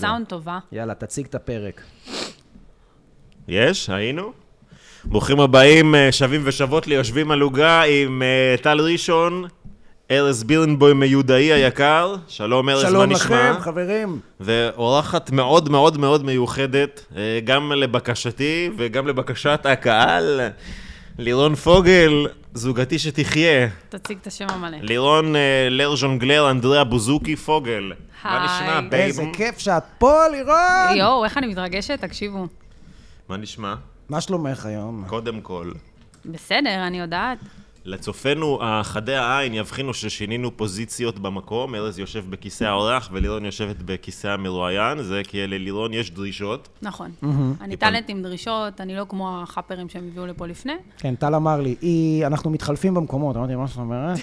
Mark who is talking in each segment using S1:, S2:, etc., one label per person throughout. S1: סאונד טובה.
S2: יאללה, תציג את הפרק.
S3: יש? היינו? ברוכים הבאים, אה, שבים ושוות ליושבים על עוגה עם אה, טל ראשון, ארז בירנבוים מיודעי היקר, שלום ארז, מה
S2: שלום
S3: נשמע?
S2: לכם, חברים.
S3: ואורחת מאוד מאוד מאוד מיוחדת, אה, גם לבקשתי וגם לבקשת הקהל, לירון פוגל, זוגתי שתחיה.
S1: תציג את השם המלא.
S3: לירון אה, לר ז'ונגלר, אנדריה בוזוקי פוגל. מה
S1: היי.
S3: נשמע, בייב?
S2: איזה כיף שאת פה, לירון!
S1: יואו, איך אני מתרגשת, תקשיבו.
S3: מה נשמע?
S2: מה שלומך היום?
S3: קודם כל.
S1: בסדר, אני יודעת.
S3: לצופינו, חדי העין יבחינו ששינינו פוזיציות במקום, ארז יושב בכיסא האורח ולירון יושבת בכיסא המרואיין, זה כי ללירון יש דרישות.
S1: נכון. אני טאלנט עם דרישות, אני לא כמו החאפרים שהם הביאו לפה לפני.
S2: כן, טל אמר לי, "היא- אנחנו מתחלפים במקומות. אמרתי, מה זאת אומרת?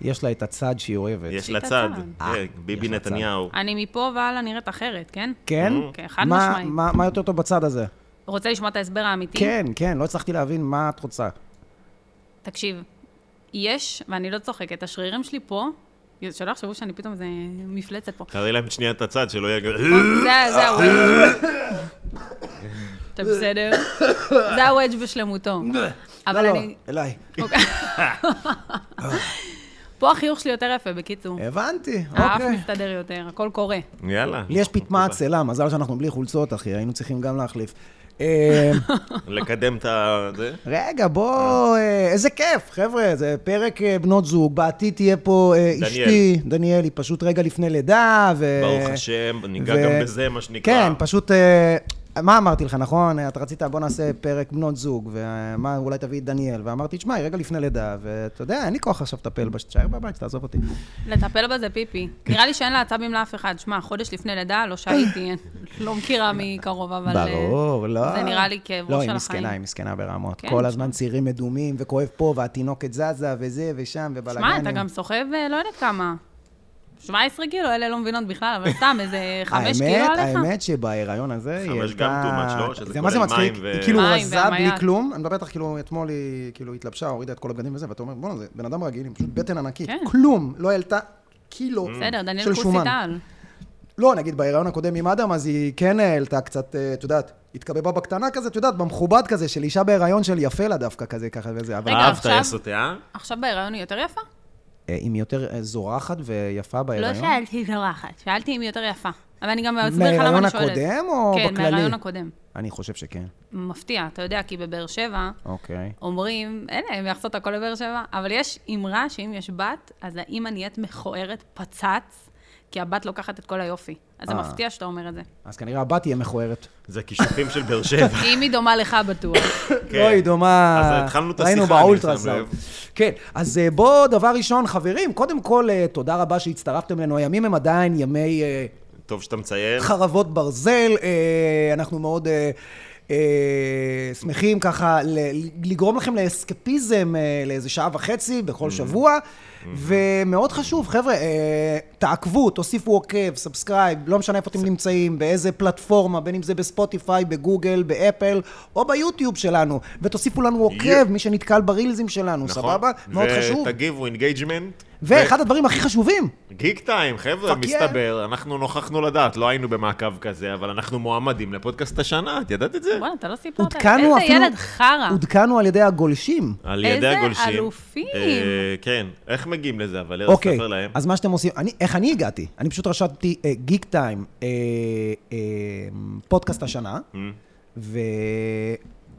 S2: יש לה את הצד שהיא אוהבת.
S3: יש
S1: שיטת
S3: לה צד,
S1: צד.
S3: כן, ביבי
S2: אה, יש אה. לה צד.
S3: נתניהו.
S1: אני מפה והלאה נראית אחרת, כן?
S2: כן?
S3: Mm-hmm.
S1: כן, חד
S2: מה-
S1: משמעית.
S2: מה מה יותר טוב בצד הזה?
S1: רוצה לשמוע את ההסבר האמיתי?
S2: כן, כן, לא הצלחתי להבין מה את רוצה.
S1: תקשיב, יש, ואני לא צוחקת, השרירים שלי פה, שלא יחשבו שאני פתאום איזה מפלצת פה.
S3: תראי להם שנייה את הצד, שלא
S2: אה.
S3: יהיה...
S1: זה, זה הוודג'. אתה בסדר? זה הוודג' בשלמותו. אבל
S2: לא, לא,
S1: אני...
S2: אליי.
S1: אוקיי. פה החיוך שלי יותר יפה, בקיצור.
S2: הבנתי,
S1: האף
S2: אוקיי.
S1: מסתדר יותר, הכל קורה.
S3: אה, יאללה.
S2: לי יש פיטמה עצלה, מזל שאנחנו בלי חולצות, אחי, היינו צריכים גם להחליף. אה,
S3: לקדם את ה... זה?
S2: רגע, בוא, אה, איזה כיף, חבר'ה, זה פרק אה, בנות זוג, בעתיד תהיה פה אה,
S3: דניאל.
S2: אשתי, דניאל, היא פשוט רגע לפני לידה, ו...
S3: ברוך השם, ניגע
S2: ו-
S3: גם בזה, מה שנקרא.
S2: כן, פשוט, אה, מה אמרתי לך, נכון? את רצית, בוא נעשה פרק בנות זוג, ומה, אולי תביא את דניאל, ואמרתי, תשמע, היא רגע לפני לידה, ואתה יודע, אין לי כוח עכשיו לטפל בה, שתישאר בבית, תעזוב אותי.
S1: לטפל בזה פיפי.
S2: כן.
S1: נראה לי שאין להט"בים לאף אחד. שמע, חודש לפני לידה לא שהיתי, אני לא מכירה מקרוב, אבל... אה,
S2: ברור, לא.
S1: זה נראה לי כאבו
S2: לא,
S1: של
S2: היא
S1: החיים.
S2: מסכנה, היא מסכנה ברמות.
S1: כן,
S2: כל
S1: תשמע.
S2: הזמן צעירים מדומים, וכואב פה, והתינוקת זזה, וזה, ושם, ובלאגנים.
S1: שמע, אתה גם סוחב, אה, לא יודעת כמה. 17 קילו, אלה לא מבינות בכלל, אבל סתם, איזה 5 קילו
S2: האמת,
S1: עליך.
S2: האמת שבהיריון הזה היא
S3: חמש גם too much, לא? שזה
S2: זה מה זה
S3: כולל
S2: מצחיק,
S3: מים ו-
S2: היא כאילו
S1: מים
S2: רזה בלי
S1: והמיה.
S2: כלום. אני מדבר איתך, כאילו, אתמול היא כאילו התלבשה, הורידה את כל הבגדים וזה, ואתה אומר, בואנה, זה בן אדם רגיל, עם פשוט בטן ענקית.
S1: כן.
S2: כלום, לא העלתה
S3: Mm.
S2: קילו
S1: בסדר, דניאל
S2: של שומן.
S1: קוסיטל.
S2: לא, נגיד בהיריון הקודם עם אדם, אז היא כן העלתה קצת, אה, את יודעת, התקבבה בקטנה כזה, את יודעת, במכובד כזה, של אישה בהיריון של יפה לה דווקא כזה, ככה וזה, אבל
S1: רגע,
S3: אהבת
S1: עכשיו-
S3: יסותיה?
S1: עכשיו בהיריון היא יותר יפה?
S2: אה, אם היא יותר אה, זורחת ויפה בהיריון.
S1: לא שאלתי זורחת, שאלתי אם היא יותר יפה. אבל אני גם אסביר לך למה
S2: מההיריון
S1: אני שואלת.
S2: הקודם או
S1: כן,
S2: בכללי?
S1: מההיריון הקודם.
S2: אני חושב שכן.
S1: מפתיע, אתה יודע, כי בבאר שבע
S2: אוקיי.
S1: אומרים, אין להם מייחסות הכל לבאר שבע, אבל יש אמרה שאם יש בת, אז האימא נהיית מכוערת פצץ, כי הבת לוקחת את כל היופי. אז זה
S2: אה.
S1: מפתיע שאתה אומר את זה.
S2: אז כנראה הבת תהיה מכוערת.
S3: זה הכישופים של באר שבע.
S1: כי אם היא דומה לך בטוח.
S3: כן.
S2: לא, היא דומה...
S3: אז התחלנו את
S2: ראינו
S3: השיחה, אני שם
S2: באולטרסאונד.
S3: לב.
S2: כן, אז אה, בואו, דבר ראשון, חברים, קודם כל, אה, תודה רבה שהצטרפתם אלינו. הימים הם עדיין ימי אה,
S3: טוב שאתה מציין.
S2: חרבות ברזל. אה, אנחנו מאוד אה, אה, שמחים ככה ל- לגרום לכם לאסקפיזם אה, לאיזה שעה וחצי בכל שבוע. ומאוד חשוב, חבר'ה, אה, תעקבו, תוסיפו עוקב, סאבסקרייב, לא משנה איפה אתם נמצאים, באיזה פלטפורמה, בין אם זה בספוטיפיי, בגוגל, באפל, או ביוטיוב שלנו, ותוסיפו לנו עוקב,
S3: יופ.
S2: מי שנתקל ברילזים שלנו,
S3: נכון?
S2: סבבה? מאוד חשוב.
S3: ותגיבו, אינגייג'מנט.
S2: ואחד הדברים הכי חשובים,
S3: גיק טיים, חבר'ה,
S2: Fuck yeah.
S3: מסתבר, אנחנו נוכחנו לדעת, לא היינו במעקב כזה, אבל אנחנו מועמדים לפודקאסט השנה, את ידעת את זה?
S1: בואנה, אתה לא סיפרת.
S2: עודכנו
S1: איזה
S2: אפילו...
S1: ילד חרא.
S2: עודכנו על ידי הגולשים.
S3: על
S1: איזה
S3: ידי הגולשים.
S1: אלופים.
S3: אה, כן, איך מגיעים לזה, אבל ארז,
S2: אוקיי,
S3: ספר להם.
S2: אז מה שאתם עושים, אני, איך אני הגעתי? אני פשוט רשמתי אה, גיק טיים, אה, אה, פודקאסט השנה,
S3: Mm-hmm.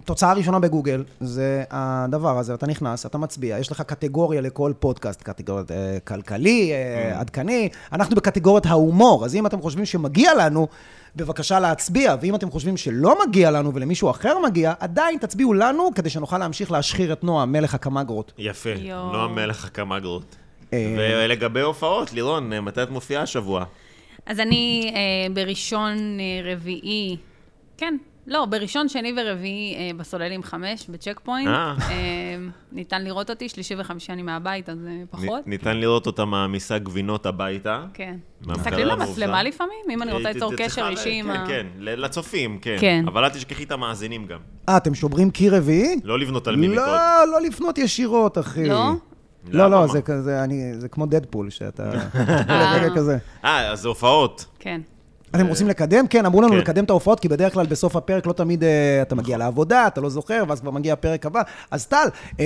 S2: ותוצאה ראשונה בגוגל זה הדבר הזה, אתה נכנס, אתה מצביע, יש לך קטגוריה לכל פודקאסט, קטגוריית אה, כלכלי,
S3: Mm-hmm.
S2: אה, עדכני, אנחנו בקטגוריית ההומור, אז אם אתם חושבים שמגיע לנו, בבקשה להצביע, ואם אתם חושבים שלא מגיע לנו ולמישהו אחר מגיע, עדיין תצביעו לנו כדי שנוכל להמשיך להשחיר את נועה, מלך הקמגרות.
S3: יפה,
S1: יואו.
S3: נועם מלך הקמגרות.
S2: אה.
S3: ולגבי הופעות, לירון, אה, מתי את מופיעה השבוע?
S1: אז אני אה, בראשון, אה, רביעי, כן, לא, בראשון, שני ורביעי אה, בסוללים חמש, בצ'ק פוינט.
S3: אה.
S1: אה, ניתן לראות אותי, שלישי וחמישי אני מהבית, אז אה, פחות.
S3: נ- ניתן לראות אותה מעמיסה גבינות הביתה.
S1: כן.
S3: מהמקרר
S1: מסתכלים
S3: המאובזר.
S1: למצלמה לפעמים, אם אני רוצה
S3: היא אה, ת-
S1: ליצור
S3: ת-
S1: קשר
S3: צריכה ל-
S1: אישי עם
S3: כן,
S1: ה...
S3: כן, ל- לצופים, כן.
S1: כן.
S3: אבל אל תשכחי את המאזינים גם.
S2: אה, אתם שוברים קיר רביעי?
S3: לא לבנות על מימיקות.
S2: לא, לא לפנות ישירות, אחי.
S1: לא?
S2: לא,
S3: למה?
S2: לא, זה כזה, אני, זה כמו דדפול, שאתה... רגע כזה.
S3: אה, אז זה הופעות.
S1: כן.
S2: אתם רוצים לקדם? כן, אמרו לנו
S3: כן. נכון.
S2: לקדם את ההופעות, כי בדרך כלל בסוף הפרק לא תמיד אה, אתה מגיע לעבודה, אתה לא זוכר, ואז כבר מגיע הפרק הבא. אז טל, אה,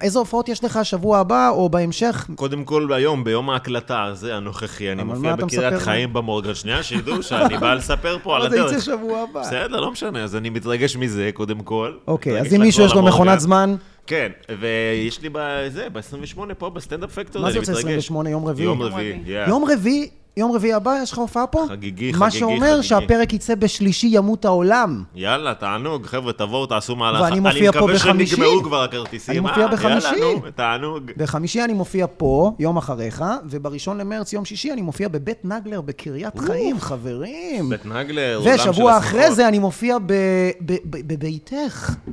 S2: איזה הופעות יש לך שבוע הבא או בהמשך?
S3: קודם כל היום, ביום ההקלטה הזה, הנוכחי, אני
S2: אבל
S3: מופיע
S2: מה אתה
S3: בקריית
S2: מספר
S3: חיים במורגן. שנייה, שידעו שאני בא לספר פה על
S2: אבל זה
S3: הדרך.
S2: יצא שבוע הבא.
S3: בסדר, לא משנה, אז אני מתרגש מזה, קודם כל.
S2: אוקיי,
S3: מתרגש
S2: אז אם מישהו
S3: לחזור
S2: יש לו
S3: למורגן.
S2: מכונת זמן,
S3: כן, ויש לי בזה, ב-28 פה, בסטנדאפ פקטור,
S2: מה זה
S3: אני
S2: יוצא
S3: מתרגש.
S2: 28? יום רביעי?
S3: יום
S1: יום
S3: רביעי,
S1: רביעי.
S3: yeah.
S2: יום רביעי, יום רביעי הבא, יש לך הופעה פה?
S3: חגיגי,
S2: מה
S3: חגיגי,
S2: שאומר
S3: חגיגי.
S2: שהפרק יצא בשלישי ימות העולם.
S3: יאללה, תענוג, חבר'ה, תבואו, תעשו מהלך.
S2: ואני מופיע פה
S3: אני
S2: בחמישי.
S3: מקווה שנגמרו כבר הכרטיסים.
S2: אני מופיע
S3: אה,
S2: בחמישי.
S3: יאללה, נו, תענוג.
S2: בחמישי אני מופיע פה, יום אחריך, ובראשון למרץ, יום שישי, אני מופיע בבית נגלר בקריית חיים, חברים.
S3: בית נגלר, עולם של
S2: ושבוע אחרי
S3: השמחות.
S2: זה אני מופיע ב- ב- ב- בביתך.
S1: ב-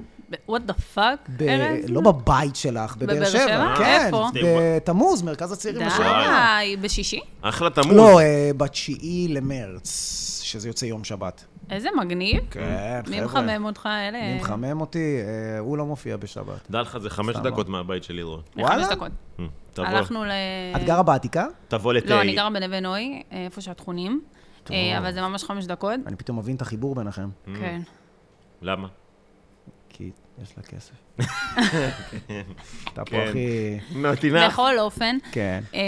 S1: What the fuck,
S2: ב-
S1: ארז?
S2: לא בבית שלך, בבאר
S1: בבאר
S2: שבע.
S1: שבע?
S2: כן,
S1: איפה?
S2: בתמוז, מרכז הצעירים לשעבר.
S1: די, בשישי?
S3: אחלה תמוז.
S2: לא, אה, בתשיעי למרץ, שזה יוצא יום שבת.
S1: איזה מגניב.
S2: כן,
S1: מי
S2: חבר'ה.
S1: מחמם אותך, אלה?
S2: מי מחמם אותי? אה, הוא לא מופיע בשבת.
S3: דע לך, זה חמש
S2: סבבה.
S3: דקות מהבית שלי, רון.
S1: לחמש
S2: וואלה?
S1: דקות.
S3: אה, תבוא-
S1: הלכנו ל...
S2: את גרה בעתיקה?
S3: תבוא לתה.
S1: לא, אני גרה בנווה נוי, איפה שהתכונים, אה, אבל זה ממש חמש דקות.
S2: אני פתאום מבין את החיבור ביניכם,
S1: כן.
S3: למה?
S2: כי יש לה כסף.
S3: כן.
S2: אתה פה הכי...
S3: נתינה.
S1: בכל אופן,
S2: כן.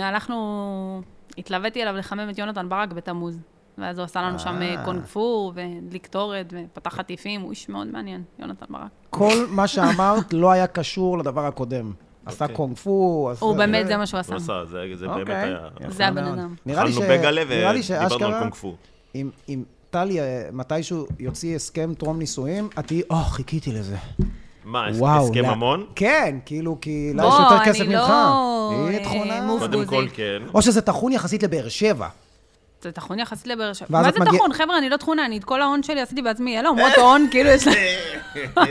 S1: אה, הלכנו, התלוויתי אליו לחמם את יונתן ברק בתמוז. ואז הוא עשה לנו שם אה,
S2: אה.
S1: קונג פו, והדליק תורת, ופתח חטיפים, הוא איש מאוד מעניין, יונתן ברק.
S2: כל מה שאמרת לא היה קשור לדבר הקודם. עשה קונג פו, עשה...
S1: הוא באמת, זה מה שהוא עשה.
S3: הוא עשה, אוקיי. לא, זה זה באמת
S2: אוקיי,
S3: היה...
S2: יפה
S1: זה הבן
S2: מאוד.
S1: אדם.
S2: נראה לי ש...
S3: אכלנו בגלה
S2: נראה לי
S3: ודיברנו על
S2: שאשכרה,
S3: קונג פו.
S2: אם- אם טלי אה, מתישהו יוציא הסכם טרום נישואים, את תהיי, או, חיכיתי לזה.
S3: מה, הס-
S2: וואו.
S3: אה, הסכם
S2: לה-
S3: ממון?
S2: כן, כאילו, כי לה
S1: בוא,
S2: יש יותר
S1: אני
S2: כסף
S1: לא,
S2: ממך. היא
S1: אה,
S2: תכונה.
S1: מוב-
S3: קודם כל,
S1: בוזי.
S3: כן.
S2: או שזה טחון יחסית לבאר שבע.
S1: זה טחון יחסית לבאר שבע.
S2: ואז
S1: מה
S2: את
S1: זה
S2: מגיע-
S1: טחון? חבר'ה, אני לא טחונה, אני את כל ההון שלי עשיתי בעצמי. אלה אומרות ההון, כאילו יש להם...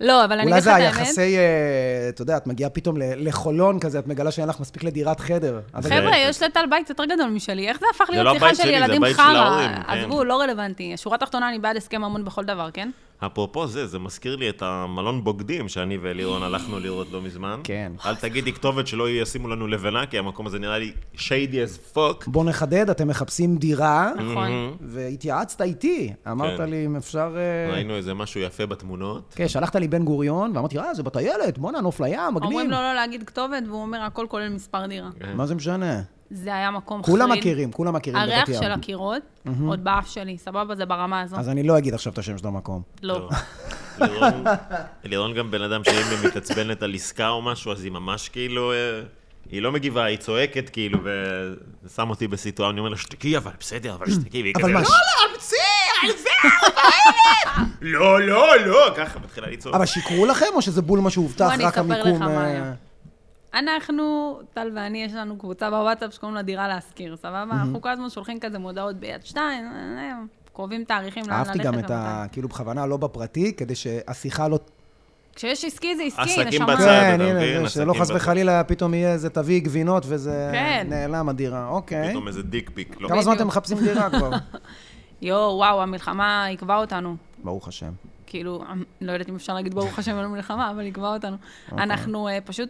S1: לא, אבל אני אגיד לך
S2: אולי
S1: את
S2: זה
S1: האמת.
S2: היחסי, אה, אתה יודע, את מגיעה פתאום ל- לחולון כזה, את מגלה שאין לך מספיק לדירת חדר. אז את-
S1: חבר'ה, יש לטל בית יותר גדול משלי, איך זה הפך להיות
S3: לא
S1: שיחה
S3: הבית
S1: של
S3: שלי, זה
S1: ילדים
S3: הבית של ההורים,
S1: חרא?
S3: כן.
S1: עזבו, לא רלוונטי. השורה התחתונה, אני בעד הסכם ממון בכל דבר, כן?
S3: אפרופו זה, זה מזכיר לי את המלון בוגדים שאני ואלירון הלכנו לראות לא מזמן.
S2: כן.
S3: אל תגידי כתובת שלא ישימו לנו לבנה, כי המקום הזה נראה לי שיידי as fuck.
S2: בוא נחדד, אתם מחפשים דירה,
S1: נכון.
S2: והתייעצת איתי. אמרת
S3: כן.
S2: לי, אם אפשר... אה,
S3: ראינו איזה משהו יפה בתמונות.
S2: כן, שלחת לי בן גוריון, ואמרתי, אה, זה בטיילת, בואנה, נוף לים, מגניב.
S1: אומרים לו לא להגיד כתובת, והוא אומר, הכל כולל מספר דירה.
S3: כן.
S2: מה זה משנה?
S1: זה היה מקום חריג.
S2: כולם מכירים, כולם מכירים
S1: הריח
S2: בבת ים.
S1: של הקירות, עוד באף שלי, סבבה, זה ברמה הזו.
S2: אז אני לא אגיד עכשיו את השם של המקום.
S3: כן.
S1: לא.
S3: לירון- לירון גם בן אדם שאם היא מתעצבנת על עסקה או משהו, אז היא ממש כאילו... אה, היא לא מגיבה, היא צועקת כאילו, ושם אותי בסיטואציה, אני אומר לה, שתקי, אבל בסדר, אבל
S1: Mm.
S3: שתקי, והיא כזה,
S2: אבל
S3: לא,
S2: מה, ש-
S3: לא, המציא, על זה, על זה." לא, לא, לא, ככה מתחילה לצעוק.
S2: אבל שיקרו לכם, או שזה בול מה שהובטח,
S1: בוא, אני
S2: רק
S1: אספר לך לא,
S2: המיקום...
S1: מה
S2: אה,
S1: היה. אנחנו, טל ואני, יש לנו קבוצה בוואטסאפ שקוראים לה דירה להשכיר, סבבה? אנחנו כל הזמן שולחים כזה מודעות ביד שתיים, אה, אה, קובעים תאריכים לאן ללכת.
S2: אהבתי גם את ה...
S1: ומתי.
S2: כאילו, בכוונה לא בפרטי, כדי שהשיחה לא...
S1: כשיש עסקי זה עסקי,
S3: עסקים
S1: נשמה.
S3: בצד.
S2: כן,
S3: אתה
S2: הנה,
S3: מבין?
S2: זה שלא
S3: עסקים
S2: חס
S3: בצד.
S2: וחלילה פתאום יהיה איזה תביא גבינות וזה
S1: כן.
S2: נעלם הדירה, אוקיי.
S3: פתאום איזה דיק פיק, לא?
S2: כמה זמן
S1: בדיוק.
S2: אתם מחפשים דירה כבר?
S1: יואו, וואו, המלחמה עיכבה אותנו.
S2: ברוך השם.
S1: כאילו, לא יודעת אם אפשר להגיד ברוך השם על המלחמה, אבל עיכבה אותנו.
S3: אוקיי.
S1: אנחנו אה, פשוט,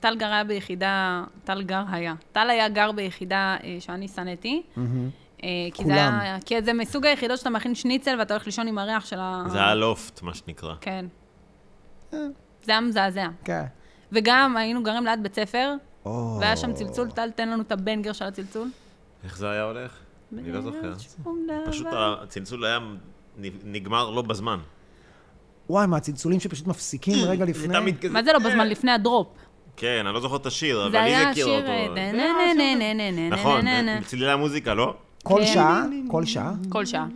S1: טל גר היה ביחידה, טל גר היה. טל היה גר ביחידה אה, שאני שנאתי. אה, כי זה
S2: כולם.
S1: היה, כי זה מסוג היחידות שאתה מכין שניצל ואתה הולך לישון עם הריח של ה...
S3: זה היה אה. לופט, מה שנקרא.
S1: כן. זה היה מזעזע.
S2: כן.
S1: וגם היינו גרים ליד בית ספר,
S2: או,
S1: והיה שם צלצול, טל, תן לנו את הבנגר של הצלצול.
S3: איך זה היה הולך? אני לא זוכר.
S1: שום דבר.
S3: פשוט הצלצול היה נגמר לא בזמן.
S2: וואי, מה, הצלצולים שפשוט מפסיקים רגע לפני?
S3: תמיד כזה...
S1: מה זה לא בזמן לפני הדרופ?
S3: כן, אני לא זוכר את השיר, אבל
S1: זה
S3: היא
S1: היה
S3: הכירה
S1: השיר...
S3: אותו.
S1: אה, נה, נה, נה, נה, נה, נה,
S3: נכון,
S1: נה, נה.
S3: צלילי המוזיקה, לא?
S2: כל
S1: כן.
S2: שעה? כל שעה?
S1: כל שעה.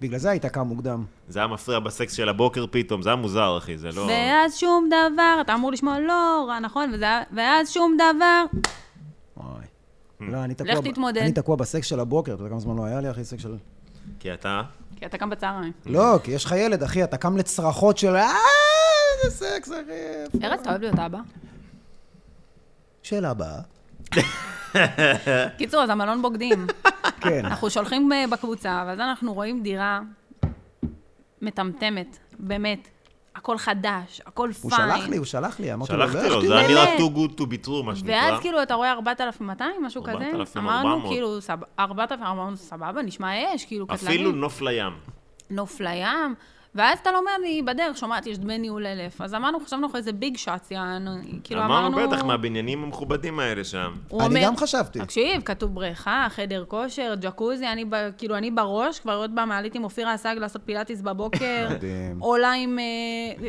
S2: בגלל זה היית קם מוקדם.
S3: זה היה מפריע בסקס של הבוקר פתאום, זה היה מוזר, אחי, זה לא...
S1: ואז שום דבר, אתה אמור לשמוע לא רע, נכון? וזה היה- ואז שום דבר.
S2: וואי.
S3: Hmm.
S2: לא, אני תקוע...
S1: לך
S2: ב-
S1: תתמודד.
S2: אני תקוע בסקס של הבוקר, אתה יודע כמה זמן לא היה לי, אחי, סקס של...
S3: כי אתה...
S1: כי אתה קם בצהריים.
S2: לא, כי יש לך ילד, אחי, אתה קם לצרחות של... אה, איזה סקס, אחי.
S1: ארז, אתה אוהב להיות אבא?
S2: שאלה הבאה.
S1: קיצור, אז המלון בוגדים.
S2: כן.
S1: אנחנו שולחים אה, בקבוצה, ואז אנחנו רואים דירה מטמטמת, באמת. הכל חדש, הכל פיין.
S2: הוא שלח לי, הוא שלח לי, אמרתי לו, לא
S3: שלחתי לו,
S2: החתימו.
S3: זה היה נראה
S1: באמת.
S3: too good to be true, מה שנקרא.
S1: ואז כאילו, אתה רואה 4,200, משהו כזה?
S3: 4,400.
S1: אמרנו, כאילו, סב- 4,400, סבבה, נשמע אש, כאילו, קטלני.
S3: אפילו נוף לים.
S1: נוף לים, ואז אתה לא אומר לי, בדרך שומעת, יש דמי ניהול אלף. אז אמרנו, חשבנו לך איזה ביג שאט, יענו, כאילו אמרנו...
S3: אמרנו בטח מהבניינים המכובדים האלה שם.
S1: הוא
S2: אני
S1: אומר-
S2: גם חשבתי.
S1: תקשיב, כתוב בריכה, חדר כושר, ג'קוזי, אני ב- כאילו, אני בראש, כבר עוד פעם עליתי עם אופירה אסג לעשות פילאטיס בבוקר,
S2: מדהים.
S1: עולה עם... אה,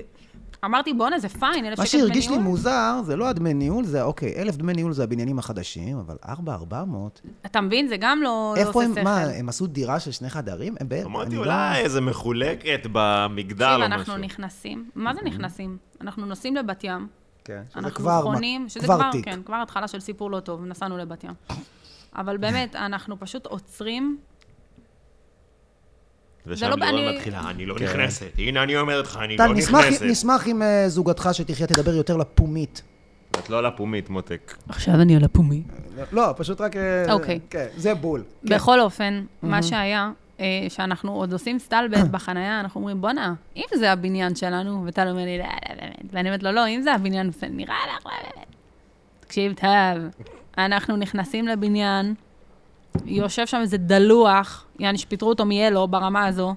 S1: אמרתי, בואנה, זה פיין, אלף
S2: מה
S1: שקל דמי
S2: שהרגיש לי
S1: ניהול."
S2: מוזר, זה לא הדמי ניהול, זה אוקיי, אלף דמי ניהול זה הבניינים החדשים, אבל ארבע, ארבע מאות.
S1: אתה מבין? זה גם לא לא
S2: איפה
S1: עושה
S2: הם,
S1: שכל.
S2: מה, הם עשו דירה של שני חדרים? הם בערך...
S3: אמרתי,
S2: אני לא-
S3: אולי איזה מחולקת במגדל
S1: תקשיב,
S3: או משהו. Mm-hmm.
S1: אנחנו נכנסים. מה זה נכנסים? אנחנו נוסעים לבת ים.
S2: כן, שזה
S1: אנחנו
S2: כבר מק-
S1: חונים, שזה
S2: כבר
S1: כבר,
S2: תיק.
S1: כן, כבר התחלה של סיפור לא טוב, נסענו לבת ים. אבל באמת, אנחנו פשוט עוצרים,
S3: ושם
S1: לא-
S3: לירון
S1: אני-
S3: מתחילה, אני לא נכנסת. הנה, אני אומרת לך, אני לא
S2: טל, כן. נשמח-
S3: נכנסת.
S2: נשמח אם אה, זוגתך שתחיה תדבר יותר לפומית.
S3: את לא לפומית, מותק.
S1: עכשיו אני על הפומי.
S2: לא, פשוט רק... אה,
S1: אוקיי.
S2: כן, זה בול.
S1: בכל אופן, מה שהיה, אה, שאנחנו עוד עושים סטלבט בחנייה, אנחנו אומרים, בואנה, אם זה הבניין שלנו, וטל אומר לי, לא, לא, באמת. ואני אומרת לו, לא, אם זה הבניין, זה נראה לך, לא, באמת. תקשיב, טוב, אנחנו נכנסים לבניין, יושב שם איזה דלוח, יעני שפיטרו אותו מיאלו ברמה הזו.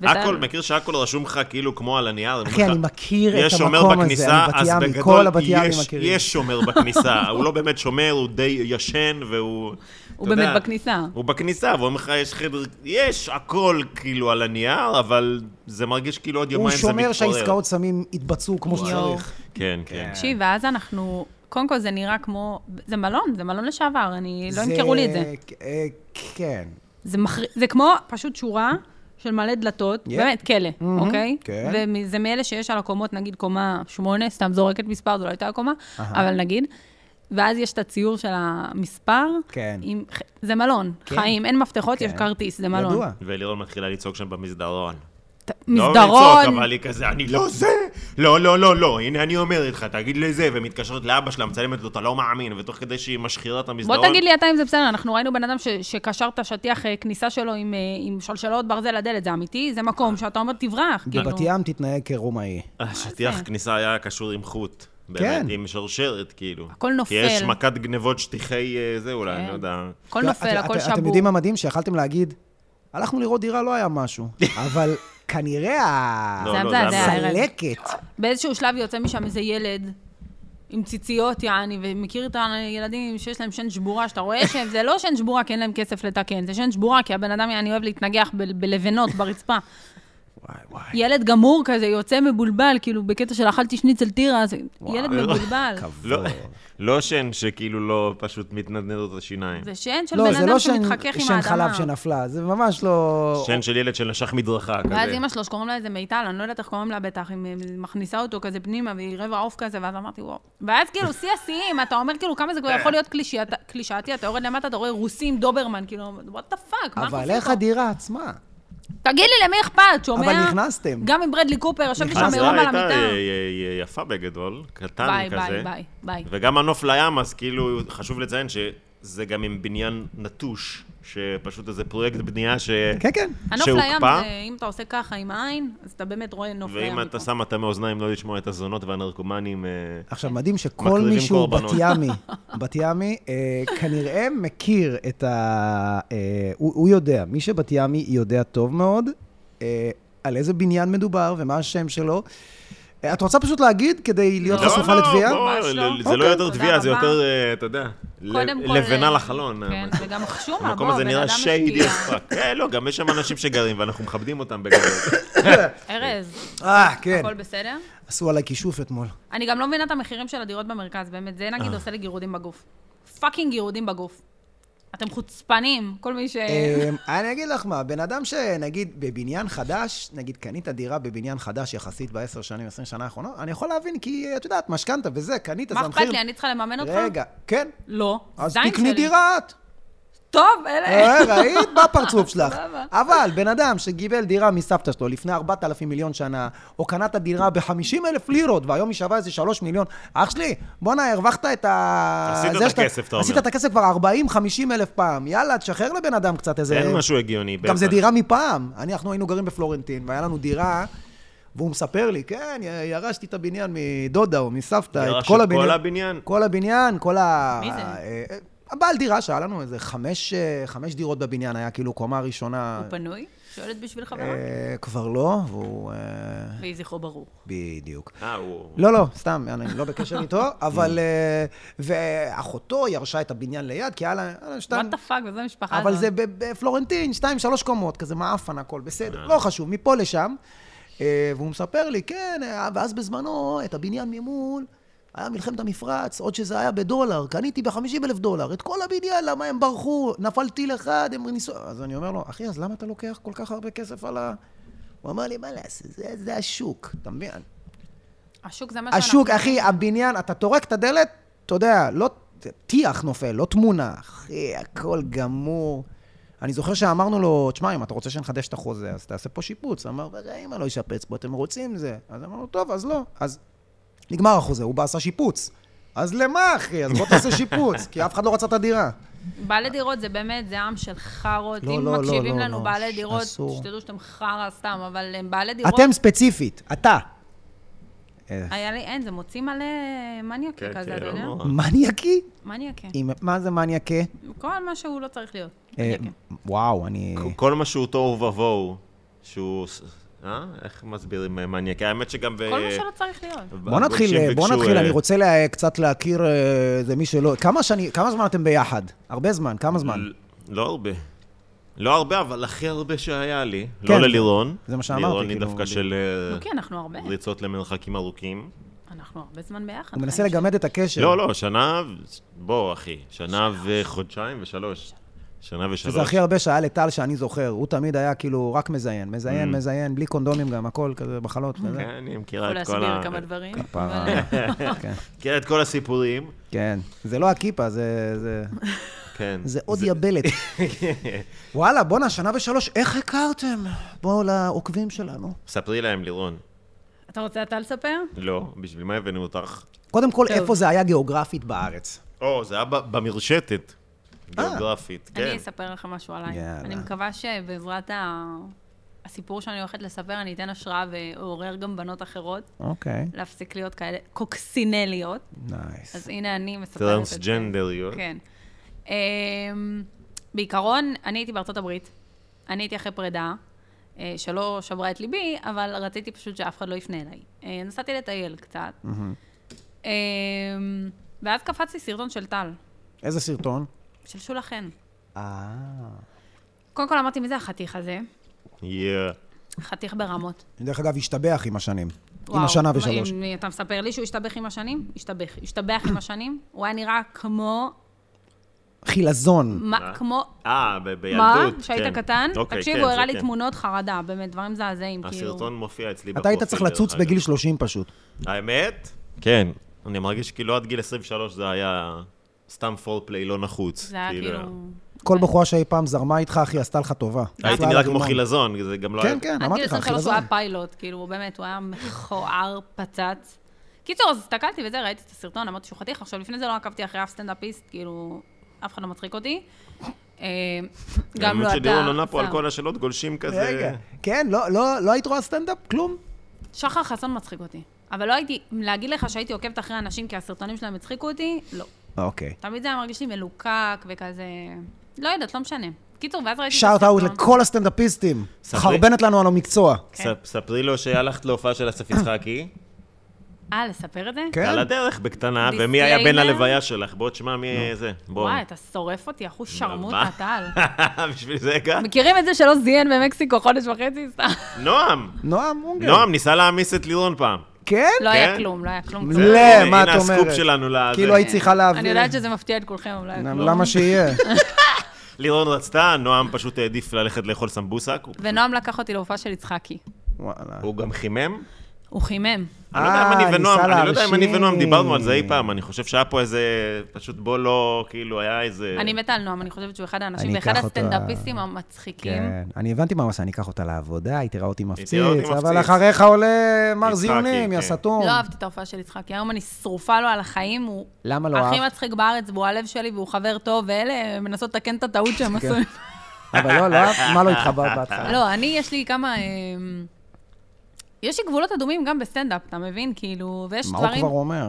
S1: וטל-
S3: הכל, מכיר שהכל רשום לך כאילו כמו על הנייר? אומרים
S2: אחי,
S3: לך,
S2: אני מכיר את
S3: יש שומר
S2: המקום הזה,
S3: בכניסה,
S2: אני בת
S3: אז
S2: ימי,
S3: בגדול
S2: כל הבת ימים
S3: יש-
S2: מכירים.
S3: יש שומר בכניסה, הוא לא באמת שומר, הוא די ישן, והוא...
S1: הוא
S3: אתה יודע,
S1: באמת בכניסה.
S3: הוא בכניסה, ואומרים לך, יש חדר... יש הכל כאילו על הנייר, אבל זה מרגיש כאילו עוד
S2: הוא
S3: יומיים זה מתפורר.
S2: שומר שהעסקאות סמים יתבצעו כמו
S1: יואו.
S2: שצריך.
S3: כן, כן.
S1: תקשיב, ואז אנחנו, קודם כל זה נראה כמו, זה מלון, זה מלון לשעבר, אני, לא ימכרו לי את זה.
S2: אה, כן.
S1: זה, מחר... זה כמו פשוט שורה של מלא דלתות, yeah. באמת, כלא, אוקיי?
S2: כן.
S1: וזה מאלה שיש על הקומות, נגיד קומה שמונה, סתם זורקת מספר, זו לא הייתה הקומה, אבל נגיד. ואז יש את הציור של המספר.
S2: כן.
S1: עם... ח- זה מלון,
S2: כן.
S1: חיים, אין מפתחות, יש
S2: כן.
S1: כרטיס, זה מלון.
S2: ידוע.
S3: ולירון מתחילה לצעוק שם במסדרון.
S1: ת-
S3: לא
S1: מסדרון,
S3: לצעוק, אבל היא כזה, אני לא זה! לא, לא, לא, לא, הנה אני אומרת לך, תגיד לי זה, ומתקשרת לאבא שלה, מצלמת לו, אתה לא מאמין, ותוך כדי שהיא משחירה את המסדרון...
S1: בוא תגיד לי אתה אם זה בסדר, אנחנו ראינו בן אדם ש- שקשר את השטיח אה, כניסה שלו עם, אה, עם שלשלות ברזל לדלת, זה אמיתי? זה מקום שאתה אומר תברח, כאילו.
S2: בבת ים תתנהג כרומאי.
S3: השטיח
S1: זה?
S3: אה, כניסה היה קשור עם חוט. באמת,
S2: כן.
S3: עם שרשרת, כאילו.
S1: הכל נופל.
S3: כי יש מכת גנבות שטיחי אה, זה אולי, אני
S1: כן.
S3: לא יודע.
S1: הכל
S2: אתה-
S1: נופל,
S2: אתה-
S1: הכל
S2: אתה-
S1: שבור.
S2: אתם יודעים מה מדהים? שיכלתם להגיד, הלכנו לראות דירה, לא היה משהו. אבל כנראה ה-
S3: לא,
S1: זה
S3: לא,
S1: היה-
S3: זה
S1: זה היה-
S3: היה...
S2: הצלקת.
S1: באיזשהו שלב יוצא משם איזה ילד עם ציציות, יעני, ומכיר את הילדים שיש להם שן שבורה, שאתה רואה שהם, זה לא שן שבורה כי אין להם כסף לתקן, זה שן שבורה כי הבן אדם, אני אוהב להתנגח ב- בלבנות ברצפה.
S2: וואי, וואי.
S1: ילד גמור כזה, יוצא מבולבל, כאילו, בקטע של אכלתי שניצל טירה, זה ילד
S3: לא.
S1: מבולבל.
S3: לא-
S2: כבוד.
S3: לא שן שכאילו לא פשוט מתנדנדות את השיניים.
S1: זה שן של
S2: לא,
S1: בן
S2: זה לא
S1: אדם
S2: שן
S1: שמתחכך עם
S2: שן חלב
S1: האדמה.
S2: שנפלה, זה ממש לא...
S3: שן של ילד שנשך מדרכה,
S1: ואז
S3: כזה.
S1: אימא שלו, שקוראים לה איזה מיטל, אני לא יודעת איך קוראים לה בטח, היא מ- מכניסה אותו כזה פנימה, והיא רבע עוף כזה, ואז אמרתי, וואו. ואז כאילו, שיא השיאים, אתה אומר כאילו, כמה זה
S3: אה.
S1: כבר יכול להיות קלישאת- קלישאתי, אתה יורד למטה, אתה רואה רוסים, דוברמן, כאילו, what the fuck, מה אנחנו
S2: אבל
S1: עושים
S2: איך
S1: פה?
S2: הדירה עצמה?
S1: תגיד לי, למי אכפת, שומע?
S2: אבל נכנסתם.
S1: גם עם ברדלי קופר, ישבתי שם
S3: אז
S1: מרום על
S3: הייתה
S1: המיטה.
S3: אה, אה, יפה בגדול, קטן
S1: ביי,
S3: כזה.
S1: ביי, ביי, ביי.
S3: וגם הנוף לים, אז כאילו, חשוב לציין שזה גם עם בניין נטוש, שפשוט איזה פרויקט בנייה ש...
S2: כן, כן.
S1: הנוף
S3: שהוקפא.
S1: לים, זה- אם אתה עושה ככה עם העין, אז אתה באמת רואה נוף לים.
S3: ואם אתה
S1: מפה.
S3: שם את המאזניים לא לשמוע את הזונות והנרקומנים... אה,
S2: עכשיו, מדהים שכל
S3: מקריבים
S2: מי שהוא
S3: קורבנות.
S2: בת ימי, בת ימי, אה, כנראה מכיר את ה... אה, הוא, הוא יודע, מי שבת ימי יודע טוב מאוד אה, על איזה בניין מדובר ומה השם שלו. אה, את רוצה פשוט להגיד כדי להיות
S1: לא,
S2: חשופה
S3: לא,
S2: לתביעה?
S3: לא,
S1: ממש לא.
S3: זה לא
S2: אוקיי.
S3: יותר
S1: תודה
S3: תביעה, זה
S1: רבה.
S3: יותר, אה, אתה יודע,
S1: קודם
S3: לב-
S1: כל,
S3: לבנה
S1: אה,
S3: לחלון.
S1: כן,
S3: המקום.
S1: וגם חשומה,
S3: המקום
S1: בוא,
S3: הזה
S1: בן אדם
S3: נראה שיידי
S1: משקיע.
S3: פאק. לא, גם יש שם אנשים שגרים ואנחנו מכבדים אותם בגדול.
S1: ארז,
S2: אה, כן.
S1: הכל בסדר?
S2: עשו עליי כישוף אתמול.
S1: אני גם לא מבינה את המחירים של הדירות במרכז, באמת, זה
S2: אה.
S1: נגיד עושה לי גירודים בגוף. פאקינג גירודים בגוף. אתם חוצפנים, כל מי ש...
S2: אמ, אני אגיד לך מה, בן אדם שנגיד בבניין חדש, נגיד קנית דירה בבניין חדש יחסית בעשר שנים, עשרים שנה האחרונות, אני יכול להבין, כי אה, את יודעת, משכנתה וזה, קנית, זה
S1: מה
S2: המחיר.
S1: אכפת לי, אני צריכה לממן אותך?
S2: רגע, כן.
S1: לא,
S2: אז
S1: זין
S2: תקני
S1: שלי.
S2: דירה את.
S1: טוב, אלה.
S2: אה, ראית בפרצוף שלך.
S1: סבבה.
S2: אבל בן אדם שגיבל דירה מסבתא שלו לפני 4,000 מיליון שנה, או קנה את הדירה ב-50 אלף לירות, והיום היא שווה איזה 3 מיליון, אח שלי, בואנה, הרווחת את ה...
S3: עשית
S2: זה
S3: את
S2: שאתה-
S3: הכסף, אתה אומר.
S2: עשית את הכסף כבר 40-50 אלף פעם. יאללה, תשחרר לבן אדם קצת איזה...
S3: אין משהו הגיוני.
S2: גם זה
S3: בטח.
S2: דירה מפעם. אני- אנחנו היינו גרים בפלורנטין, והיה לנו דירה, והוא מספר לי, כן, י- ירשתי את הבניין מדודה או מסבתא, את
S3: ירש
S2: כל
S3: את
S2: הבניין.
S3: כל הבניין?
S2: כל הבניין, כל ה...
S1: מי זה?
S2: אה, אה, הבעל דירה שהיה לנו איזה חמש, אה, חמש דירות בבניין, היה כאילו קומה ראשונה.
S1: הוא פנוי? שואלת בשביל חברה?
S2: אה, כבר לא, והוא... אה,
S1: ויהי זכרו ברור.
S2: בדיוק.
S3: אה, הוא...
S2: לא, לא, סתם, אני לא בקשר איתו, אבל... אה, ואחותו ירשה את הבניין ליד, כי היה לה... היה לה שתיים-
S1: וואט דה פאק, וזה משפחה לא.
S2: אבל
S1: הזאת.
S2: זה ב- בפלורנטין, שתיים, שלוש קומות, כזה מעפן הכל, בסדר, לא חשוב, מפה לשם. אה, והוא מספר לי, כן, אה, ואז בזמנו, את הבניין ממול, היה מלחמת המפרץ, עוד שזה היה בדולר, קניתי ב-50 אלף דולר, את כל הבניין, למה הם ברחו, נפל טיל אחד, הם ניסו... אז אני אומר לו, אחי, אז למה אתה לוקח כל כך הרבה כסף על ה... הוא אמר לי, מה לעשות, זה- זה השוק, אתה מבין?
S1: השוק זה מה שאנחנו...
S2: השוק, אחי, הבניין, אתה טורק את הדלת, אתה יודע, לא טיח נופל, לא תמונה. אחי, הכל גמור. אני זוכר שאמרנו לו, תשמע, אם אתה רוצה שנחדש את החוזה, אז תעשה פה שיפוץ. אמר, רגע, אמא לא ישפץ פה, אתם רוצים זה. אז אמרנו, טוב, אז לא. אז נגמר החוזה, הוא בא, עשה שיפוץ. אז למה, אחי? אז בוא תעשה שיפוץ, כי אף אחד לא רצה את הדירה.
S1: בעלי דירות זה באמת, זה עם של חארות.
S2: לא,
S1: אם
S2: לא, לא,
S1: מקשיבים
S2: לא,
S1: לנו
S2: לא,
S1: בעלי
S2: ש-
S1: דירות,
S2: אסור.
S1: שתדעו שאתם חרא סתם, אבל הם בעלי דירות...
S2: אתם ספציפית, אתה. אה,
S1: היה לי, אין, זה מוציא מלא מניאקי
S3: כן,
S1: כזה,
S3: כן,
S1: אתה יודע?
S3: לא נורא.
S2: מניאקי?
S1: מניאקי.
S2: עם- מה זה מניאקי?
S1: כל מה שהוא לא צריך להיות.
S2: אה,
S1: מניאקי.
S2: וואו, אני...
S3: כל מה שהוא תוהו ובוהו, שהוא... ס- אה? איך מסבירים אה, מניאק? האמת שגם ב...
S1: כל מה שלא צריך להיות.
S2: בוא נתחיל, בוא
S3: אה,
S2: נתחיל, אני רוצה לה- קצת להכיר אה, איזה מי שלא... כמה שנים, כמה זמן אתם ביחד? הרבה זמן, כמה זמן?
S3: לא הרבה. לא הרבה, אבל הכי הרבה שהיה לי.
S2: כן.
S3: לא ללירון.
S2: זה מה שאמרתי,
S3: לירון היא
S2: כאילו,
S3: דווקא
S2: ב-
S3: של אה,
S1: נו, כי אוקיי, אנחנו הרבה.
S3: ריצות למרחקים ארוכים.
S1: אנחנו הרבה זמן ביחד.
S2: הוא מנסה
S1: חיים
S2: לגמד את הקשר.
S3: לא, לא, שנה... ו- בוא, אחי. שנה וחודשיים ושלוש. שנה
S2: שזה
S3: ושלוש.
S2: הכי הרבה שהיה לטל שאני זוכר. הוא תמיד היה כאילו רק מזיין, מזיין, מזיין, בלי קונדומים גם, הכל כזה בחלות. וזה.
S3: Mm. כן, אני מכירה
S1: יכול
S3: את כל ה...
S1: להסביר כמה דברים.
S2: פרה.
S1: אבל-
S2: כן,
S3: מכירה את כל הסיפורים.
S2: כן. זה לא הכיפה, זה- זה-
S3: כן.
S2: זה עוד יבלת. וואלה, בואנה, שנה ושלוש, איך הכרתם? בואו לעוקבים שלנו.
S3: ספרי להם, לירון.
S1: אתה רוצה אתה לספר?
S3: לא, בשביל מה הבאנו אותך?
S2: קודם כל,
S1: טוב.
S2: איפה זה היה גיאוגרפית בארץ?
S3: או, זה היה ב- במרשתת.
S2: אה.
S3: גיאוגרפית,
S1: אני
S3: כן.
S1: אספר לכם משהו עליי.
S2: יאללה.
S1: אני מקווה שבעזרת ה... הסיפור שאני הולכת לספר, אני אתן השראה ואעורר גם בנות אחרות
S2: אוקיי,
S1: להפסיק להיות כאלה קוקסינליות.
S2: נייס.
S1: אז הנה אני מספרת את זה.
S3: טרנסג'נדריות.
S1: כן. Um, בעיקרון, אני הייתי בארצות הברית, אני הייתי אחרי פרידה, uh, שלא שברה את ליבי, אבל רציתי פשוט שאף אחד לא יפנה אליי. Uh, נסעתי לטייל קצת, um, ואז קפץ לי סרטון של טל,
S2: איזה סרטון?
S1: של שולה חן.
S2: אה...
S1: קודם כל אמרתי, מי זה החתיך הזה?
S3: יאה.
S1: חתיך ברמות.
S2: דרך אגב, השתבח עם השנים. עם
S1: וואו,
S2: השנה
S1: אם-
S2: ושלוש.
S1: אם אתה מספר לי שהוא השתבח עם השנים? השתבח. השתבח עם השנים? הוא היה נראה כמו...
S2: חילזון.
S1: מה? כמו...
S3: אה, ב-
S1: מה?
S3: בילדות.
S1: שהיית
S3: כן.
S1: קטן?
S3: אוקיי,
S1: תקשיב,
S3: כן,
S1: הוא
S3: זה
S1: הראה לי
S3: כן.
S1: תמונות חרדה, באמת, דברים מזעזעים, כאילו.
S3: הסרטון מופיע אצלי
S2: אתה
S3: בפרופיל.
S2: היית צריך לצוץ
S3: דרך אגב.
S2: בגיל 30 פשוט.
S3: האמת? כן. אני מרגיש כאילו עד גיל 23 זה היה סתם פורפליי לא נחוץ.
S1: זה היה כאילו...
S2: כל בחורה שאי פעם זרמה איתך, אחי, עשתה לך טובה.
S3: הייתי
S2: עשתה
S3: נראה
S2: לך
S3: כמו
S2: רימון.
S3: חילזון, זה גם לא היה...
S2: כן, כן,
S1: עד
S2: אמרתי
S1: גיל 23
S2: לך,
S1: הוא
S2: חילזון.
S1: היה פיילוט, כאילו, הוא באמת, הוא היה מכוער, פצץ. קיצור, אז הסתכלתי וזה, ראיתי את הסרטון, אמרתי שהוא חתיך. עכשיו, לפני זה לא עקבתי אחרי אף סטנדאפיסט, כאילו, אף אחד לא מצחיק אותי. אה, גם לא אתה.
S3: האמת שלירון עונה פה על
S1: סתם.
S3: כל השאלות גולשים כזה.
S2: רגע. כן, לא- לא לא היית רואה סטנדאפ? כלום?
S1: שחר חסון מצחיק אותי. אבל לא הייתי, להגיד לך שהייתי עוקבת אחרי אנשים כי הסרטונים שלהם הצחיקו אותי, לא.
S2: אוקיי.
S1: תמיד זה היה מרגיש לי מלוקק וכזה... לא יודעת, לא משנה. קיצור, ואז ראיתי את
S2: שאוט אאוט לכל הסטנדאפיסטים.
S3: ספרי.
S2: חרבנת לנו על המקצוע.
S1: כן.
S3: ס- ספרי לו שהלכת להופעה של אסף יצחקי.
S1: אה, לספר את זה?
S2: כן?
S3: על הדרך, בקטנה,
S1: דיסקליימר.
S3: ומי היה בן הלוויה שלך? בוא תשמע מי זה. בוא.
S1: וואי, אתה לא שורף אותי, אחוז שרמוטה,
S3: מה?
S1: טל.
S3: בשביל זה הגעת?
S1: מכירים את זה שלא זיין במקסיקו חודש וחצי? סתם.
S3: נועם!
S2: נועם אונגר.
S3: נועם ניסה להעמיס את לירון פעם.
S2: כן?
S1: לא היה
S3: כן.
S1: כלום, לא היה כלום.
S2: לא,
S1: כלום.
S2: מה
S3: אה, הנה,
S2: את
S3: הנה הסקופ
S2: אומרת?
S3: שלנו לזה.
S2: כאילו היית צריכה להעביר.
S1: אני יודעת שזה מפתיע את כולכם, אבל לא היה כלום.
S2: למה שיהיה?
S3: לירון רצתה, נועם פשוט העדיף ללכת לאכול סמבוסק. הוא-
S1: ונועם לקח אותי להופעה של יצחקי.
S2: וואלה.
S3: הוא גם חימם.
S1: הוא חימם.
S3: אני לא יודע אם
S2: אה,
S3: אני ונועם,
S2: ניסה
S3: אני לא יודע אם אני
S2: להרשים.
S3: ונועם דיברנו על זה אי פעם, אני חושב שהיה פה איזה, פשוט בוא לא, כאילו היה איזה...
S1: אני מתה על נועם, אני חושבת שהוא אחד האנשים,
S2: אני
S1: ואחד
S2: אקח אותו-
S1: הסטנדאפיסטים המצחיקים.
S2: כן, אני הבנתי מה הוא עשה, אני אקח אותה לעבודה, היא תראה אותי מפציץ,
S3: תראה אותי
S2: אבל
S3: מפציץ.
S2: אחריך עולה מר
S3: יצחקי,
S2: זיונים, יא
S3: כן.
S2: סתום.
S1: לא אהבתי את ההופעה של יצחקי, היום אני שרופה לו על החיים, הוא...
S2: למה לא
S1: הכי
S2: אהבת?
S1: מצחיק בארץ, והוא הלב שלי, והוא חבר טוב, ואלה מנסות לתקן את הטעות שהם
S2: כן.
S1: עשו.
S2: אבל לא, לא, מה לא התחברת בהתחלה?
S1: לא, אני, יש לי כמה... אה, אמ, יש לי גבולות אדומים גם בסטנדאפ, אתה מבין? כאילו, ויש
S2: מה
S1: דברים...
S2: הוא כבר אומר?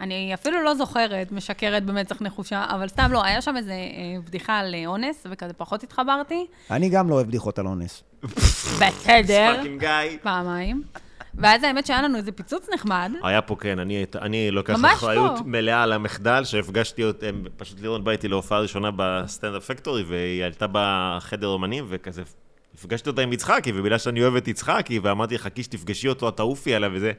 S1: אני אפילו לא זוכרת, משקרת במצח נחושה, אבל סתם לא, היה שם איזו בדיחה על אה, אונס, וכזה פחות התחברתי.
S2: אני גם לא אוהב בדיחות על אונס.
S1: בסדר,
S3: פאקינג גיא.
S1: פעמיים. ואז האמת שהיה לנו איזה פיצוץ נחמד.
S3: היה פה, כן, אני, אני לוקח
S1: ממש
S3: אחריות
S1: פה.
S3: מלאה על המחדל, שהפגשתי אותם, פשוט לירון בא איתי להופעה ראשונה בסטנדאפ פקטורי, והיא עלתה בחדר אומנים, וכזה, הפגשתי אותה עם יצחקי, ובגלל שאני אוהב את יצחקי, ואמרתי, חכי שתפגשי אותו, את תעופי עליו וזה.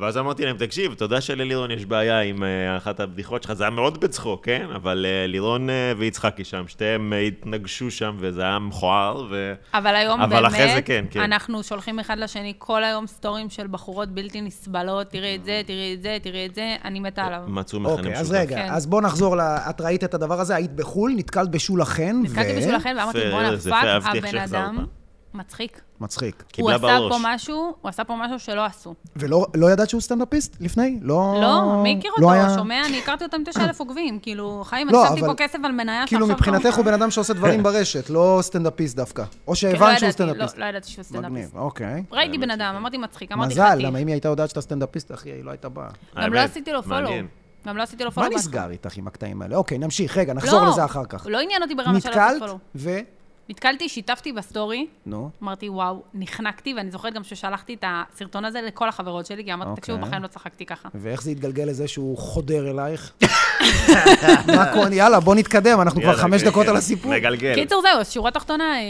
S3: ואז אמרתי להם, תקשיב, אתה יודע שללירון יש בעיה עם אה, אחת הבדיחות שלך, זה היה מאוד בצחוק, כן? אבל אה, לירון אה, ויצחקי שם, שתיהם אה, התנגשו שם, וזה היה מכוער, ו...
S1: אבל היום
S3: אבל
S1: באמת,
S3: אחרי זה כן, כן.
S1: אנחנו שולחים אחד לשני כל היום סטורים של בחורות בלתי נסבלות, תראי את זה, תראי את זה, תראי את זה, אני מתה
S3: אה,
S1: עליו.
S3: מצאו מכנה
S2: אוקיי, אז רגע,
S1: כן.
S2: אז בוא נחזור ל... את ראית את הדבר הזה, היית בחו"ל, נתקלת בשול החן, ו...
S1: נתקלתי בשבילכם ואמרתי,
S3: יפה,
S1: בואנה,
S3: זה
S1: פאק,
S3: יפה, אהבתי איך
S1: הבן
S3: שהחזרת."
S1: אדם מצחיק.
S2: מצחיק.
S1: הוא
S3: קיבלה
S1: עשה
S3: בראש.
S1: פה משהו, הוא עשה פה משהו שלא עשו.
S2: ולא לא ידעת שהוא סטנדאפיסט לפני? לא...
S1: לא, מי הכיר
S2: לא
S1: אותו?
S2: היה-
S1: שומע? אני הכרתי אותם 9,000 עוקבים. כאילו, חיים, אני
S2: לא,
S1: שמתי
S2: אבל-
S1: פה כסף על מניה שעכשיו
S2: כאילו,
S1: לא כבר-
S2: מבחינתך הוא בן אדם שעושה דברים ברשת, לא סטנדאפיסט דווקא. או
S1: כן, לא
S2: שהבנת שהוא
S1: ידעתי, לא-
S2: סטנדאפיסט.
S1: לא ידעתי שהוא סטנדאפיסט.
S2: מגניב, אוקיי.
S1: ראיתי בן אדם, אמרתי מצחיק, אמרתי
S2: מזל,
S1: חתיך.
S2: למה אם היא הייתה יודעת שאתה סטנדאפיסט, אחי, היא לא הייתה באה.
S1: גם לא
S3: האמת,
S1: עשיתי לו פולו.
S3: אה, מעניין.
S1: גם לא עשיתי לו
S2: מה
S1: פולו.
S2: נסגר איתך עם הקטעים האלה? אוקיי, נמשיך, רגע,
S1: לא,
S2: נחזור לזה אחר כך.
S1: לא עניין אותי ברמה של לעשות
S2: נתקלת,
S1: פולו.
S2: ו...
S1: נתקלתי, שיתפתי בסטורי,
S2: נו.
S1: אמרתי, וואו, נחנקתי, ואני זוכרת גם ששלחתי את הסרטון הזה לכל החברות שלי, כי אמרתי,
S2: אוקיי.
S1: תקשיבו, בחיים לא צחקתי ככה.
S2: ואיך זה התגלגל לזה שהוא חודר אלייך? מה קורה? יאללה, בוא נתקדם, אנחנו כבר
S3: יאללה,
S2: חמש
S3: כן,
S2: דקות
S3: כן.
S2: על הסיפור.
S3: מגלגל.
S1: קיצור, זהו, אז שורה תחתונה, אה,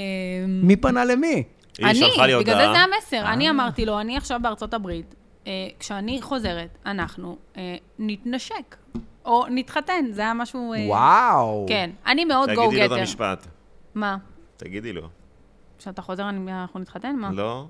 S2: מי פנה למי?
S3: היא שלחה לי
S1: אני, בגלל זה
S3: הודעה. אה.
S1: זה המסר. אני אמרתי לו, אני עכשיו בארצות הברית, אה, כשאני חוזרת, אנחנו אה, נתנשק, או נתחתן, זה היה משהו... אה,
S2: וואו.
S1: כן, אני מאוד גו
S3: תגידי לו את
S1: גטר.
S3: המשפט.
S1: מה?
S3: תגידי לו.
S1: כשאתה חוזר, אני- אנחנו נתחתן? מה?
S3: לא?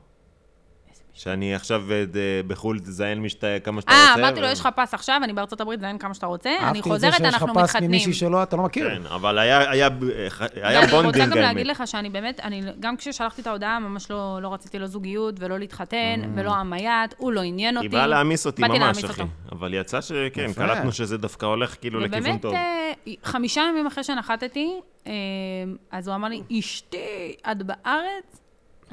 S3: שאני עכשיו אה, ד- בחו"ל, תזיין מי שאתה, כמה שאתה
S1: אה,
S3: רוצה.
S1: אמרתי לו,
S3: ו-
S1: יש לך פס עכשיו, אני בארצות הברית, זיין כמה שאתה רוצה, אני
S2: אהבתי את זה
S1: חוזרת,
S2: שיש לך
S1: אנחנו
S2: פס
S1: מתחתנים.
S2: ממישהי שלא, אתה לא מכיר.
S3: כן, אבל היה- היה ב- אה, ח-
S1: ואני
S3: היה
S1: רוצה
S3: בונדינג,
S1: גם להגיד
S3: האמת.
S1: לך שאני באמת, אני, גם כששלחתי את ההודעה, ממש לא, לא רציתי לא זוגיות ולא להתחתן, ולא המייט, הוא לא עניין אותי.
S3: Mm. היא באה להעמיס אותי
S1: באתי
S3: ממש,
S1: להעמיס
S3: אחי.
S1: אותו.
S3: אבל יצא שכן,
S2: יפה.
S3: קלטנו שזה דווקא הולך כאילו לכיוון
S1: ובאמת,
S3: טוב.
S1: אה, חמישה ימים אחרי שנחתתי, אה, אז הוא אמר לי, אשתי, את בארץ?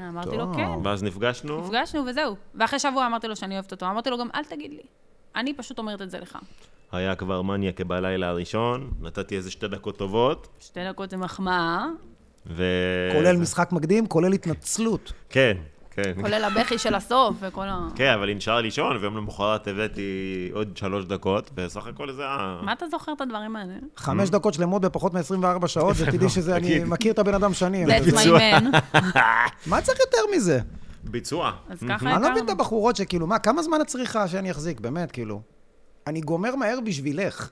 S1: אמרתי לו,
S2: טוב.
S1: כן.
S3: ואז נפגשנו,
S1: נפגשנו וזהו. ואחרי שבוע אמרתי לו שאני אוהבת אותו. אמרתי לו גם, אל תגיד לי. אני פשוט אומרת את זה לך.
S3: היה כבר מניאק בלילה הראשון, נתתי איזה שתי דקות טובות,
S1: שתי דקות זה מחמאה,
S3: ו...
S2: כולל משחק מקדים, כולל התנצלות.
S3: כן, כן.
S1: כולל הבכי של הסוף וכל ה...
S3: כן, אבל היא נשארה לישון, ויום למחרת הבאתי עוד שלוש דקות, וסך הכל זה היה...
S1: מה אתה זוכר את הדברים האלה?
S2: חמש דקות שלמות בפחות מ-24 שעות, ותדעי שזה, אני
S3: Mm. תגיד.
S2: מכיר את הבן אדם שנים.
S1: That's my
S3: ביצוע.
S1: man.
S2: מה צריך יותר מזה?
S3: ביצוע.
S1: אז ככה
S2: אני לא מבין את
S1: הכרנו.
S2: הבחורות שכאילו, מה, כמה זמן את צריכה שאני אחזיק, באמת, כאילו. אני גומר מהר בשבילך.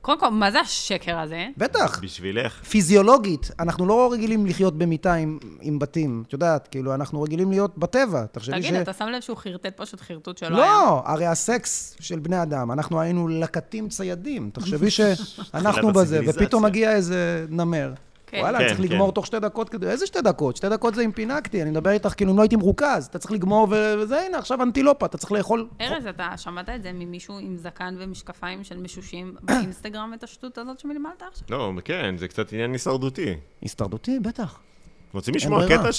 S1: קודם כל, מה זה השקר הזה?
S2: בטח.
S3: בשבילך.
S2: פיזיולוגית, אנחנו לא רגילים לחיות במיטה עם, עם בתים, את יודעת, כאילו, אנחנו רגילים להיות בטבע. תחשבי ש...
S1: תגיד, אתה שם לב שהוא חרטט פשוט חרטוט שלא היה?
S2: לא, הרי הסקס של בני אדם, אנחנו היינו לקטים ציידים. תחשבי שאנחנו
S3: תחילת
S2: בזה,
S3: הציוויליזציה.
S2: ופתאום מגיע איזה נמר.
S1: כן.
S2: וואלה,
S3: כן,
S2: צריך
S3: כן.
S2: לגמור תוך שתי דקות כדי... איזה שתי דקות? שתי דקות זה אם פינקתי, אני מדבר איתך כאילו אם לא הייתי מרוכז. אתה צריך לגמור ו- וזה, הנה, עכשיו אנטילופה, אתה צריך לאכול...
S1: ארז, אתה שמעת את זה ממישהו עם זקן ומשקפיים של משושים באינסטגרם, את השטות הזאת שמלמלת עכשיו?
S3: לא, כן, זה קצת עניין הישרדותי.
S2: הישרדותי, בטח.
S3: רוצים לשמוע
S2: ברירה.
S3: קטע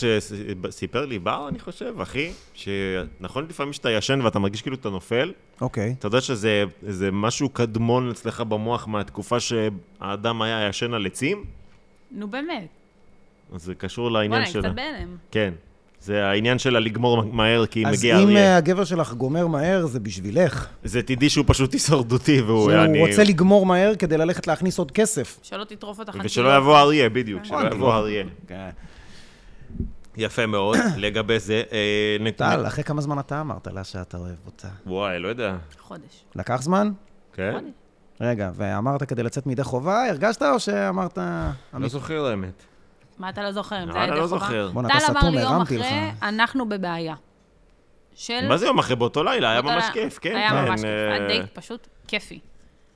S3: שסיפר לי בר, אני חושב, אחי? שנכון לפעמים שאתה ישן ואתה מרגיש כאילו אתה נופל,
S2: אוקיי.
S3: אתה יודע שזה זה משהו קדמון אצלך במוח מהתקופה שהאדם היה ישן על עצים?
S1: נו באמת.
S3: אז זה קשור לעניין
S1: וואלה, אני
S3: שלה.
S1: קצת בהלם.
S3: כן. זה העניין שלה לגמור מהר כי
S2: אז
S3: מגיע
S2: אם אה,
S3: אריה.
S2: הגבר שלך גומר מהר, זה בשבילך.
S3: זה תדעי שהוא פשוט הישרדותי והוא...
S2: הוא
S3: אני-
S2: רוצה לגמור מהר כדי ללכת להכניס עוד כסף.
S1: שלא תטרוף אותך. כאילו
S3: ושלא יבוא אריה, בדיוק, שלא
S2: הבנתי.
S3: יבוא אריה. יפה מאוד, לגבי זה. אה, נת-
S2: טל, אחרי כמה זמן אתה אמרת לה שאתה אוהב אותה?
S3: וואי, לא יודע.
S1: חודש.
S2: לקח זמן?
S3: כן?
S1: חודש.
S2: רגע, ואמרת כדי לצאת מידי חובה, הרגשת או שאמרת...
S3: לא זוכר האמת.
S1: מה אתה לא זוכר? אם זה היה
S3: אה, אני
S1: ידי
S3: לא
S1: חובה?
S3: זוכר.
S2: בואנה, אתה
S1: טל אמר
S2: סתום,
S1: לי יום
S2: הרמתי
S1: אחרי,
S2: לך.
S1: אנחנו בבעיה. של...
S3: מה זה יום אחרי באותו לילה? היה
S1: אותו
S3: ממש
S1: לה-
S3: כיף, כן.
S1: היה
S3: כן,
S1: ממש כיף.
S3: אה,
S1: הדייט פשוט כיפי.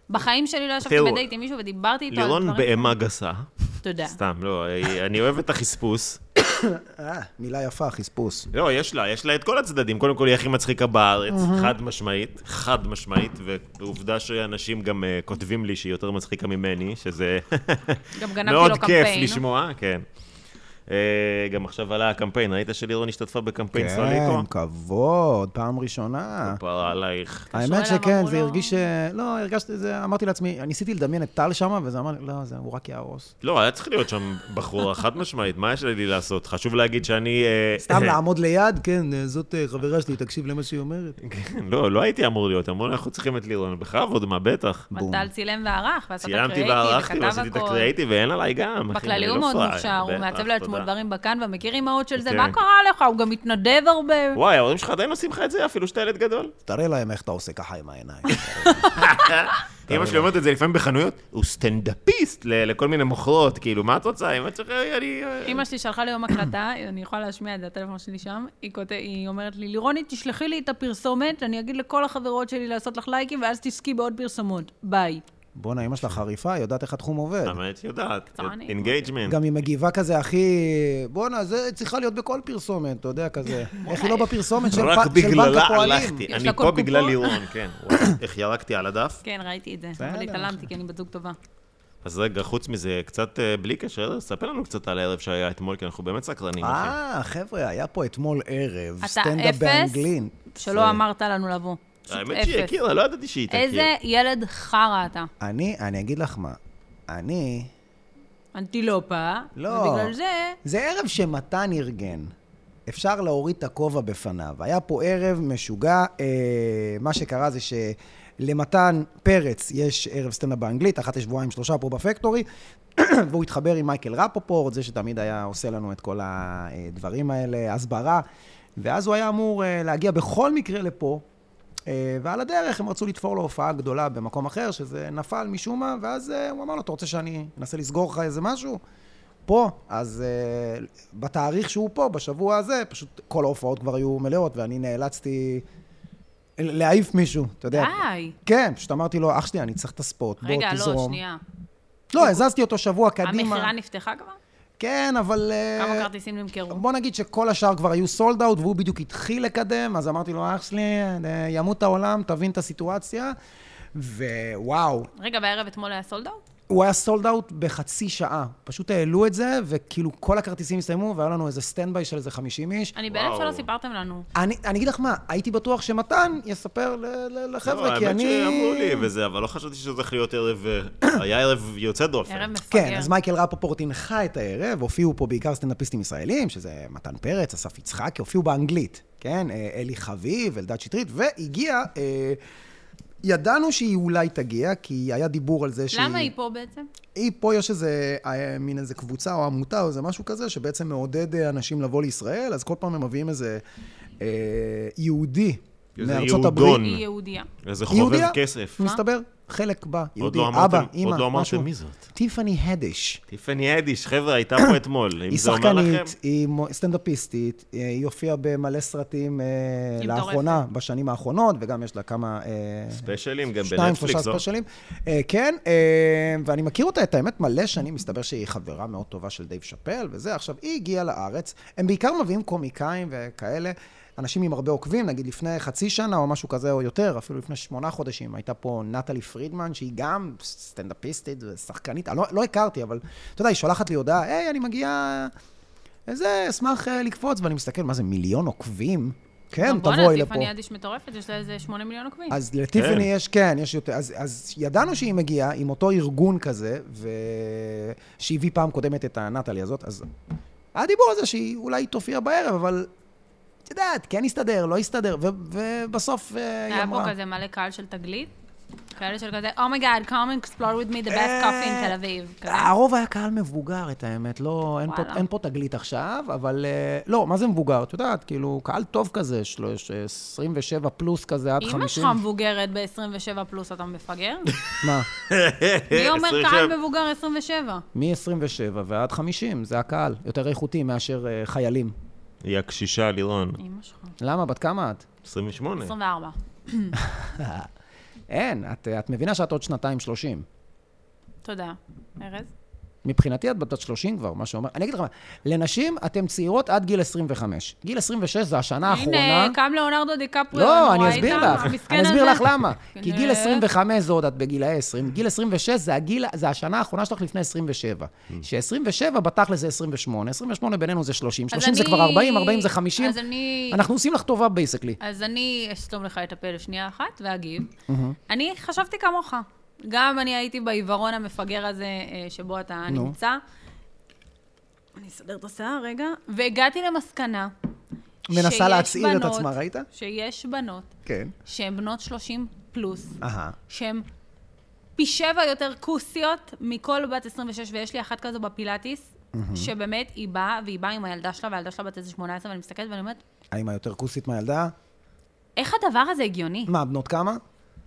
S1: בחיים שלי לא ישבתי
S3: תראו,
S1: בדייט עם מישהו ודיברתי איתו על דברים.
S3: לירון בהמה גסה.
S1: תודה.
S3: סתם, לא, אה, אני אוהב את החספוס.
S2: אה, מילה יפה, חספוס.
S3: לא, יש לה, יש לה את כל הצדדים. קודם כל, היא הכי מצחיקה בארץ, חד משמעית, חד משמעית, ועובדה שאנשים גם אה, כותבים לי שהיא יותר מצחיקה ממני, שזה
S1: גם גנבתי לו
S3: מאוד
S1: קמפיין.
S3: כיף לשמוע, כן. אה, גם עכשיו עלה הקמפיין, ראית שלירון השתתפה בקמפיין סוליקו?
S2: כן, אה. כבוד, פעם ראשונה.
S3: כפרה עלייך.
S2: האמת
S1: אליו,
S2: שכן,
S1: אמרו
S2: זה
S1: לו-
S2: הרגיש... אה, לא, הרגשתי את זה, אמרתי לעצמי, ניסיתי לדמיין את טל שם, וזה אמר לי, לא, זה, הוא רק יהרוס.
S3: לא, היה צריך להיות שם בחורה חד משמעית, מה יש לי לעשות? חשוב להגיד שאני... אה,
S2: סתם לעמוד ליד, כן, אה, זאת אה, חברה שלי, תקשיב למה שהיא אומרת.
S3: כן, לא, לא הייתי אמור להיות, אמרו לי, אנחנו צריכים את לירון, בכבוד, מה בטח.
S1: אבל טל צילם וערך, ועשה את הקריאייטיב, וכתב
S3: צילמתי וערכתי ועשיתי את
S1: הכל.
S3: הקריאייטיב, ואין עליי גם. אחי,
S1: בכללי
S3: אני
S1: הוא
S3: לא
S1: מאוד
S3: פראייר,
S1: מוכשר, הוא
S3: בטח,
S1: מעצב לעצמו
S3: תודה.
S1: דברים בקנבה, מכיר אימהות של זה,
S3: כן.
S1: מה קרה לך? הוא גם מתנדב הרבה.
S3: וואי, ההורים שלך עדיין עושים לך את זה, אפילו שאתה ילד גדול.
S2: תראה להם איך אתה עושה ככה עם העיניים.
S3: אמא שלי אומרת את זה לפעמים בחנויות, הוא סטנדאפיסט ל- לכל מיני מוכרות, כאילו, מה את רוצה? אם את צריכה, אני... אה,
S1: אימא שלי שלחה לי היום הקלטה, אני יכולה להשמיע את זה, הטלפון שלי שם, היא, כות... היא אומרת לי, לירוני, תשלחי לי את הפרסומת, אני אגיד לכל החברות שלי לעשות לך לייקים, ואז תסקי בעוד פרסומות. ביי.
S2: בואנה, אמא שלך חריפה, היא יודעת איך התחום עובד.
S3: האמת, יודעת,
S1: קצרנית.
S3: אינגייג'מנט.
S2: גם היא מגיבה כזה, הכי... בואנה, זה צריכה להיות בכל פרסומת, אתה יודע, כזה. איך היא לא בפרסומת של
S3: רק
S2: פ- של בנק
S3: בגללה
S2: הפועלים?
S3: הלכתי,
S1: יש
S3: אני
S1: לה
S3: פה
S1: קודקוד?
S3: בגלל לירון, כן. וואי, איך ירקתי על הדף.
S1: כן, ראיתי את זה,
S2: בסדר.
S1: אבל התעלמתי, כי אני בת זוג טובה. אז
S3: אז רגע, חוץ מזה, קצת אה, בלי קשר, ארז, ספר לנו קצת על הערב שהיה אתמול, כי אנחנו באמת סקרנים, אחי.
S2: אה, חבר'ה, היה פה אתמול ערב,
S1: אתה
S2: סטנדאפ אה,
S1: אפס?
S2: באנגלין.
S1: שלא אמרת לנו לבוא. פשוט
S3: האמת שהיא
S1: אפס.
S3: הכירה, לא ידעתי שהיא תכיר.
S1: איזה ילד חרא אתה.
S2: אני, אני אגיד לך מה, אני...
S1: אנטילופה,
S2: לא.
S1: ובגלל זה...
S2: זה ערב שמתן ארגן. אפשר להוריד את הכובע בפניו. היה פה ערב משוגע, אה, מה שקרה זה שלמתן פרץ יש ערב סטנדאפ באנגלית, אחת לשבועיים שלושה פה בפקטורי, והוא התחבר עם מייקל רפופורט, זה שתמיד היה עושה לנו את כל הדברים האלה, הסברה, ואז הוא היה אמור אה, להגיע בכל מקרה לפה. אה, ועל הדרך הם רצו לתפור לו הופעה גדולה במקום אחר, שזה נפל משום מה, ואז אה, הוא אמר לו, אתה רוצה שאני אנסה לסגור לך איזה משהו? פה, אז uh, בתאריך שהוא פה, בשבוע הזה, פשוט כל ההופעות כבר היו מלאות, ואני נאלצתי להעיף מישהו, אתה יודע.
S1: די.
S2: כן, פשוט אמרתי לו, אח שלי, אני צריך את הספורט, בוא
S1: רגע,
S2: תזרום.
S1: לא, שנייה.
S2: לא, הזזתי אותו שבוע קדימה.
S1: המכירה נפתחה כבר?
S2: כן, אבל... אה,
S1: כמה כרטיסים נמכרו?
S2: בוא נגיד שכל השאר כבר היו סולד אאוט, והוא בדיוק התחיל לקדם, אז אמרתי לו, אח שלי, אה, ימות העולם, תבין את הסיטואציה. ווואו,
S1: רגע, בערב אתמול היה סולד אאוט?
S2: הוא היה סולד אאוט בחצי שעה. פשוט העלו את זה, וכאילו כל הכרטיסים הסתיימו, והיה לנו איזה סטנד ביי של איזה 50 איש.
S1: אני בהלם שלא
S3: וואו.
S1: סיפרתם לנו.
S2: אני, אני אגיד לך מה, הייתי בטוח שמתן יספר ל, ל, לחבר'ה,
S3: לא,
S2: כי אני...
S3: האמת שאמרו לי וזה, אבל לא חשבתי שזה צריך להיות ערב... אה, היה ערב יוצא דופן.
S1: ערב מפגר.
S2: כן, אז מייקל רפפורט הנחה את הערב, הופיעו פה בעיקר סטנדאפיסטים ישראלים, שזה מתן פרץ, אסף יצחקי, הופיעו באנגלית, כן? אה, אלי חביב, אלדד שטרית, והגיע, אה, ידענו שהיא אולי תגיע, כי היה דיבור על זה שהיא...
S1: למה היא פה בעצם?
S2: היא, פה יש איזה, אה, מין איזה קבוצה או עמותה או איזה משהו כזה, שבעצם מעודד אה, אנשים לבוא לישראל, אז כל פעם הם מביאים איזה אה, יהודי
S3: איזה
S2: מארצות
S3: יהודון.
S2: הברית.
S1: היא יהודייה.
S2: כן,
S3: איזה חובב
S2: יהודיה,
S3: כסף.
S2: מסתבר, חלק בא, יהודי,
S3: לא אמרתם-
S2: אבא,
S3: עוד
S2: אימא,
S3: לא אמרתם
S2: משהו.
S3: מי זאת.
S2: טיפאני הדש.
S3: טיפני אדיש, חבר'ה, הייתה פה אתמול. אם
S2: היא
S3: זה אומר לכם...
S2: שחקנית, היא מו- סטנדאפיסטית, אה, היא הופיעה במלא סרטים אה,
S1: היא
S2: לאחרונה, בשנים האחרונות, וגם יש לה כמה... אה,
S3: ספיישלים גם
S2: שניים, שלושה
S3: בנטפליקס, לא?
S2: ספיישלים. אה, כן, אה, ואני מכיר אותה, את האמת, מלא שנים, מסתבר שהיא חברה מאוד טובה של דייב שאפל וזה. עכשיו, היא הגיעה לארץ, הם בעיקר מביאים קומיקאים וכאלה, אנשים עם הרבה עוקבים, נגיד לפני חצי שנה או משהו כזה או יותר, אפילו לפני שמונה חודשים, הייתה פה נטלי פרידמן, שהיא גם סטנדאפיסטית ושחקנית, אני לא, לא הכרתי, אבל אתה יודע, היא שולחת לי הודעה, היי, אני מגיעה... איזה, אשמח אה, לקפוץ, ואני מסתכל, מה זה, מיליון עוקבים?
S1: נכון,
S2: כן, תבואי לפה.
S1: טיפני אדיש מטורפת, יש לה איזה 8 מיליון עוקבים.
S2: אז לטיפני כן. יש, כן, יש יותר. אז, אז ידענו שהיא מגיעה עם אותו ארגון כזה, ו... שהביא פעם קודמת את הנטלי הזאת, אז היה דיבור על זה שהיא אולי תופיע בערב, אבל את יודעת, כן הסתדר, לא הסתדר, ו... ובסוף אה, היא
S1: היה פה
S2: אמרה...
S1: כזה מלא קהל של תגלית. כאלה של כזה, אומייגאד, come and explore with me the best
S2: אה,
S1: coffee in תל אביב. כזה.
S2: הרוב היה קהל מבוגר, את האמת, לא, אין, פה,
S1: וואלה.
S2: אין פה תגלית עכשיו, אבל אה, לא, מה זה מבוגר? את יודעת, כאילו, קהל טוב כזה, של, ש- 27 אה, פלוס כזה, עד 50.
S1: אמא שלך מבוגרת ב-27 פלוס, אתה מפגר?
S2: מה?
S3: לא?
S1: מי אומר
S3: 27.
S1: קהל מבוגר 27?
S2: מ-27 ועד 50, זה הקהל. יותר איכותי מאשר אה, חיילים.
S3: היא הקשישה, לירון.
S1: אמא שלך.
S2: למה? בת כמה את?
S3: 28.
S1: 24.
S2: אין, את, את מבינה שאת עוד שנתיים שלושים.
S1: תודה. ארז?
S2: מבחינתי את בת 30 כבר, מה שאומר. אני אגיד לך מה, לנשים אתם צעירות עד גיל 25. גיל 26 זה השנה האחרונה.
S1: הנה, קם ליאונרדו דיקפריו,
S2: לא, אני
S1: נורא
S2: אסביר
S1: איתם,
S2: לך.
S1: המסכן
S2: אני אסביר
S1: הזה.
S2: לך למה. כי
S1: כן.
S2: גיל 25 זה עוד את בגילאי 20. גיל 26 זה הגיל, זה השנה האחרונה שלך לפני 27. ש-27 בתכל'ס זה 28. 28 בינינו זה 30. 30 זה
S1: אני-
S2: כבר 40, 40 זה 50.
S1: אז אני-
S2: אנחנו עושים לך טובה בייסקלי.
S1: אז אני אסתום לך את הפה לשנייה אחת ואגיב. אני חשבתי כמוך. גם אני הייתי בעיוורון המפגר הזה אה, שבו אתה
S2: נו.
S1: נמצא. אני אסדר את השיער רגע. והגעתי למסקנה שיש
S2: מנסה להצעיר את
S1: בנות-
S2: עצמה, ראית?
S1: שיש בנות
S2: כן.
S1: שהן בנות 30 פלוס,
S2: אהה.
S1: שהן פי שבע יותר כוסיות מכל בת 26, ויש לי אחת כזו בפילאטיס, שבאמת היא באה, והיא באה עם הילדה שלה, והילדה שלה בת איזה 18, ואני מסתכלת ואני אומרת,
S2: האמא יותר כוסית מהילדה?
S1: איך הדבר הזה הגיוני?
S2: מה, בנות כמה?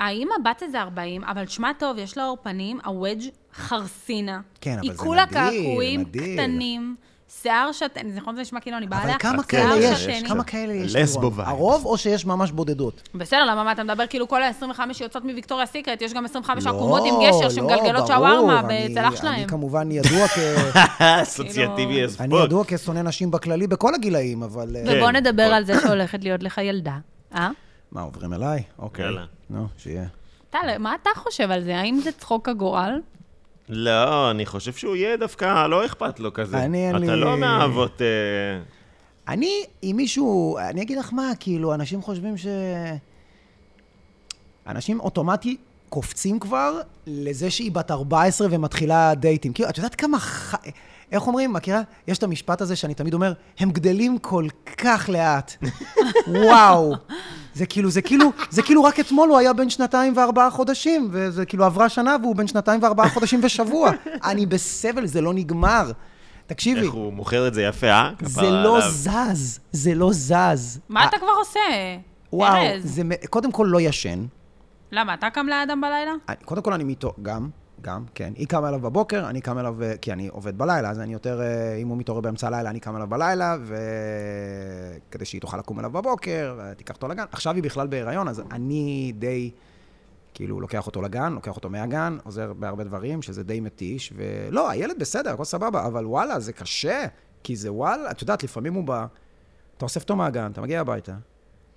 S1: האמא בת איזה 40, אבל שמע טוב, יש לה עור פנים, הוודג' חרסינה.
S2: כן, אבל זה
S1: היא כולה
S2: נדיר,
S1: קעקועים
S2: נדיר.
S1: קטנים, שיער שתן, זה נכון זה נשמע כאילו אני באה
S2: אבל
S1: לה,
S2: כמה
S1: שיער
S2: כאלה יש?
S1: שתני.
S2: כמה כאלה יש?
S3: לסבו
S2: לירון?
S3: וייב.
S2: הרוב או שיש ממש בודדות?
S1: בסדר, למה מה אתה מדבר? כאילו כל ה-25 שיוצאות מוויקטוריה סיקרט, יש גם 25
S2: לא,
S1: עקומות עם גשר
S2: לא,
S1: שמגלגלות
S2: ברור,
S1: שווארמה
S2: אני-
S1: בצלח שלהם.
S2: אני כמובן ידוע כ...
S1: כאילו,
S3: אסוציאטיבי as
S2: אני
S3: fuck.
S2: ידוע כשונא נשים בכללי בכל הגילאים, אבל... אה,
S3: כן.
S1: ובוא נדבר
S3: בוא.
S1: על זה שהולכת להיות לך ילדה. אה?
S2: מה, עוברים אליי? אוקיי.
S3: יאללה.
S2: נו, שיהיה.
S1: טל, מה אתה חושב על זה? האם זה צחוק הגורל?
S3: לא, אני חושב שהוא יהיה דווקא, לא אכפת לו כזה.
S2: אני, אין
S3: אתה
S2: לי-
S3: לא מהאבות... אה,
S2: אני, אם מישהו... אני אגיד לך מה, כאילו, אנשים חושבים ש... אנשים אוטומטי קופצים כבר לזה שהיא בת 14 ומתחילה דייטים. כאילו, את יודעת כמה ח... איך אומרים, מכירה? יש את המשפט הזה שאני תמיד אומר, הם גדלים כל כך לאט. וואו. זה כאילו, זה כאילו, זה כאילו רק אתמול הוא היה בן שנתיים וארבעה חודשים, וזה כאילו עברה שנה והוא בן שנתיים וארבעה חודשים ושבוע. אני בסבל, זה לא נגמר. תקשיבי.
S3: איך הוא מוכר את זה יפה, אה?
S2: זה
S3: כפרה
S2: לא
S3: עליו.
S2: זז, זה לא זז.
S1: מה אתה
S2: אה,
S1: כבר עושה?
S2: וואו,
S1: ארז,
S2: זה מ- קודם כל לא ישן.
S1: למה, אתה קם לאדם בלילה?
S2: אני- קודם כל אני מיתו, גם, גם, כן. היא קמה אליו בבוקר, אני קם אליו, אה, כי אני עובד בלילה, אז אני יותר, אה, אם הוא מתעורר באמצע הלילה, אני קם אליו בלילה, וכדי שהיא תוכל לקום אליו בבוקר, ותיקח אותו לגן. עכשיו היא בכלל בהיריון, אז אני די, כאילו, לוקח אותו לגן, לוקח אותו מהגן, עוזר בהרבה דברים, שזה די מתיש, ולא, הילד בסדר, הכל סבבה, אבל וואלה, זה קשה, כי זה וואלה, את יודעת, לפעמים הוא בא, אתה אוסף אותו מהגן, אתה מגיע הביתה,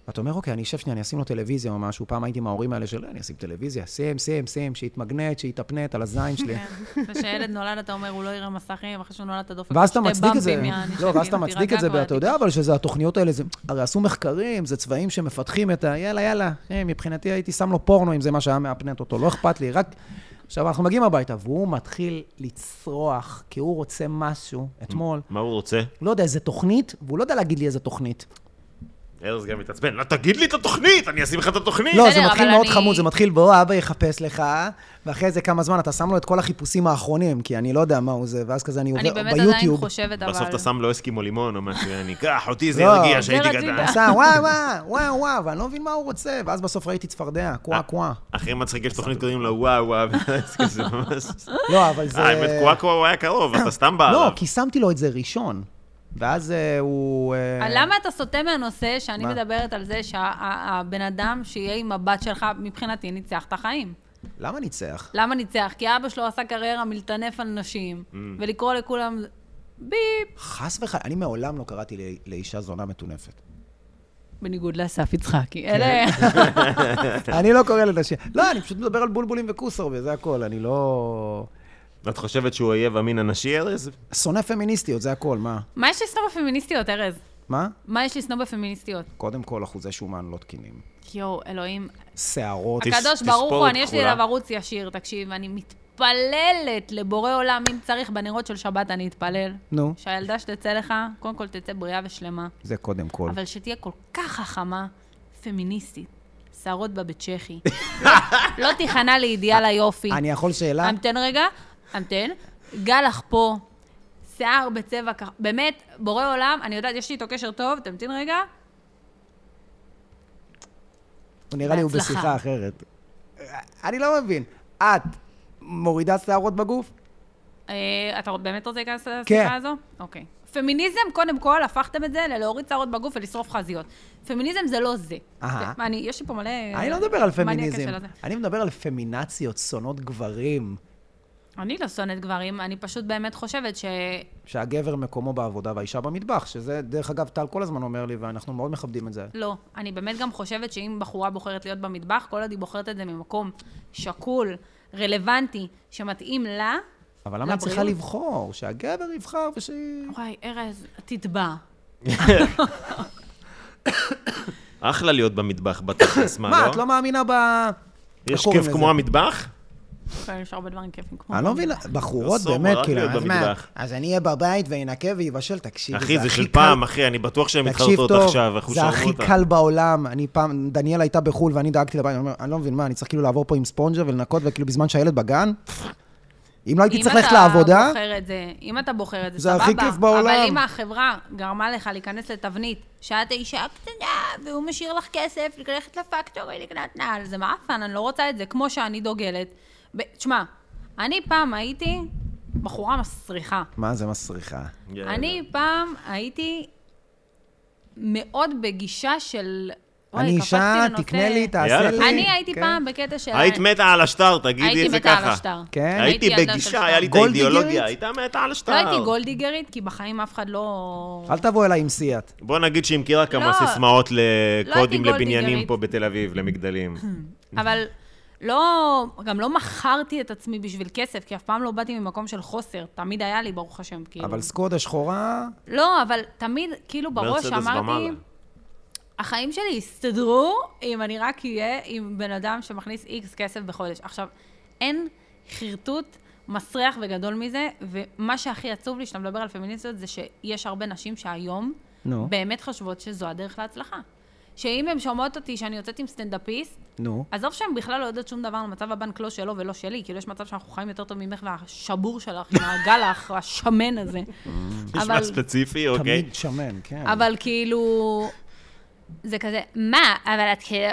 S2: ואתה אומר, אוקיי, אני אשב שנייה, אני אשים לו טלוויזיה או משהו. פעם הייתי עם ההורים האלה של, אני אשים טלוויזיה, שים, שים, שים, שיתמגנט, שיתאפנט על הזין שלי.
S1: כשילד כן. נולד, אתה אומר, הוא לא יראה מסכים, אחרי שהוא נולד, אתה דופק
S2: ואז אתה
S1: שתי
S2: מצדיק את זה,
S1: במפים, יעני,
S2: לא,
S1: שכאילו,
S2: ואז אתה מצדיק
S1: תירגע
S2: את זה,
S1: כבר,
S2: ואתה יודע אבל שזה התוכניות האלה, זה, הרי עשו מחקרים, זה צבעים שמפתחים את ה... יאללה, יאללה, אה, מבחינתי הייתי שם לו פורנו אם זה מה שהיה מאפנט אותו, לא אכפת לי, רק... עכשיו אנחנו מגיעים הביתה, והוא מתחיל לצרוח, כי הוא רוצה משהו, אתמול,
S3: מה הוא רוצה?
S2: לא יודע, איזה תוכנית, והוא לא יודע להגיד לי איזה תוכנית.
S3: ארז גם מתעצבן, לא תגיד לי את התוכנית, אני אשים לך את התוכנית.
S2: לא, זה
S1: בסדר,
S2: מתחיל
S1: אבל
S2: מאוד
S1: אני-
S2: חמוד, זה מתחיל בוא, אבא יחפש לך, ואחרי זה כמה זמן אתה שם לו את כל החיפושים האחרונים, כי אני לא יודע מה הוא זה, ואז כזה אני
S1: אני
S2: עובר
S1: באמת עדיין
S2: ביוטיוב.
S1: חושבת, אבל...
S3: בסוף אתה שם לו אסקימו לימון או משהו, אני אקח אותי, זה
S2: לא,
S3: ירגיע
S2: זה
S3: שהייתי
S1: רצית.
S3: גדל.
S2: הוא עשה וואו וואו, וואו וואו, ואני לא מבין מה הוא רוצה, ואז בסוף ראיתי צפרדע, קווה קווה.
S3: הכי מצחיק, יש תוכנית קוראים לה וואו וואו, ואז כזה ממש...
S2: לא, אבל זה...
S3: אה, האמת, קוואקו הוא היה קרוב, אתה סתם בא עליו.
S2: לא, כי שמתי לו את זה ראשון, ואז אה, הוא... אה,
S1: למה אתה סוטה מהנושא שאני
S2: מה?
S1: מדברת על זה שהבן אדם שיהיה עם הבת שלך, מבחינתי, ניצח את החיים.
S2: למה ניצח?
S1: למה ניצח? כי אבא שלו עשה קריירה מלטנף על נשים,
S3: Mm.
S1: ולקרוא לכולם ביפ,
S2: חס וחלילה, אני מעולם לא קראתי ל- לאישה זונה מטונפת.
S1: בניגוד לאסף יצחקי.
S3: כן.
S1: אלה...
S2: אני לא קורא לנשים. לא, אני פשוט מדבר על בולבולים וכוס הרבה, זה הכל, אני לא...
S3: את חושבת שהוא אויב המין הנשי, ארז?
S2: שונא פמיניסטיות, זה הכל, מה?
S1: מה יש לשנוא בפמיניסטיות, ארז?
S2: מה?
S1: מה יש לשנוא בפמיניסטיות?
S2: קודם כל, אחוזי שומן לא תקינים.
S1: יואו, אלוהים.
S2: שערות.
S3: תס-
S1: הקדוש ברוך הוא,
S3: תספורת
S1: אני יש לי
S3: כפולה.
S1: אליו ערוץ ישיר, תקשיב, אני מתפללת לבורא עולם, אם צריך, בנרות של שבת אני אתפלל.
S2: נו,
S1: שהילדה שתצא לך, קודם כל תצא בריאה ושלמה,
S2: זה קודם כל.
S1: אבל שתהיה כל כך חכמה, פמיניסטית, שערות בבית צ'כי. לא תיכנע לאידיאל היופי.
S2: אני יכול שאלה?
S1: המתן רגע, המתן. גלח פה, שיער בצבע ככה, באמת, בורא עולם, אני יודעת, יש לי איתו קשר טוב, תמתין רגע.
S2: הוא נראה לי הוא
S1: בהצלחה.
S2: בשיחה אחרת. אני לא מבין. את מורידה שערות בגוף?
S1: אה, אתה באמת רוצה להיכנס
S2: כן.
S1: לשיחה הזו? אוקיי. פמיניזם, קודם כל, הפכתם את זה ללהוריד שערות בגוף ולשרוף חזיות. פמיניזם זה לא זה.
S2: אהה.
S1: מה, אני, יש לי פה מלא...
S2: אני לא מדבר על
S1: מניאקה
S2: פמיניזם.
S1: של הזה.
S2: אני מדבר על פמינציות, שונאות גברים.
S1: אני לא שונאת גברים, אני פשוט באמת חושבת ש...
S2: שהגבר מקומו בעבודה והאישה במטבח, שזה, דרך אגב, טל כל הזמן אומר לי, ואנחנו מאוד מכבדים את זה.
S1: לא. אני באמת גם חושבת שאם בחורה בוחרת להיות במטבח, כל עוד היא בוחרת את זה ממקום שקול, רלוונטי, שמתאים לה,
S2: אבל למה היא צריכה
S1: לבריאות?
S2: לבחור? שהגבר יבחר ושהיא...
S1: וואי, ארז, תתבע.
S3: אחלה להיות במטבח בתכלס, מה, לא?
S2: מה, את לא מאמינה ב... איך
S3: יש
S2: קוראים
S3: כיף
S2: לזה?
S3: כמו המטבח?
S1: אוקיי, יש הרבה דברים כיפים כמו...
S2: אני לא מבין, בחורות
S3: יוסו,
S2: באמת,
S3: מרק
S2: כאילו,
S3: להיות
S2: אז מה,
S3: במטבח.
S2: אז אני אהיה בבית ואנקה ויבשל, תקשיבי,
S3: אחי, זה
S2: הכי
S3: של
S2: קל-
S3: פעם, אחי, אני בטוח שהן
S2: תקשיב
S3: מתחרטות
S2: טוב,
S3: עכשיו, איך הוא
S2: זה
S3: שרמו
S2: הכי
S3: אותה.
S2: קל בעולם. אני פעם, דניאל הייתה בחו"ל ואני דאגתי לבית, אני אומר, אני לא מבין, מה, אני צריך כאילו לעבור פה עם ספונג'ה ולנקות, וכאילו בזמן שהילד בגן? אם לא הייתי צריך ללכת
S1: אם
S2: לעבודה,
S1: אתה בוחר את זה, אם אתה בוחר את זה,
S2: זה
S1: סבבה.
S2: הכי כיף בעולם.
S1: אבל אם החברה גרמה לך להיכנס לתבנית, שאת האישה הקטנה, והוא משאיר לך כסף, ללכת לפקטורי לקנות נעל, זה מעפן, אני לא רוצה את זה, כמו שאני דוגלת. ב- תשמע, אני פעם הייתי בחורה מסריחה.
S2: מה זה מסריחה?
S3: יאללה.
S1: אני פעם הייתי מאוד בגישה של... וואי,
S2: אני
S1: קפצתי
S2: אישה,
S1: לנושא-
S2: תקנה לי, תעשה
S3: יאללה.
S2: לי.
S1: אני הייתי
S2: כן.
S1: פעם בקטע של...
S3: היית מתה על השטר, תגידי
S1: אה, הייתי
S3: את זה
S1: מתה על
S3: ככה.
S1: השטר.
S2: כן.
S1: הייתי
S3: הייתי
S1: ילדה של
S3: בגישה, היה לי את
S2: שטר. גולדיגרית?
S3: האידיאולוגיה, הייתה מתה על השטר.
S1: לא הייתי גולדיגרית, כי בחיים אף אחד לא...
S2: אל תבוא אליי עם סיאט.
S3: בוא נגיד שהיא מכירה כמה
S1: לא.
S3: סיסמאות
S1: לא הייתי
S3: לקודים לבניינים
S1: גולדיגרית.
S3: פה בתל אביב, למגדלים.
S1: אבל לא, גם לא מכרתי את עצמי בשביל כסף, כי אף פעם לא באתי ממקום של חוסר. תמיד היה לי, ברוך השם, כאילו.
S2: אבל סקודה שחורה,
S1: לא, אבל תמיד, כאילו, בראש
S3: מרצדס
S1: אמרתי,
S3: ומעלה.
S1: החיים שלי יסתדרו אם אני רק אהיה עם בן אדם שמכניס איקס כסף בחודש. עכשיו, אין חרטוט מסריח וגדול מזה, ומה שהכי עצוב לי שאתה מדבר על פמיניסטיות זה שיש הרבה נשים שהיום
S2: נו.
S1: באמת חושבות שזו הדרך להצלחה. שאם הן שומעות אותי שאני יוצאת עם סטנדאפיסט,
S2: נו.
S1: עזוב שהן בכלל לא יודעות שום דבר על מצב הבנק, לא שלו ולא שלי, כאילו יש מצב שאנחנו חיים יותר טוב ממך והשבור שלך, עם הגלח, השמן הזה.
S3: נשמע
S1: אבל-
S3: ספציפי, אוקיי.
S2: תמיד שמן, כן.
S1: אבל כאילו, זה כזה, מה, אבל את כאילו,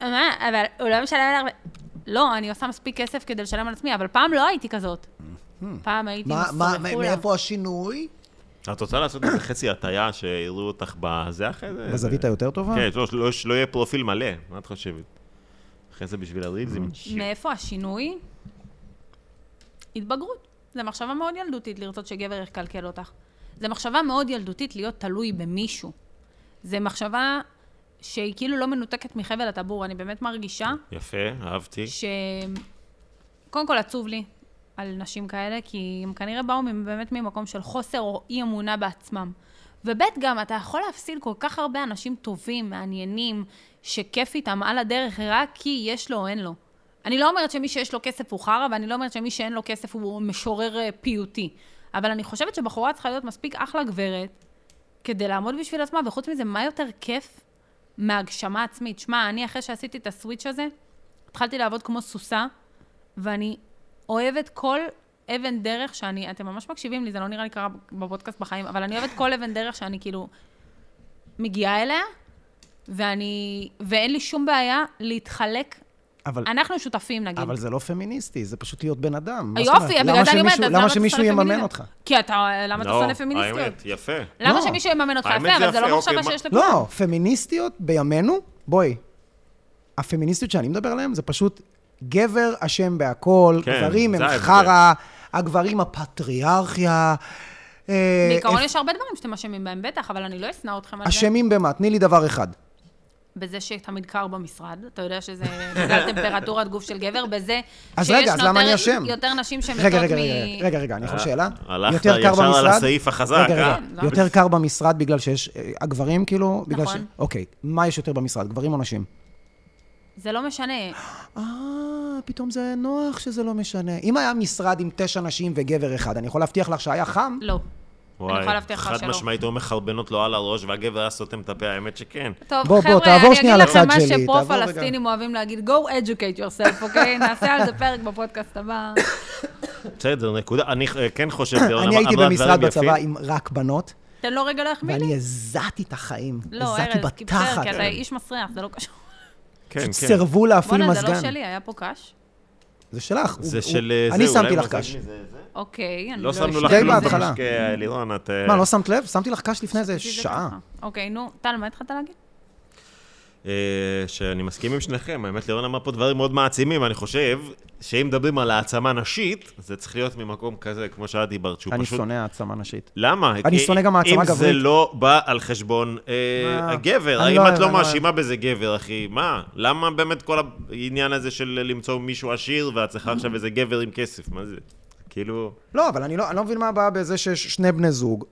S1: מה, אבל הוא לא משלם על הרבה... לא, אני עושה מספיק כסף כדי לשלם על עצמי, אבל פעם לא הייתי כזאת. פעם הייתי
S2: מה, מה,
S1: מסרחולה.
S2: מאיפה השינוי?
S3: את רוצה לעשות איזה חצי הטיה שיראו אותך בזה אחרי זה?
S2: בזווית
S3: זה-
S2: היותר טובה?
S3: כן, לא- לא- שלא יהיה פרופיל מלא, מה את חושבת? אחרי זה בשביל הרילים.
S1: מאיפה השינוי? התבגרות. זו מחשבה מאוד ילדותית לרצות שגבר יקלקל אותך. זו מחשבה מאוד ילדותית להיות תלוי במישהו. זו מחשבה שהיא כאילו לא מנותקת מחבל הטבור. אני באמת מרגישה
S3: יפה, אהבתי.
S1: ש... קודם כל עצוב לי על נשים כאלה, כי הם כנראה באו ממ- באמת ממקום של חוסר או אי אמונה בעצמם. וב' גם, אתה יכול להפסיד כל כך הרבה אנשים טובים, מעניינים, שכיף איתם על הדרך, רק כי יש לו או אין לו. אני לא אומרת שמי שיש לו כסף הוא חרא, ואני לא אומרת שמי שאין לו כסף הוא משורר אה, פיוטי. אבל אני חושבת שבחורה צריכה להיות מספיק אחלה גברת, כדי לעמוד בשביל עצמה, וחוץ מזה, מה יותר כיף מהגשמה עצמית? שמע, אני אחרי שעשיתי את הסוויץ' הזה, התחלתי לעבוד כמו סוסה, ואני אוהבת כל אבן דרך שאני, אתם ממש מקשיבים לי, זה לא נראה לי קרה בפודקאסט בחיים, אבל אני אוהבת כל אבן דרך שאני כאילו מגיעה אליה, ואני, ואין לי שום בעיה להתחלק.
S2: אבל...
S1: אנחנו שותפים, נגיד.
S2: אבל זה לא פמיניסטי, זה פשוט להיות בן אדם. מה זאת אומרת?
S1: יופי, בגלל
S2: למה
S1: זה אני אומרת,
S2: שמישהו-
S1: אז
S2: למה
S1: אתה
S2: שמישהו
S1: שונא
S2: יממן
S1: פמיניזם?
S2: אותך?
S1: כי אתה, למה אתה
S3: לא,
S1: שונא פמיניסטיות?
S3: האמת, יפה.
S1: למה
S2: לא.
S1: שמישהו יממן אותך
S3: האמת
S1: יפה,
S3: זה
S1: אבל זה
S3: יפה,
S1: לא מחשבה
S3: אוקיי, מה-
S1: שיש לכולם.
S2: לא, פמיניסטיות בימינו, בואי. הפמיניסטיות שאני מדבר עליהן זה פשוט גבר אשם בהכל,
S3: כן,
S2: גברים
S3: זה
S2: הם
S3: ההבדל.
S2: חרא, הגברים הפטריארכיה. אה,
S1: בעיקרון
S2: אה,
S1: יש הרבה דברים שאתם אשמים בהם, בטח, אבל אני לא אשנא אתכם על זה.
S2: אשמים במה? תני לי דבר אחד.
S1: בזה שתמיד קר במשרד, אתה יודע שזה בגלל טמפרטורת גוף של גבר, בזה
S2: אז
S1: שיש
S2: רגע, אז למה
S1: יותר-
S2: אני אשם?
S1: יותר נשים שמתות מ...
S2: רגע, רגע, רגע, רגע, רגע, אני יכול שאלה?
S3: אה, הלכת
S2: יותר קר
S3: ישר על
S2: במשרד?
S3: הסעיף החזק,
S2: רגע, רגע,
S3: אה?
S1: כן,
S2: יותר קר במשרד בגלל שיש... אה, הגברים כאילו? בגלל ש-
S1: נכון.
S2: אוקיי, מה יש יותר במשרד, גברים או נשים?
S1: זה לא משנה.
S2: אה, פתאום זה נוח שזה לא משנה. אם היה משרד עם תשע נשים וגבר אחד, אני יכול להבטיח לך שהיה חם?
S1: לא. אני יכולה להבטיח לך
S3: חד
S1: שלא.
S3: משמעית, היו מחרבנות לו על הראש, והגבר היה סותם את הפה, האמת שכן.
S1: טוב,
S2: בוא, בוא,
S1: חבר'ה,
S2: תעבור
S1: אני
S2: שנייה
S1: אגיד
S2: לצד
S1: לכם מה
S2: שלי,
S1: שפה
S2: תעבור רגע.
S1: פלסטינים אוהבים להגיד, go educate yourself, אוקיי? נעשה על זה פרק בפודקאסט הבא.
S3: בסדר, נקודה. אני אה, כן חושב, ליאור,
S2: אני
S3: אמר-
S2: הייתי
S3: אמרה
S2: במשרד
S3: דברים
S2: בצבא עם
S3: יפים.
S2: רק בנות,
S1: תן לו לא רגע להחמיא לי.
S2: ואני הזעתי את החיים.
S1: לא,
S2: הזעתי
S1: ארז, כי בסדר,
S2: בתחת.
S1: כי אתה איש מסריח, זה לא קשור.
S3: כן,
S2: פשוט
S3: כן.
S2: סירבו להפעיל
S1: בואנה, זה לא
S2: מזגן.
S1: שלי, היה פה קש.
S2: זה שלך. הוא-
S3: זה
S2: הוא-
S3: של... אה,
S2: אני
S3: זה,
S2: שמתי
S3: אולי
S2: לך
S3: מוזג
S2: קש.
S3: לי זה, זה.
S1: אוקיי, אני לא
S3: לא שמנו לך
S1: אשתמש
S2: די
S3: כלום
S1: בזה.
S2: בהתחלה.
S3: במשקה, לירון, את... אה,
S2: לא מה, לא שמת לב? שמתי לך קש לפני איזה
S1: עשיתי את זה
S2: שעה.
S1: ככה. אוקיי, נו, טל, מה התחלת להגיד?
S3: אה, שאני מסכים עם שניכם. האמת, לירון אמר פה דברים מאוד מעצימים, אני חושב שאם מדברים על העצמה נשית, זה צריך להיות ממקום כזה, כמו שאת דיברת, שהוא
S4: אני
S3: פשוט...
S4: שונא העצמה נשית.
S3: למה?
S2: אני
S3: כי
S2: שונא גם העצמה
S3: אם זה
S2: גברית.
S3: לא בא על חשבון אה,
S2: מה?
S3: הגבר,
S2: אני
S3: האם
S2: לא-
S3: את לא
S2: אני לא-
S3: מאשימה בזה גבר, אחי? מה? למה באמת כל העניין הזה של למצוא מישהו עשיר, ואת צריכה עכשיו איזה גבר עם כסף? מה זה? כאילו...
S2: לא, אבל אני לא, אני לא מבין מה הבעיה בזה שיש שני בני זוג,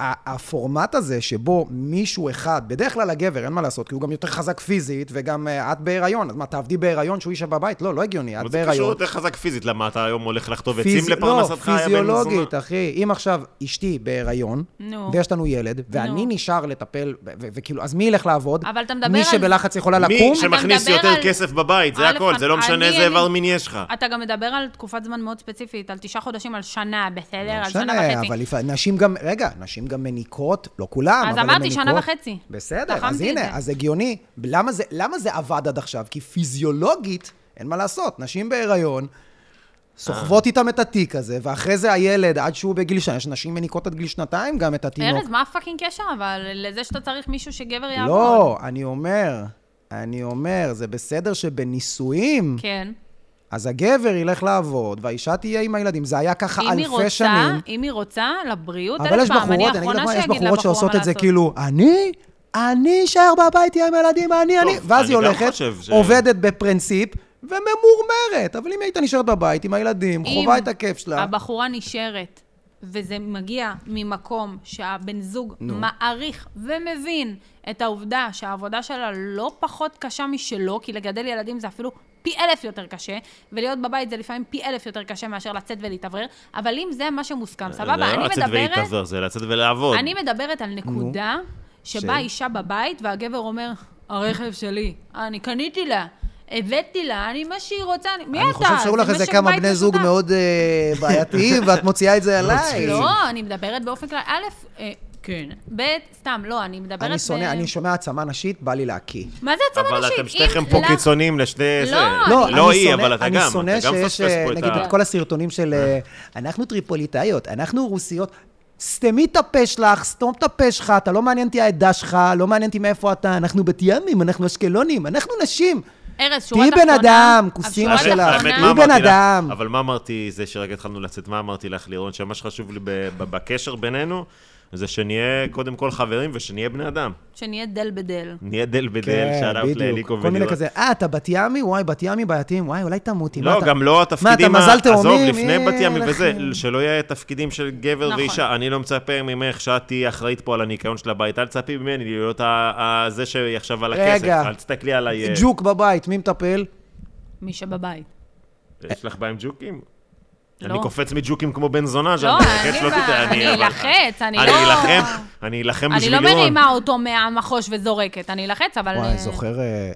S2: והפורמט הזה שבו מישהו אחד, בדרך כלל הגבר, אין מה לעשות, כי הוא גם יותר חזק פיזית, וגם אה, את בהיריון, אז מה, תעבדי בהיריון שהוא יישב בבית? לא, לא הגיוני, את
S3: אבל זה קשור
S2: בהיריון.
S3: יותר חזק פיזית, למה אתה היום הולך לחטוב עצים
S2: פיזי-
S3: לפרנסתך,
S2: לא,
S3: יא בן זונה?
S2: פיזיולוגית, אחי. אם עכשיו אשתי בהיריון,
S1: נו.
S2: ויש לנו ילד, ואני
S1: נו.
S2: נשאר לטפל, ו- ו- וכאילו, אז מי ילך לעבוד?
S1: אבל אתה מדבר
S2: מי
S1: על-
S2: שבלחץ יכולה
S3: מי
S2: לקום?
S3: שמכניס
S1: מדבר
S3: יותר
S1: על-
S3: כסף בבית, זה
S1: א',
S3: הכל, זה לא
S1: אני-
S3: משנה איזה
S1: אני-
S3: איבר מין יש לך.
S1: אתה גם מדבר על תקופת זמן מאוד ספציפית, על תשעה חודשים, על שנה, בסדר? על שנה
S2: לא משנה,
S1: וחצי.
S2: אבל לפע- נשים גם, רגע, נשים גם מניקות, לא כולם,
S1: אז
S2: אבל הן
S1: אמרתי, שנה
S2: מניקות.
S1: וחצי.
S2: בסדר, אז
S1: תחמתי את
S2: הנה,
S1: זה.
S2: אז הגיוני. למה זה, למה זה עבד עד עכשיו? כי פיזיולוגית, אין מה לעשות, נשים בהיריון, סוחבות איתם את התיק הזה, ואחרי זה הילד, עד שהוא בגיל שנה, יש נשים מניקות עד גיל שנתיים גם את התינוק.
S1: ארז, מה הפאקינג קשר אבל לזה שאתה צריך מישהו שגבר יעבוד?
S2: לא, אני אומר, אני אומר, זה בסדר שבנישואים,
S1: כן.
S2: אז הגבר ילך לעבוד, והאישה תהיה עם הילדים. זה היה ככה
S1: אם היא
S2: אלפי
S1: רוצה,
S2: שנים.
S1: אם היא רוצה, לבריאות, אלף
S2: אבל יש
S1: פעם, אני
S2: בחורות, אני אגיד לך
S1: האחרונה
S2: מה,
S1: שאגיד
S2: יש
S1: לבחורה
S2: בחורות שעושות
S1: מה
S2: את זה
S1: לעשות.
S2: כאילו, אני, אני אשאר בבית, אהיה עם הילדים, אני,
S3: טוב,
S2: אני, ואז
S3: אני
S2: היא
S3: גם
S2: הולכת,
S3: חושב ש-
S2: עובדת בפרינציפ, וממורמרת. אבל אם היא הייתה נשארת בבית עם הילדים,
S1: אם
S2: חווה את הכיף שלה,
S1: הבחורה נשארת, וזה מגיע ממקום שהבן זוג מעריך ומבין את העובדה שהעבודה שלה לא פחות קשה משלו, כי לגדל ילדים זה אפילו פי אלף יותר קשה, ולהיות בבית זה לפעמים פי אלף יותר קשה מאשר לצאת ולהתאוורר, אבל אם זה מה שמוסכם, סבבה, אני
S3: זה לא לצאת
S1: מדברת...
S3: ולהתעזר, זה לצאת ולעבוד.
S1: אני מדברת על נקודה שבה
S2: ש-
S1: אישה בבית והגבר אומר, הרכב שלי, אני קניתי לה, הבאתי לה, אני מה שהיא רוצה, אני... מי אתה?
S2: אני חושב שהיו
S1: זה
S2: לך איזה
S1: משק
S2: כמה
S1: בית
S2: בני זוג
S1: משותף."
S2: מאוד אה, בעייתיים, ואת מוציאה את זה עליי.
S1: לא, אני מדברת באופן כללי. א', אה, כן. ב', סתם, לא, אני מדברת...
S2: אני שונא,
S1: ב-
S2: אני שומע העצמה נשית, בא לי להקיא.
S1: מה זה הצבא
S3: אבל
S1: נשית?
S3: אתם
S1: אם
S3: שניכם פה
S1: לך-
S3: קיצוניים לשני...
S1: לא,
S3: זה.
S1: אני-
S2: לא,
S3: לא
S2: אני
S3: היא,
S2: שונא-
S3: אבל אתה
S2: אני
S3: גם,
S2: שונא
S3: אתה גם
S2: שיש,
S3: מפספס
S2: אה,
S3: פה את
S2: נגיד,
S3: ה...
S2: את כל הסרטונים של אה, אנחנו טריפוליטאיות, אנחנו רוסיות. סתמי את הפה שלך, סתום את הפה שלך, אתה לא מעניין אותי העדה שלך, לא מעניין אותי מאיפה אתה, אנחנו בת ימים, אנחנו אשקלונים, אנחנו נשים.
S1: ארז, שורה
S2: תהיי
S1: תחתונה.
S2: בן אדם,
S1: השורה
S2: כוסימה
S3: האמת-
S2: שלך.
S1: התחתונה-
S3: האמת,
S2: היא
S3: מה
S2: בן
S3: אמרתי לך?
S2: אדם.
S3: אבל מה אמרתי, זה שרק התחלנו לצאת, מה אמרתי לך, לירון, שמה שחשוב לי ב- ב- בקשר בינינו, זה שנהיה קודם כל חברים ושנהיה בני אדם.
S1: שנהיה דל בדל.
S3: נהיה דל בדל,
S2: כן,
S3: שעליו לאליקו
S2: בדיוק. כל מיני
S3: ולירון.
S2: כזה, אה, אתה בת ימי? וואי, בת ימי בעייתיים, וואי, אולי תמותי. מה
S3: לא,
S2: אתה-
S3: גם לא התפקידים,
S2: מה,
S3: ה-
S2: אתה מזל תאומים?
S3: עזוב, לפני
S2: אה,
S3: בת ימי
S2: לך-
S3: וזה, שלא יהיה תפקידים של גבר
S1: נכון.
S3: ואישה. אני לא מצפה ממך שאת תהיי אחראית פה על הניקיון של הבית, אל תצפי ממני להיות ה- ה- זה שעכשיו על הכסף.
S2: רגע.
S3: אל תסתכלי עליי. אה,
S2: ג'וק בבית, מי מטפל?
S1: מי שבבית.
S3: יש לך בעיה עם ג'וקים?
S1: לא.
S3: אני קופץ מג'וקים כמו בן זונה, שאני
S1: לא,
S3: מלחץ,
S1: אני
S3: לא
S1: ב-
S3: תטעה,
S1: אני
S3: אבל-
S1: אלחץ, אני
S3: אני
S1: לא-
S3: אלחם, אני אלחם
S1: אני
S3: בשביל
S1: לא
S3: לירון.
S1: מרימה אותו מהמחוש וזורקת, אני אלחץ, אבל... אה,
S2: וואי, זוכר אה,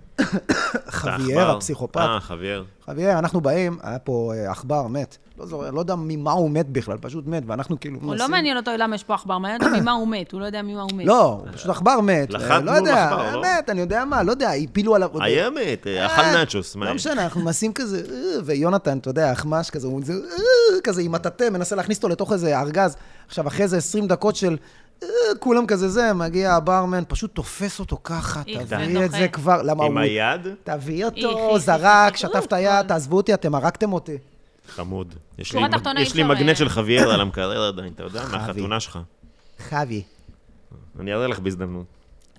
S3: אתה
S2: חוויאר,
S3: עכבר.
S2: הפסיכופת.
S3: אה, חוויאר.
S2: חביבי, אנחנו באים, היה פה אה, עכבר מת. לא זוכר, לא יודע ממה הוא מת בכלל, פשוט מת, ואנחנו כאילו...
S1: הוא לא
S2: מנסים-
S1: מעניין אותו למה יש פה עכבר, מעניין אותו ממה הוא מת, הוא לא יודע ממה הוא מת.
S2: לא, הוא פשוט עכבר מת.
S3: לחת
S2: אה, לא
S3: מול
S2: יודע,
S3: עכבר, לא?
S2: מת, אני יודע מה, לא יודע, הפילו עליו...
S3: איימת, אה,
S2: אה,
S3: אכל נאצ'וס, מה?
S2: לא משנה, אנחנו מנסים כזה, אה, ויונתן, אתה יודע, אחמש כזה, הוא זה, אה, כזה עם הטאטא, מנסה להכניס אותו לתוך איזה ארגז. עכשיו, אחרי איזה 20 דקות של... אה, כולם כזה זה, מגיע הברמן, פשוט תופס אותו ככה,
S1: איך זה
S2: תביא את
S1: דוחה.
S2: זה כבר, למה
S3: עם
S2: הוא...
S3: היד?
S2: תביא
S1: איך,
S2: אותו,
S1: איך,
S2: זרק,
S1: איך,
S2: שטף את
S1: אה,
S2: היד,
S1: כל-
S2: תעזבו אותי, אתם הרגתם אותי.
S3: חמוד. יש לי
S1: שורה
S3: מג-
S1: תחתונה,
S3: יש לי
S1: אי אפשר,
S3: מגנט
S1: אה,
S3: של חוויאר על המקרר עדיין, אתה יודע? מהחתונה שלך.
S2: חבי.
S3: אני אראה לך בהזדמנות.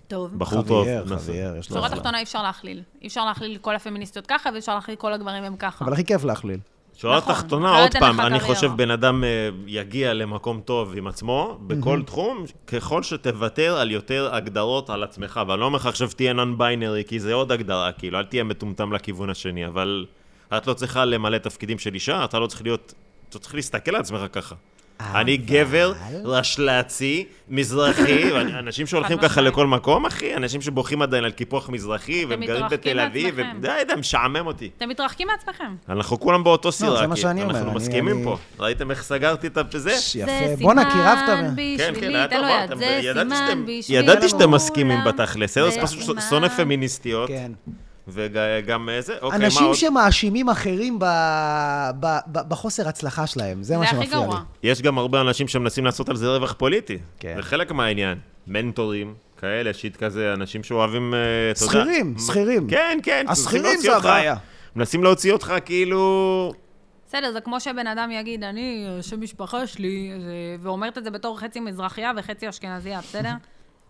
S1: טוב.
S3: בחור טוב.
S2: חוויאר,
S3: נעשה.
S2: חוויאר, יש לו
S1: שורה
S3: אחלה.
S1: תחתונה אי אפשר להכליל. אי אפשר להכליל כל הפמיניסטיות ככה, ואי אפשר להכליל כל הגברים הם ככה.
S2: אבל הכי כיף להכליל.
S3: שורה
S1: נכון,
S3: תחתונה,
S1: אחרת
S3: עוד
S1: אין
S3: פעם,
S1: לך
S3: אני
S1: קריירה.
S3: חושב בן אדם אה, יגיע למקום טוב עם עצמו, בכל תחום, ככל שתוותר על יותר הגדרות על עצמך, ואני לא אומר לך עכשיו תהיה נון-ביינרי, כי זה עוד הגדרה, כאילו, אל תהיה מטומטם לכיוון השני, אבל את לא צריכה למלא תפקידים של אישה, אתה לא צריך להיות, אתה צריך להסתכל על עצמך ככה. אני גבר, רשל"צי, מזרחי, ואני- אנשים שהולכים
S1: חד
S3: ככה
S1: משמעית.
S3: לכל מקום, אחי, אנשים שבוכים עדיין על קיפוח מזרחי, והם גרים
S1: מתרחקים
S3: בתל אביב,
S1: מעצמכם.
S3: ודי, זה משעמם אותי.
S1: אתם מתרחקים מעצמכם.
S3: אנחנו כולם באותו סירה,
S2: לא, זה מה
S3: כי
S2: שאני אומר,
S3: אנחנו
S2: אני-
S3: מסכימים
S2: אני-
S3: פה. ראיתם איך סגרתי את ה- זה?
S2: ש- יפה. בואנה, קירבת.
S1: בשבילי,
S3: כן, כן, היה
S1: תן לו
S3: טוב,
S1: יד,
S3: אמרתם,
S1: לא זה
S3: ידעתי שאתם-
S1: סימן בשבילי.
S3: ידעתי שאתם
S1: כולם.
S3: מסכימים בתכלס, ארז
S1: זה
S3: פשוט
S1: סימן.
S3: שונא פמיניסטיות,
S2: כן.
S3: וגם אה, זה, אוקיי, מה
S2: אנשים
S3: עוד?
S2: שמאשימים אחרים ב- ב- ב- בחוסר הצלחה שלהם, זה מה
S1: זה הכי
S2: שמפריע לי.
S1: גרוע.
S3: יש גם הרבה אנשים שמנסים לעשות על זה רווח פוליטי,
S2: כן.
S3: זה חלק מהעניין. מנטורים, כאלה, שיט כזה, אנשים שאוהבים, אה, אתה יודע...
S2: שכירים, שכירים.
S3: כן, כן. מנסים
S2: השכירים
S3: להוציא
S2: זה
S3: אותך-
S2: הבעיה.
S3: מנסים להוציא אותך כאילו...
S1: בסדר, זה כמו שבן אדם יגיד, אני, השם משפחה שלי, זה- ואומרת את זה בתור חצי מזרחייה וחצי אשכנזייה, בסדר?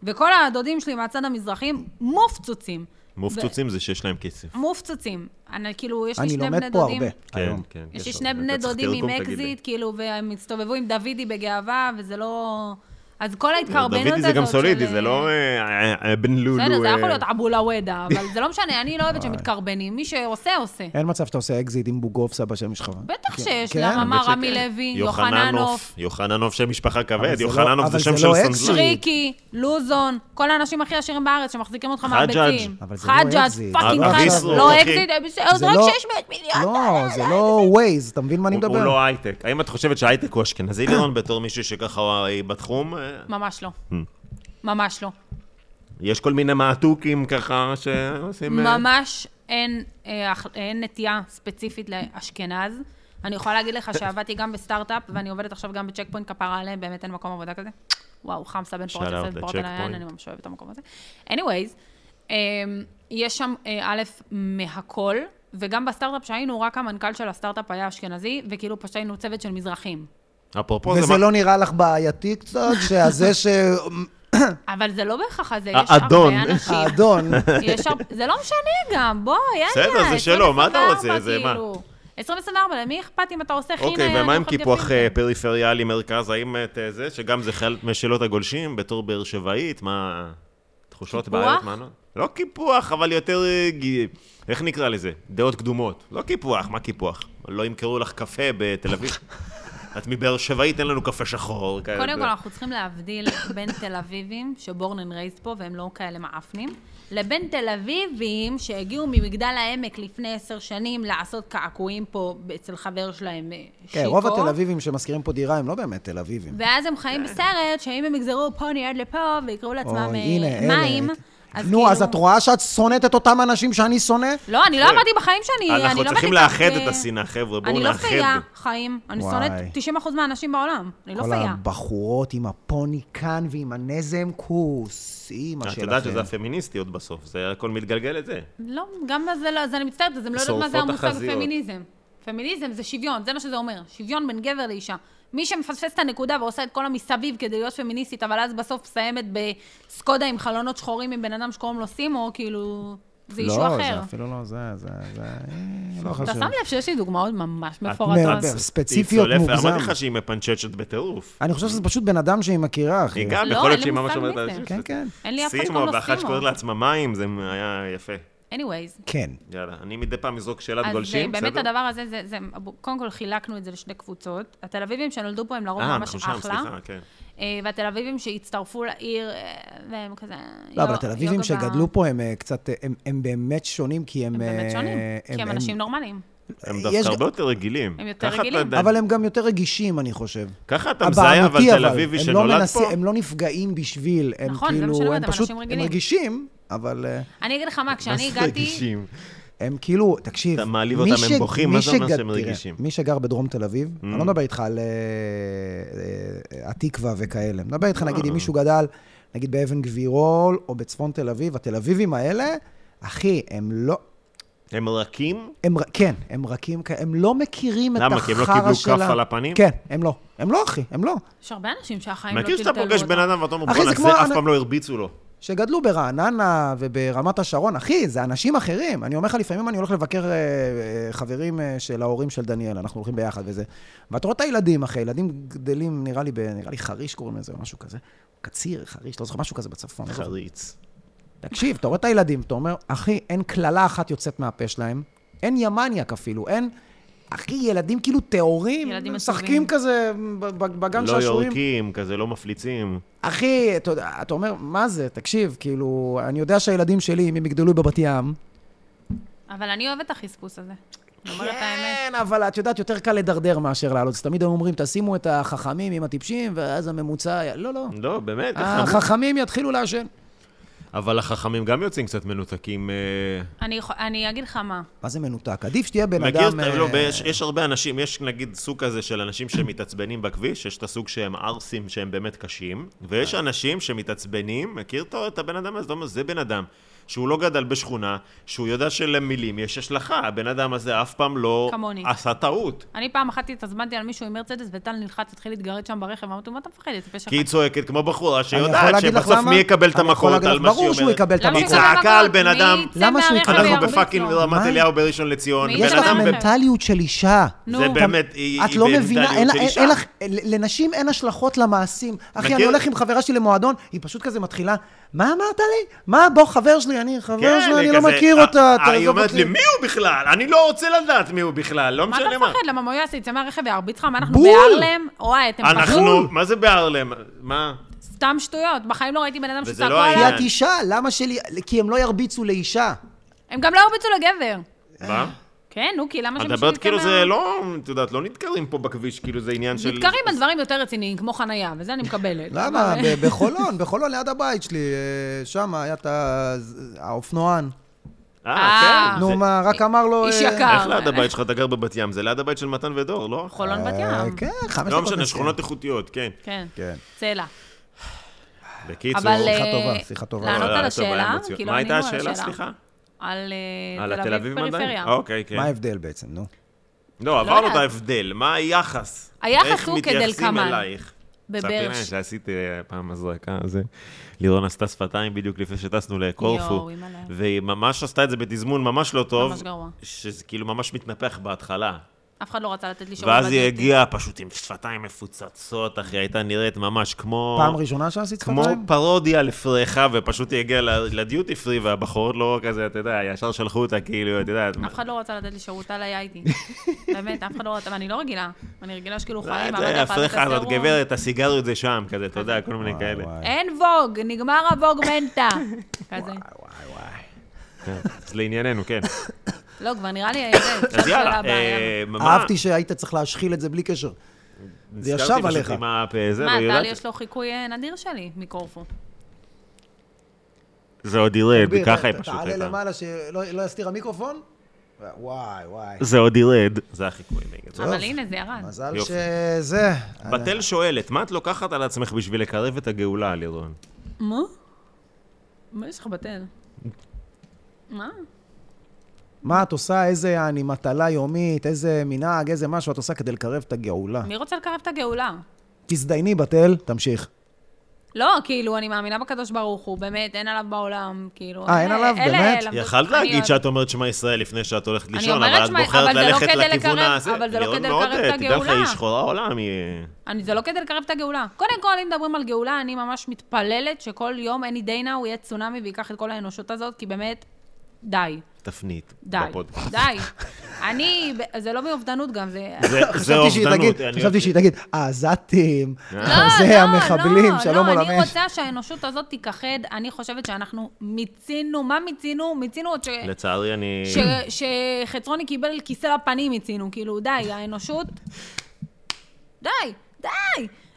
S1: וכל הדודים שלי מהצד המזרחי הם מופצוצים.
S3: מופצוצים זה שיש להם כסף.
S1: מופצצים. אני כאילו, יש לי
S2: אני
S1: שני
S2: לומד
S1: בני
S2: פה
S1: דודים.
S2: הרבה.
S3: כן,
S2: היום.
S3: כן.
S1: יש לי
S3: כסף.
S1: שני
S3: אתה
S1: בני
S3: צריך
S1: דודים עם
S3: תרגום, תגיד לי.
S1: אקזיט, כאילו, והם הסתובבו עם דוידי בגאווה, וזה לא... אז כל ההתקרבנות הזאת של...
S3: דוידי זה גם סולידי, זה לא
S1: אה,
S3: אה, אה, אה, בן לולו.
S2: כאילו,
S1: בסדר, זה
S3: אה,
S1: יכול להיות אבולאוודה, אבל זה לא משנה, אני לא
S2: אה.
S1: אוהבת שמתקרבנים. מי שעושה, עושה.
S2: אין מצב שאתה עושה אקזיט עם בוגופסה בשם שלך.
S1: בטח שיש,
S2: כן.
S1: למה? מה,
S3: האמת שכן.
S1: רמי לוי, יוחננוף,
S3: יוחננוף. יוחננוף שם משפחה
S2: אבל
S3: כבד,
S2: זה לא-
S3: יוחננוף
S2: אבל
S3: זה שם
S2: זה
S3: של
S2: לא
S3: סנדלר.
S2: אקזיט.
S1: שריקי, לוזון, כל האנשים הכי עשירים בארץ שמחזיקים אותך
S3: חג'ג'.
S1: מהביצים.
S2: אבל זה לא
S1: חג'אג',
S2: אקזיט.
S1: פאקינג
S3: אבי
S1: חג'אג',
S3: סרור,
S1: לא
S3: אחי.
S1: אקזיט, עוד
S2: זה
S1: רק
S2: לא-
S1: 600 מיליון.
S2: לא, זה לא ווייז, אתה מבין מה אני
S3: הוא
S2: מדבר?
S3: הוא לא הייטק. האם את חושבת שהייטק הוא אשכנזי לירון בתור מישהו שככה היא בתחום? אה,
S1: ממש לא.
S2: Hmm.
S1: ממש לא.
S3: יש כל מיני מעתוקים ככה שעושים... אה,
S1: ממש אין, אה, אח- אין נטייה ספציפית לאשכנז. אני יכולה להגיד לך שעבדתי גם בסטארט-אפ, ואני עובדת עכשיו גם בצ'ק פוינט, כפרה עליהם, באמת אין מקום עבודה כזה. וואו, חמסה בן פורט
S3: Shout out
S1: יוסף, פורט
S3: ל-Check
S1: עליין,
S3: Point.
S1: אני ממש אוהבת את המקום הזה. anyways, אמ, יש שם, אה, א', מהכל, וגם בסטארט-אפ שהיינו, רק המנכ"ל של הסטארט-אפ היה אשכנזי, וכאילו פשוט היינו צוות של מזרחים.
S3: אפרופו זה...
S2: וזה
S3: מה-
S2: לא נראה לך בעייתי קצת, שהזה ש...
S1: אבל זה לא בהכרח הזה, יש
S3: האדון.
S1: הרבה אנשים.
S2: האדון,
S1: יש הר... זה לא משנה גם, בוא, יאללה.
S3: בסדר, זה שלו, מה אתה
S1: 2024,
S3: רוצה? זה מה?
S1: כאילו. 2024, למי אכפת אם אתה עושה חינה?
S3: אוקיי, ומה עם
S1: דוחות
S3: קיפוח
S1: יפים?
S3: אה, פריפריאלי מרכז? האם את אה, זה, שגם זה חלק משאלות הגולשים, בתור באר שבעית, מה... תחושות
S1: קיפוח?
S3: בעיות מענות? לא קיפוח, אבל יותר... אה, גי- איך נקרא לזה? דעות קדומות. לא קיפוח, מה קיפוח? לא ימכרו לך קפה בתל אביב. את מבאר שבעית, אין לנו קפה שחור.
S1: קודם כל, אנחנו צריכים להבדיל בין תל אביבים, שבורן אנד רייז פה, והם לא כאלה מעפנים, לבין תל אביבים שהגיעו ממגדל העמק לפני עשר שנים לעשות קעקועים פה אצל חבר שלהם, אה, שיקו.
S2: כן, רוב התל אביבים שמשכירים פה דירה הם לא באמת תל אביבים.
S1: ואז הם חיים בסרט, שאם הם יגזרו פוני עד לפה, ויקראו לעצמם
S2: אוי,
S1: אה,
S2: הנה, אלה.
S1: מים, כאילו-
S2: נו, אז את רואה שאת שונאת את אותם אנשים שאני שונא?
S1: לא, אני לא אמרתי בחיים שאני... אני
S3: כן. אנחנו
S1: לא
S3: צריכים
S1: מנתחת,
S3: לאחד
S1: אה,
S3: את השנאה, חבר'ה, בואו
S1: אני לא
S3: נאחד.
S1: פייה, חיים. אני
S2: וואי.
S1: שונאת 90% מהאנשים בעולם. אני לא
S2: כל
S1: פייה.
S2: הבחורות עם הפוני כאן ועם הנזם כוס, אימא
S3: את
S2: שלכם.
S3: יודעת שזה הפמיניסטיות בסוף, זה הכל מתגלגל את זה.
S1: לא, גם זה לא, אז אני מצטערת, אז הם לא יודעים מה זה
S3: שורפות
S1: המושג
S3: החזיות.
S1: פמיניזם. פמיניזם זה שוויון, זה מה שזה אומר. שוויון בין גבר לאישה. מי שמפספס את הנקודה ועושה את כל המסביב כדי להיות פמיניסטית, אבל אז בסוף מסיימת בסקודה עם חלונות שחורים עם בן אדם שקוראים לו סימו, כאילו, זה אישו
S2: לא,
S1: אחר.
S2: זה אפילו לא זה, זה... זה אה, לא
S1: אתה
S2: חשוב.
S1: שם לב שיש לי דוגמאות ממש
S2: מאוד-
S1: מפורטות.
S2: מאוד-
S3: היא
S2: ספציפיות
S3: צולפת,
S2: מוגזם.
S3: אמרתי לך שהיא מפנצ'צ'ת בטירוף.
S2: אני חושב שזה פשוט בן אדם שהיא מכירה, אחי.
S3: היא גם,
S1: לא,
S3: יכול
S1: אין
S3: להיות
S1: לי
S3: שהיא ממש
S1: מושג
S3: אומרת...
S1: מי
S3: לאנשים
S2: כן,
S3: שזה-
S2: כן.
S1: אין לי אף אחד
S3: סימו,
S1: שקוראים לו
S3: ואחת שקוראת
S1: סימו.
S3: לעצמה מים, זה היה יפה.
S1: anyways.
S2: כן.
S3: יאללה, אני מדי פעם אזרוק שאלת
S1: אז
S3: גולשים,
S1: אה,
S3: בסדר?
S1: באמת הדבר הזה, זה, זה, קודם כל חילקנו את זה לשני קבוצות. התל אביבים שנולדו פה הם לרוב
S3: אה,
S1: ממש
S3: אנחנו שם,
S1: אחלה.
S3: סליחה, כן.
S1: אה, והתל אביבים שהצטרפו לעיר, אה, והם כזה...
S2: לא, אבל התל אביבים שגדלו פה הם אה, קצת, אה, הם- הם באמת שונים, כי הם...
S1: הם באמת
S2: אה,
S1: שונים, כי הם
S2: הם-
S1: אנשים נורמליים.
S3: הם
S2: יש-
S3: דווקא הרבה יותר רגילים.
S1: הם יותר
S3: ככה אתה
S1: רגילים.
S3: יודע-
S2: אבל הם גם יותר רגישים, אני חושב.
S3: ככה אתה מזהה, אבל
S2: הבעמותי,
S3: תל אביבי
S2: הם לא
S3: שנולד
S2: מנסים-
S3: פה...
S2: הם לא נפגעים בשביל, הם
S1: נכון, זה מה
S2: כאילו,
S1: שאני
S2: הם
S1: אומרת, הם
S2: פשוט,
S1: אנשים
S2: הם
S1: רגילים.
S2: רגישים, אבל אה,
S1: אני אגיד לך מה, כשאני
S3: מה זה
S1: הגעתי...
S3: רגישים?
S2: הם כאילו, תקשיב,
S3: אתה מעליב
S2: מי
S3: אותם, הם
S2: ש-
S3: בוכים,
S2: מי
S3: מה זה אומר
S2: שגד-
S3: שהם Mm.
S2: תראה,
S3: רגישים?
S2: מי שגר בדרום תל אביב, אני לא מדבר איתך על אה, אה, התקווה וכאלה, אני מדבר איתך, נגיד, אם מישהו גדל, נגיד באבן גבירול או בצפון תל אביב, התל אביבים האלה, אחי, הם לא...
S3: הם רכים?
S2: הם, ר- כן, הם רכים, כ- הם לא מכירים את החרא
S3: למה?
S2: שלה.
S3: כי הם לא קיבלו כף על הפנים?
S2: כן, הם לא. הם לא, אחי, הם לא.
S1: יש הרבה אנשים שהחיים לא
S3: מכיר
S1: טלטלו
S3: שאתה
S1: אותם.
S3: פוגש בן אדם ואתה אומר,
S2: אחי,
S3: בואנה,
S2: זה כמו
S3: זה אף
S2: אנ-
S3: פעם לא הרביצו לו.
S2: שגדלו ברעננה וברמת השרון, אחי, זה אנשים אחרים. אני אומר לך, לפעמים אני הולך לבקר אה, אה, חברים אה, של ההורים של דניאל, אנחנו הולכים ביחד וזה. ואתה רואה את הילדים, אחי, ילדים גדלים, נראה לי, ב, נראה לי חריש קוראים לזה, או משהו כזה. קציר, חריש, לא זוכר, משהו כזה בצפון. לא זוכר.
S3: חריץ.
S2: תקשיב, אתה רואה את הילדים, אתה אומר, אחי, אין קללה אחת יוצאת מהפה שלהם, אין ימניאק אפילו, אין... אחי, ילדים כאילו טהורים,
S1: ילדים
S2: משחקים
S1: עצובים.
S2: כזה ב- ב- בגן
S3: לא
S2: שעשועים.
S3: יורקים, כזה לא מפליצים.
S2: אחי, אתה יודע, אתה אומר, מה זה? תקשיב, כאילו, אני יודע שהילדים שלי, אם הם יגדלו בבת ים...
S1: אבל אני אוהבת את החספוס הזה. אני אומרת את האמת.
S2: כן, אבל את יודעת, יותר קל לדרדר מאשר לעלות. אז תמיד היו אומרים, תשימו את החכמים עם הטיפשים, ואז הממוצע... היה-" לא, לא.
S3: לא, באמת, איך אמרו?
S2: החכמים יתחילו לעשן.
S3: אבל החכמים גם יוצאים קצת מנותקים. אה,
S1: אני, יכול- אני אגיד לך מה.
S2: מה זה מנותק? עדיף שתהיה בן
S3: מכיר,
S2: אדם...
S3: אדם,
S2: אה,
S3: לא, יש, יש הרבה אנשים, יש נגיד סוג כזה של אנשים שמתעצבנים בכביש, יש את הסוג שהם ערסים שהם באמת קשים,
S2: אה.
S3: ויש אנשים שמתעצבנים, מכיר את, את הבן אדם הזה, אתה אומר, זה בן אדם שהוא לא גדל בשכונה, שהוא יודע שלמילים יש השלכה, הבן אדם הזה אף פעם לא
S1: כמוני.
S3: עשה טעות.
S1: אני פעם אחת התעזמנתי על מישהו עם מרצדס, וטל נלחץ, התחיל להתגרד שם ברכב, אמרתי, מה אתה מפחד? זה פשע
S3: כי היא
S1: חמור."
S3: צועקת כמו בחורה
S2: אני יכול
S3: שיודעת
S2: להגיד לך
S3: שבסוף
S2: למה?
S3: מי יקבל
S2: אני
S3: את
S2: יכול
S3: המכות
S2: להגיד
S3: על
S2: לך,
S3: מה שהיא אומרת.
S2: ברור שהוא יקבל את
S1: למה
S3: היא
S1: שהוא
S2: המכות.
S3: צעקה על בן
S1: מי
S3: אדם,
S1: יצא
S2: למה שהוא
S1: מהרכב לא.
S2: יקבל?
S3: אנחנו
S1: וירביץ
S3: בפאקינג
S1: לו?
S3: רמת
S2: מה?
S3: אליהו בראשון לציון,
S1: מי
S3: בן
S2: יש
S1: יצא
S2: לך
S3: אדם
S1: מהרכב?
S2: מנטליות של אישה.
S1: נו.
S3: זה
S1: אתה-
S3: באמת, היא
S2: את לא
S3: היא
S2: מבינה, אין לה-
S3: מנטליות של
S2: אין-
S3: אישה.
S2: אין לך, ל- לנשים אין השלכות למעשים. אחי,
S3: מכיר?
S2: אני הולך עם חברה שלי למועדון, היא פשוט כזה מתחילה, מה אמרת לי? מה, בוא, חבר שלי, אני חבר שלי, אני לא
S3: כזה,
S2: מכיר
S3: אה,
S2: אותה,
S3: אה, היא
S2: תעזוב
S3: אומרת לי,
S2: אותי.
S3: מי הוא בכלל? אני לא רוצה לדעת מי הוא בכלל, לא
S1: מה
S3: משנה
S1: אתה
S3: מה.
S1: מפחד? למה מה הוא יעשה? יצא מהרכב וירביץ לך? מה, אנחנו
S2: בול!
S1: בהרלם? וואי, אתם
S3: אנחנו,
S1: פשוט
S3: מה זה בהרלם? מה?
S1: סתם שטויות. בחיים לא ראיתי בן אדם
S3: וזה
S1: שצעקו
S3: לא
S2: כי
S1: עליו.
S3: העניין.
S2: את אישה, למה שלי, כי הם לא ירביצו לאישה.
S1: הם גם לא הרביצו לגבר.
S3: מה?
S1: כן, נו, כי למה
S3: את
S1: שמישהו
S3: מדברת
S1: יצא
S3: כאילו
S1: מה-
S3: זה לא, את יודעת, לא נתקרים פה בכביש, כאילו זה עניין של...
S1: נתקרים על דברים יותר רציניים, כמו חנייה, וזה אני מקבלת.
S2: למה?
S1: אבל-
S2: ב- בחולון, בחולון ליד הבית שלי, אה, שם היה את ה- ז- האופנוען.
S3: אה, כן.
S2: נו
S3: זה-
S2: מה, רק אמר לו...
S1: איש
S2: אה,
S1: יקר.
S3: איך ליד הבית שלך אתה גר בבת ים? זה ליד הבית של מתן ודור, לא?
S1: חולון בת
S2: אה,
S1: ים.
S2: כן, חמש דקות.
S3: לא משנה,
S2: נסיעה.
S3: שכונות איכותיות, כן.
S1: כן.
S2: כן.
S1: צלע.
S3: בקיצור,
S1: אבל...
S2: שיחה
S1: אה,
S2: טובה, שיחה טובה.
S1: לענות
S3: אה,
S1: על
S3: טוב,
S1: השאלה,
S3: היה מצוין.
S1: כי לא
S3: מה
S1: ענינו
S3: הייתה
S1: על
S3: השאלה, סליחה?
S1: על אה,
S3: על
S1: תל אביב
S3: עדיין?
S1: פריפריה.
S3: אה, אוקיי, כן.
S2: מה ההבדל בעצם, נו?
S3: לא, עברנו את
S1: יודעת.
S3: ההבדל, מה היחס?
S1: היחס
S3: איך
S1: הוא
S3: מתייחסים
S1: כדלקמן.
S3: אלייך?
S1: בבאר
S3: ספרי להם
S1: ש-
S3: שעשיתי אה, פעם הזרקה, זה... לירון עשתה שפתיים בדיוק לפני שטסנו לקורפו,
S1: יואו, אימא'לה.
S3: והיא ממש עשתה את זה בתזמון ממש לא טוב,
S1: ממש גרוע.
S3: שזה כאילו ממש מתנפח בהתחלה.
S1: אף אחד לא רצה לתת לי שירות.
S3: ואז היא
S1: בדיוטי.
S3: הגיעה פשוט עם שפתיים מפוצצות, אחי, הייתה נראית ממש כמו...
S2: פעם ראשונה שעשית
S3: כמו
S2: שפתיים?
S3: פרודיה לפרחה, ופשוט היא הגיעה ל- לדיוטי פרי, והבחורות לא כזה, אתה יודע, ישר שלחו אותה, כאילו, אתה יודע...
S1: אף אחד לא רצה לתת לי שירות, טל היה איתי. באמת, אף אחד לא רצה, ואני לא רגילה. אני לא רגילה
S2: לא,
S1: שכאילו חיים, אבל
S3: זה
S1: הפעם
S3: הפרחה הזאת,
S1: תעשו-
S3: אה, גברת, הסיגריות זה שם, כזה, אתה יודע, כל מיני כאלה.
S2: וואי,
S1: אין ווג, נגמר הווג מנטה. כזה.
S2: וואי, וואי.
S3: אז לענייננו, כן.
S1: לא, כבר נראה לי... זה, אפשר
S3: אז
S1: שאלה
S3: יאללה,
S1: הבאה,
S3: אה, מה?
S2: אהבתי שהיית צריך להשחיל את זה בלי קשר. זה
S3: נזכרתי
S2: ישב
S3: פשוט
S2: עליך.
S3: עם הפה, זה,
S1: מה,
S3: והיא
S1: טל
S3: יודעת-
S1: יש לו חיקוי אה, נדיר שלי מקורפו.
S3: זה עוד ירד,
S2: תגביר,
S3: ככה היא
S2: ת-
S3: פשוט
S2: תעלה
S3: הייתה.
S2: למעלה שלא לא יסתיר המיקרופון? וואי, וואי.
S3: זה עוד ירד. זה החיקוי
S1: אה,
S3: נגד. זה.
S2: טוב.
S1: אבל הנה, זה ירד.
S2: מזל
S3: יופי.
S2: שזה...
S3: בתל שואלת, מה את לוקחת על עצמך בשביל לקרב את הגאולה, לירון?
S1: מה? מה יש לך בטל? מה?
S2: מה את עושה, איזה יעני מטלה יומית, איזה מנהג, איזה משהו את עושה כדי לקרב את הגאולה.
S1: מי רוצה לקרב את הגאולה?
S2: תזדייני בתל, תמשיך.
S1: לא, כאילו, אני מאמינה בקדוש ברוך הוא, באמת, אין עליו בעולם, כאילו.
S2: אה, אין
S1: אלה-
S2: עליו?
S1: אלה
S2: באמת?
S1: למדו-
S3: יכולת
S1: אני
S3: להגיד
S1: אוהבת-
S3: שאת אומרת שמע ישראל לפני שאת הולכת
S1: אני
S3: לישון,
S1: אומרת
S3: אבל את
S1: שמע-
S3: בוחרת
S1: אבל זה לא
S3: ללכת
S1: כדי
S3: לכיוון
S1: לקרב-
S3: הזה.
S1: אבל זה לא
S3: לירון
S1: כדי
S3: מאוד,
S1: לקרב את
S3: אה, תדע לך, היא
S1: הגאולה.
S3: שחורה עולם, היא... אה,
S1: אני, זה לא כדי לקרב את הגאולה. קודם כל, אם מדברים על גאולה, אני ממש מתפללת שכל יום, any day now, יהיה צונאמי ויקח את כל האנושות הזאת, כי באמת, די.
S3: תפנית.
S1: די.
S3: בפודקאסט.
S1: די. אני, ב- זה לא מאובדנות גם, זה...
S3: זה- זה
S2: חשבתי שהיא
S3: אובדנות.
S2: תגיד,
S3: אני- אוקיי. אה.
S2: חשבתי שהיא תגיד, העזתים,
S1: לא,
S2: זה המחבלים,
S1: לא,
S2: שלום
S1: לא,
S2: עולמי.
S1: אני רוצה שהאנושות הזאת תיכחד. אני חושבת שאנחנו מיצינו, מה מיצינו? מיצינו עוד ש...
S3: לצערי, אני...
S1: ש... שחצרוני קיבל כיסא לפנים מיצינו. כאילו, די, האנושות... די, די,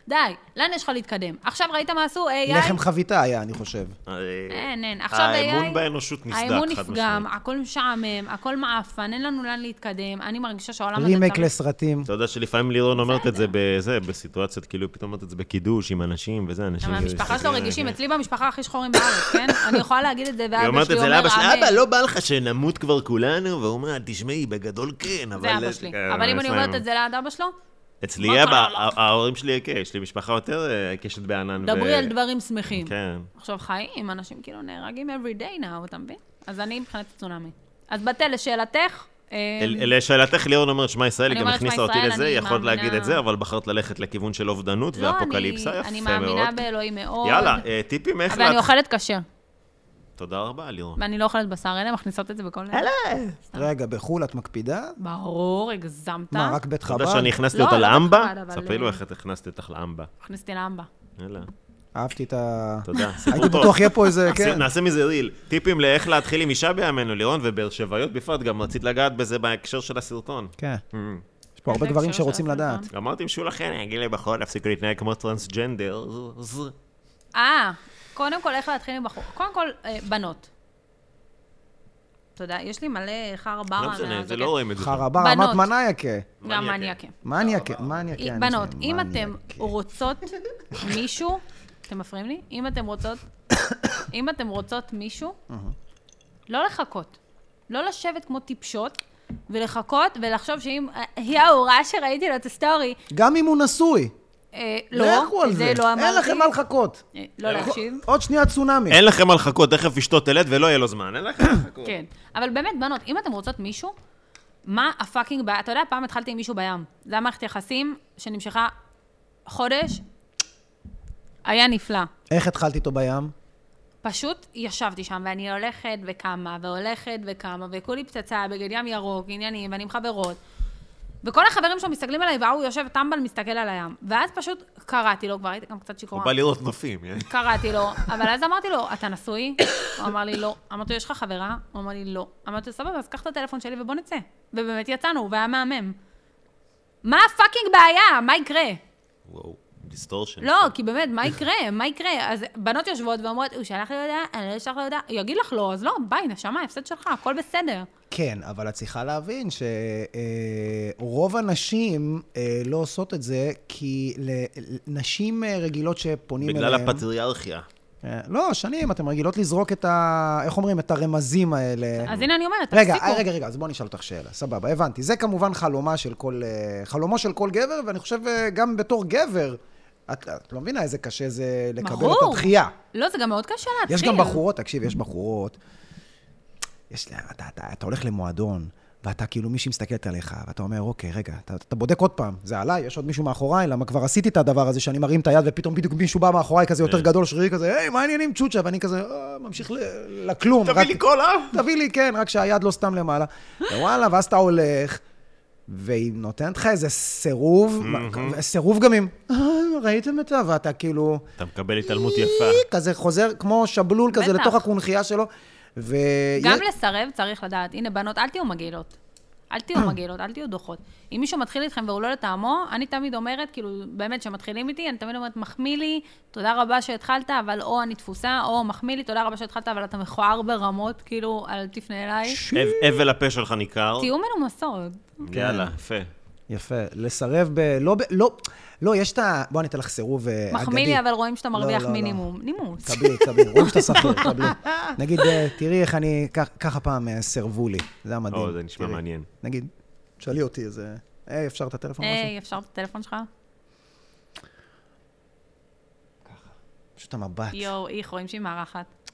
S1: די. לאן יש לך להתקדם? עכשיו ראית מה עשו? AI?
S2: לחם חביתה היה, אני חושב.
S3: אה,
S1: אין, אין. כן, עכשיו AI...
S3: האמון באנושות נסדק,
S1: האמון
S3: חד
S1: נפגם, הכל משעמם, הכל מעפן, אין לנו לאן להתקדם. אני מרגישה שהעולם הזה...
S2: רימייק
S1: צריך-
S2: לסרטים.
S3: אתה יודע שלפעמים לירון אומרת את זה בזה, בסיטואציות, כאילו פתאום אומרת את זה בקידוש עם אנשים וזה, אנשים...
S1: אבל המשפחה שלו
S3: מסתכלים עליהם,
S1: רגישים,
S3: כן.
S1: אצלי במשפחה הכי שחורים בארץ, כן? אני יכולה להגיד את זה,
S3: היא
S1: ואבא
S3: אומרת
S1: שלי
S3: את זה
S1: אומר,
S3: לאבא שלי,
S1: אמן.
S3: אבא, לא בא לך שנמות כבר כולנו? והוא אומר, תשמעי, בגדול כן, אבל...
S1: זה אבא שלי.
S3: כן,
S1: אבל אם אני
S3: אצלם-
S1: אומרת את זה ליד אבא שלו,
S3: אצלי
S1: מה
S3: אבא,
S1: קרה לך?
S3: ה- ההורים שלי, כן, יש לי משפחה יותר אה, קשת בענן. ו-
S1: דברי על דברים שמחים.
S3: כן.
S1: עכשיו, חיים, אנשים כאילו נהרגים every day now, אתה מבין? אז אני מבחינת הצונאמי. אז בטל, לשאלתך, אה,
S3: אל- לשאלתך, לירון אומרת, שמע ישראל, היא
S1: אני
S3: גם
S1: אומרת,
S3: הכניסה
S1: "שמע
S3: אותי
S1: ישראל",
S3: לזה,
S1: אני
S3: יכולת
S1: מאמינה-
S3: להגיד את זה, אבל בחרת ללכת לכיוון של אובדנות
S1: לא, אני-
S3: ואפוקליפסה, יפה מאוד.
S1: אני מאמינה באלוהים מאוד.
S3: יאללה, אה, טיפים איך...
S1: אבל אני
S3: להתח-
S1: אוכלת כשר,
S3: תודה רבה, לירון.
S1: ואני לא אוכלת בשר, אלה מכניסות את זה בכל... אלה?
S2: רגע, בחו"ל את מקפידה?
S1: ברור, הגזמת.
S2: מה, רק בית
S3: אתה
S2: חב"ד?
S3: יודע שאני הכנסתי
S1: לא,
S3: אותה
S1: לא
S3: לאמבה?
S1: בחב"ד, אבל,
S3: ספרי לו
S1: אה,
S3: איך את הכנסת אותך לאמבה.
S1: הכניסתי לאמבה.
S3: יאללה,
S2: אהבתי את ה...
S3: תודה. סיפור
S2: הייתי
S3: טוב.
S2: בטוח יהיה פה איזה, כן.
S3: נעשה מזה ריל. טיפים לאיך להתחיל עם אישה בימינו, לירון, ובאר שבעיות בפרט, גם רצית לגעת בזה בהקשר של הסרטון.
S2: כן.
S3: Mm.
S2: יש פה הרבה
S1: זה
S2: גברים
S1: הקשר של
S2: שרוצים לדעת.
S1: הסרטון.
S3: אמרתי עם שולה חן, אני אגיד לבחור להפסיק להתנהג כמו טרנסג'נדר. ז- ז-
S1: אה, קודם כל, איך להתחיל עם בחור? קודם כל, אה, בנות. תודה, יש לי מלא חרא ברא.
S3: לא משנה,
S1: אוקיי.
S3: זה לא רואים את זה.
S2: חרא בר, אמרת
S1: בנות.
S2: מניאקה.
S1: גם
S3: מניאקים.
S2: כן,
S1: מניאקים.
S2: מניאקה, מניאקה.
S1: בנות, אם אתם רוצות מישהו, אתם מפריעים לי? אם אתם רוצות, אם אתם רוצות מישהו, לא לחכות. לא לשבת כמו טיפשות ולחכות ולחשוב שאם... יואו, ראה שראיתי לו את הסטורי.
S2: גם אם הוא נשוי.
S1: אה, לא,
S2: לכו על
S1: זה לא אמרתי.
S2: אין לכם מה לחכות.
S1: אה, לא להקשיב.
S2: עוד שנייה צונאמי.
S3: אין לכם מה לחכות, תכף אשתו תלד ולא יהיה לו זמן. אין לכם מה לחכות.
S1: כן. אבל באמת, בנות, אם אתם רוצות מישהו, מה הפאקינג בעיה? אתה יודע, פעם התחלתי עם מישהו בים. זה היה מערכת יחסים שנמשכה חודש. היה נפלא.
S2: איך התחלת איתו בים?
S1: פשוט ישבתי שם, ואני הולכת וקמה, והולכת וקמה, וכולי פצצה, בגד ים ירוק, עניינים, ואני עם חברות. וכל החברים שם מסתכלים עליי, וההוא יושב טמבל מסתכל על הים. ואז פשוט קראתי לו, כבר הייתי גם קצת
S3: הוא
S1: שיכורה.
S3: בא לראות נופים. יא.
S1: קראתי לו, אבל אז אמרתי לו, אתה נשוי? הוא אמר לי, לא. אמרתי לו, יש לך חברה? הוא אמר לי, לא. אמרתי לו, סבבה, אז קח את הטלפון שלי ובוא נצא. ובאמת יצאנו, והיה מהמם. מה הפאקינג בעיה? מה יקרה?
S3: וואו, דיסטורשן.
S1: לא, כי באמת, מה יקרה? מה יקרה? אז בנות יושבות ואומרות, הוא שלח לי הודעה, אני לא אשלח לו הודעה. הוא יגיד לך לא, אז לא, ביי, נשמה, הפסד שלך, הכל בסדר.
S2: כן, אבל את צריכה להבין שרוב הנשים אה, לא עושות את זה, כי לנשים אה, רגילות שפונים אליהן...
S3: בגלל הפטריארכיה.
S2: אה, לא, שנים, אתן רגילות לזרוק את ה... איך אומרים? את הרמזים האלה.
S1: אז הנה אני אומרת,
S2: כן. רגע,
S1: תפסיקו.
S2: אה, רגע, רגע, אז בוא נשאל אותך שאלה. סבבה, הבנתי. זה כמובן חלומה של כל... אה, חלומו של כל גבר, ואני חושב אה, גם בתור גבר, את, את לא מבינה איזה קשה זה לקבל את
S1: ברור. כאילו.
S2: הדחייה.
S1: לא, זה גם מאוד קשה להתחיל.
S2: יש גם בחורות, תקשיב, יש בחורות. יש להם, אתה, אתה, אתה הולך למועדון, ואתה כאילו מישהי מסתכלת עליך, ואתה אומר, אוקיי, רגע, אתה, אתה בודק עוד פעם, זה עליי, יש עוד מישהו מאחוריי, למה כבר עשיתי את הדבר הזה שאני מרים את היד, ופתאום בדיוק מישהו בא מאחוריי כזה
S3: אה.
S2: יותר גדול, שרירי כזה, היי, מה העניינים צ'וצ'ה? ואני כזה, "אה, ממשיך ל, לכלום.
S3: תביא
S2: רק-
S3: לי קולה.
S2: תביא לי, כן, רק שהיד לא סתם למעלה. וואלה, ואז אתה הולך, והיא נותנת לך איזה סירוב,
S3: Mm-hmm.
S2: סירוב גם עם, "אה, ראיתם את זה? ואתה כאילו...
S3: אתה מקבל התעלמות יפה.
S2: כזה חוזר כמו שבלול כזה
S1: בטח.
S2: לתוך הקונכייה שלו. ו...
S1: גם לסרב צריך לדעת. הנה, בנות, אל תהיו מגעילות. אל תהיו מגעילות, אל תהיו דוחות. אם מישהו מתחיל איתכם והוא לא לטעמו, אני תמיד אומרת, כאילו, באמת, כשמתחילים איתי, אני תמיד אומרת, מחמיא לי, תודה רבה שהתחלת, אבל או אני תפוסה, או מחמיא לי, תודה רבה שהתחלת, אבל אתה מכוער ברמות, כאילו, אל תפנה אליי.
S3: הב- הבל הפה שלך ניכר.
S1: תהיו מנומסות.
S2: אה, כן.
S3: יאללה, יפה.
S2: יפה, לסרב ב... לא, ב... לא, לא, יש את ה... בוא אני אתן לך סירוב אה, אגדי.
S1: מחמיא לי, אבל רואים שאתה
S2: לא,
S1: מרוויח
S2: לא, לא.
S1: מינימום. נימוס.
S2: קבלי, קבלי, רואים שאתה שכיר, קבלי. נגיד, אה, תראי איך אני... כ- ככה פעם אה, סירבו לי, זה היה מדהים.
S3: או, זה נשמע
S2: תראי.
S3: מעניין.
S2: נגיד, שאלי אותי איזה... היי, אפשר את הטלפון או משהו?
S1: היי, אפשר את הטלפון שלך?
S2: פשוט המבט,
S1: יואו, איך, רואים שהיא מארחת.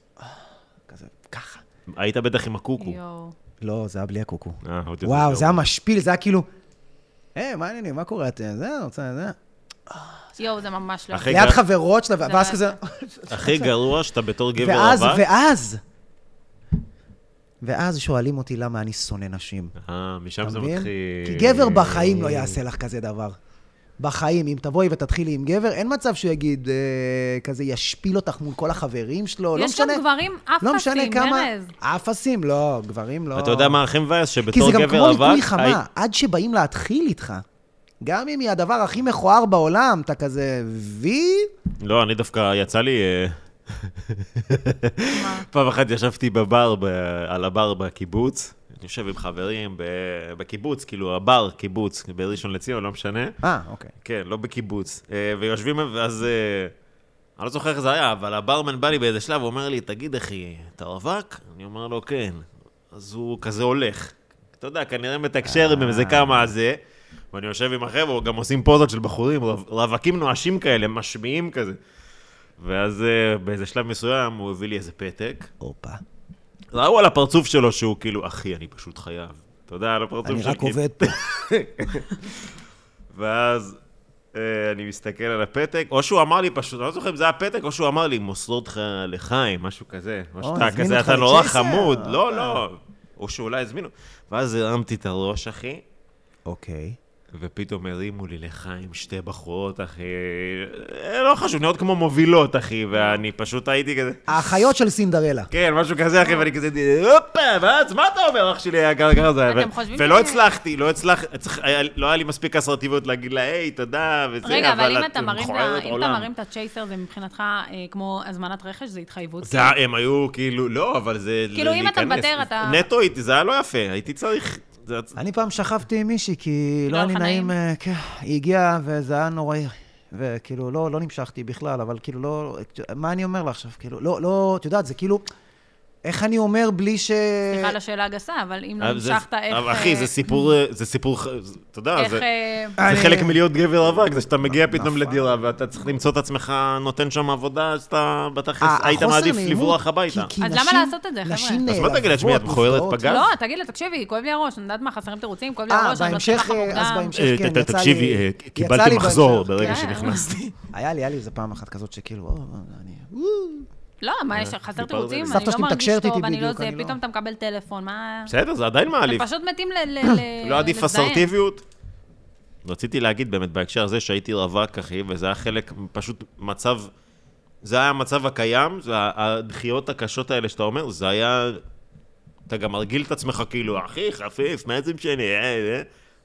S2: כזה, ככה.
S3: היית בטח עם הקוקו.
S1: יואו.
S2: לא, זה היה בלי הקוקו.
S3: אה, עוד יותר
S2: וואו,
S3: גרוע.
S2: זה היה משפיל, זה היה כאילו... היי, מה העניינים, מה קורה? את אה, זה, אני רוצה... זה...
S1: יואו, זה ממש לא.
S3: אחרי-
S2: ליד
S3: רגע.
S2: חברות שלה, ואז
S1: זה-
S2: כזה...
S3: הכי גרוע שאתה בתור גבר
S2: ואז,
S3: רווק.
S2: ואז, ואז שואלים אותי למה אני שונא נשים.
S3: אה, משם
S2: אתה
S3: זה
S2: מבין?
S3: מתחיל.
S2: כי גבר בחיים לא יעשה לך כזה דבר. בחיים, אם תבואי ותתחילי עם גבר, אין מצב שהוא יגיד, אה, כזה ישפיל אותך מול כל החברים שלו, לא
S1: יש גם
S2: משנה.
S1: גברים
S2: לא משנה
S1: אפסים,
S2: כמה...
S1: ארז.
S2: אפסים, לא, גברים לא.
S3: אתה יודע מה הכי מבאס?
S2: כי
S3: שבתור
S2: זה גם
S3: גבר
S2: כמו
S3: רווק...
S2: ליקוי חמה,
S3: הי-
S2: עד שבאים להתחיל איתך. גם אם היא הדבר הכי מכוער בעולם, אתה כזה, וי...
S3: לא, אני דווקא, יצא לי... אה, פעם אחת ישבתי בבר, ב... על הבר בקיבוץ. אני יושב עם חברים ב... בקיבוץ, כאילו הבר קיבוץ, בראשון לציון, לא משנה.
S2: אה, אוקיי.
S3: כן, לא בקיבוץ. אה, ויושבים, ואז... אה, אני לא זוכר איך זה היה, אבל הברמן בא לי באיזה שלב, הוא אומר לי, תגיד, אחי, אתה רווק? אני אומר לו, כן. אז הוא כזה הולך. אתה יודע, כנראה מתקשר עם
S2: אה.
S3: איזה כמה זה, ואני יושב עם החבר'ה, גם עושים פוזות של בחורים, רו- רווקים נואשים כאלה, משמיעים כזה. ואז אה, באיזה שלב מסוים הוא הביא לי איזה פתק.
S2: הופה.
S3: ראו על הפרצוף שלו שהוא כאילו, אחי, אני פשוט חייב. אתה יודע, על הפרצוף
S2: אני
S3: של
S2: רק
S3: כאילו-
S2: עובד פה.
S3: ואז אה, אני מסתכל על הפתק, או שהוא אמר לי פשוט, אני לא זוכר אם זה היה פתק, או שהוא אמר לי, מוסרו אותך לחיים, משהו כזה. או
S2: אוי,
S3: שאתה
S2: הזמין
S3: כזה,
S2: אותך
S3: אתה נורא
S2: לצ'ייסר?
S3: חמוד. לא,
S2: אופה.
S3: לא. או שאולי הזמינו. ואז הרמתי את הראש, אחי,
S2: אוקיי.
S3: ופתאום הרימו לי לחיים שתי בחורות, אחי, אה, לא חשוב, נראות כמו מובילות, אחי, ואני פשוט הייתי כזה...
S2: האחיות של סינדרלה.
S3: כן, משהו כזה, אחי, ואני כזה, הופה, ואז מה אתה אומר, אח שלי היה ככה ככה זה?
S1: אתם
S3: ו-
S1: חושבים
S3: ולא
S1: ש-
S3: הצלחתי, לא הצלחתי, לא היה לי מספיק אסרטיביות להגיד לה, היי, תודה, וזה,
S1: רגע, אבל אם
S3: את
S1: אתה מרים את ה-
S3: מכוערת
S1: אם אתה
S3: עולם.
S1: מרים את הצ'ייסר, זה מבחינתך אה, כמו הזמנת רכש, זה התחייבות.
S3: זה היה- הם היו כאילו, לא, אבל זה...
S1: כאילו, אם אתה
S3: להיכנס.
S1: מוותר, אתה-
S3: נטו הייתי, זה היה לא יפה, הייתי צריך... זה היה-
S4: אני פעם שכבתי עם מישהי, כי לא
S1: היה
S4: היה
S1: לך
S4: לי נעים,
S1: נעים?
S4: אה, כן, היא הגיעה וזה היה נוראי. וכאילו, לא, לא נמשכתי בכלל, אבל כאילו, לא... מה אני אומר לה עכשיו? כאילו, לא, לא, את יודעת, זה כאילו... איך אני אומר בלי ש...
S1: סליחה על השאלה הגסה, אבל אם לא
S3: אבל אה, זה-
S1: המשכת, איך...
S3: אבל אחי,
S1: אה,
S3: זה סיפור, אה, זה סיפור, ח- זה- אתה יודע,
S1: איך...
S3: זה...
S1: אה,
S3: זה
S4: אני-
S3: חלק מלהיות גבר רווק, זה שאתה מגיע פתאום
S4: נכון.
S3: לדירה ואתה צריך למצוא את עצמך נותן שם עבודה שאתה בתכלס
S2: ה-
S3: היית
S2: החוסר
S3: מעדיף
S2: נעימות,
S3: לברוח
S2: כי-
S3: הביתה.
S2: כי
S1: אז למה
S2: נשים-
S1: לעשות את זה, חבר'ה?
S2: נשים
S3: אז מה תגיד לה, "תשמעי, את
S2: נעלבות,
S3: מכוערת
S2: נפגעות."
S3: פגז?
S1: לא, תגיד לה, תקשיבי, כואב לי הראש, אני יודעת מה, חסרים תירוצים, כואב לי
S2: אה,
S1: הראש, אני לא
S2: בהמשך,
S1: מצליחה
S2: אה, אז
S1: חמוקה.
S2: בהמשך,
S3: אה,
S2: כן,
S3: ת-
S2: יצא לי-
S3: תקשיבי, אה,
S2: יצא
S3: קיבלתי
S2: לי
S3: מחזור
S2: בהמשך,
S3: ברגע
S1: כן.
S3: שנכנסתי.
S4: היה לי, היה לי איזה פעם אחת כזאת שכאילו,
S2: "אה,
S4: "או, אני...
S3: כן.
S1: לא, מה, יש, חסר
S3: דיברת
S1: תירוצים,
S3: אה, על
S2: זה.
S1: אני
S2: סבתא
S1: לא
S2: שלי
S1: מרגיש
S2: מתקשרת
S1: טוב,
S2: איתי
S1: אני לא
S2: בדיוק,
S1: זה,
S2: אני לא-
S1: פתאום אתה מקבל טלפון, מה...
S3: בסדר, זה עדיין מעליב.
S1: אתם פשוט מתים ל... ל- ל-
S3: לא עדיף
S1: לזיין.
S3: אסרטיביות? רציתי להגיד באמת בהקשר הזה שהייתי רווק, אחי, וזה היה חלק, פשוט מצב, זה היה המצב הקיים, זה ה- הדחיות הקשות האלה שאתה אומר, זה היה, אתה גם מרגיל את עצמך כאילו, אחי, חפיף, מה זה משנה, אה, אה."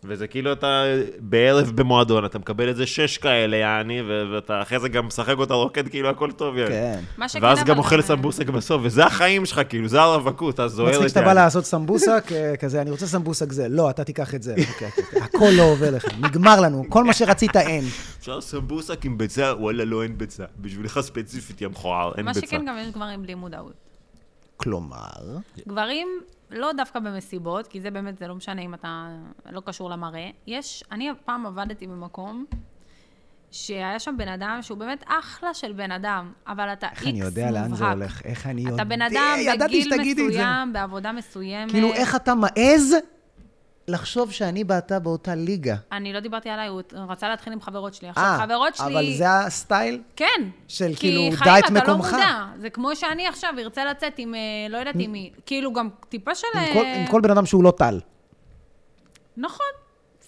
S3: וזה כאילו אתה בערב במועדון, אתה מקבל איזה שש כאלה, יעני, ו- ואתה אחרי זה גם משחק אותה רוקד, כאילו הכל טוב, יעני.
S2: כן.
S1: מה שכן,
S3: ואז
S1: אבל
S3: גם אוכל
S1: אה,
S3: סמבוסק בסוף, וזה החיים שלך, כאילו, זה הרווקות, הזוהרת.
S2: מצחיק שאתה בא
S3: יעני.
S2: לעשות סמבוסק, אה, כזה, אני רוצה סמבוסק זה. לא, אתה תיקח את זה. אוקיי, אוקיי. הכל לא עובר לך, נגמר לנו, כל מה שרצית אין.
S3: אפשר סמבוסק עם ביצה, וואלה, לא, אין ביצה. בשבילך ספציפית, יא מכוער, אין
S1: מה
S3: ביצה.
S1: שכן, גם יש גברים בלי מודעות.
S2: כלומר,
S1: גברים, לא דווקא במסיבות, כי זה באמת, זה לא משנה אם אתה לא קשור למראה. יש, אני פעם עבדתי במקום שהיה שם בן אדם שהוא באמת אחלה של בן אדם, אבל אתה איקס
S2: איך
S1: מובהק.
S2: אני יודע לאן זה הולך, איך אני יודע,
S1: אתה בן אדם
S2: ידעתי
S1: בגיל
S2: שתגידי את זה.
S1: מסוים, בעבודה מסוימת.
S2: כאילו, איך אתה מעז לחשוב שאני ואתה באותה ליגה?
S1: אני לא דיברתי עליי, הוא רצה להתחיל עם חברות שלי. עכשיו,
S2: אה,
S1: חברות שלי...
S2: אבל זה הסטייל?
S1: כן.
S2: של
S1: כי
S2: כאילו,
S1: חיים,
S2: דע את
S1: אתה לא
S2: מקומך.
S1: מודע. זה כמו שאני עכשיו ארצה לצאת עם, אה, לא יודעת עם מי. כאילו, גם טיפה של...
S2: עם כל-
S1: אה,
S2: עם כל בן אדם שהוא לא טל.
S1: נכון,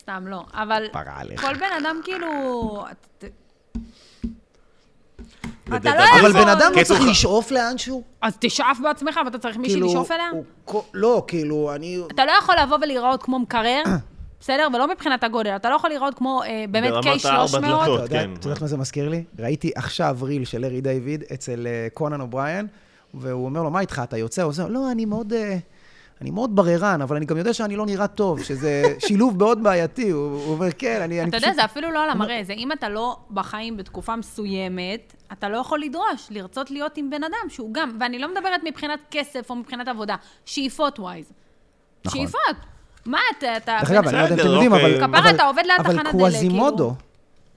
S1: סתם לא. אבל
S2: כפרה עליך.
S1: כל בן אדם כאילו... את- אתה
S3: לדעת-
S1: לא
S2: אבל
S1: יכול.
S2: בן אדם לא
S3: קטע
S2: צריך
S3: ח-
S2: לשאוף לאנשהו.
S1: אז תשאף בעצמך, ואתה צריך מישהי
S2: כאילו,
S1: לשאוף אליה?
S2: הוא כל- לא, כאילו, אני...
S1: אתה לא יכול לבוא ולהיראות כמו מקרר, בסדר? ולא מבחינת הגודל. אתה לא יכול להיראות כמו אה, באמת
S3: ברמת הארבע
S1: K300.
S3: דלתות.
S2: אתה יודע-
S3: כן.
S2: את יודעת מה זה מזכיר לי? ראיתי עכשיו ריל של לארי דיוויד אצל אה, קונן אובריין, והוא אומר לו, מה איתך, אתה יוצא? הוא אומר, לא, אני מאוד... אה, אני מאוד בררן, אבל אני גם יודע שאני לא נראה טוב, שזה שילוב מאוד בעייתי. הוא הוא אומר, כן, אני אני
S1: אתה
S2: פשוט...
S1: יודע, זה אפילו לא על המראה, זה אם אתה לא בחיים בתקופה מסוימת, אתה לא יכול לדרוש, לרצות להיות עם בן אדם שהוא גם, ואני לא מדברת מבחינת כסף או מבחינת עבודה, שאיפות ווייז.
S2: נכון.
S1: שאיפות. מה אתה... אתה
S2: דרך אגב, אני לא יודע אם אתם
S3: בסדר,
S2: יודעים, אבל...
S3: אוקיי.
S1: כפרה,
S2: אבל-
S1: אתה עובד ליד תחנת
S2: אבל
S1: דלק,
S2: קוואזימודו,
S1: כאילו.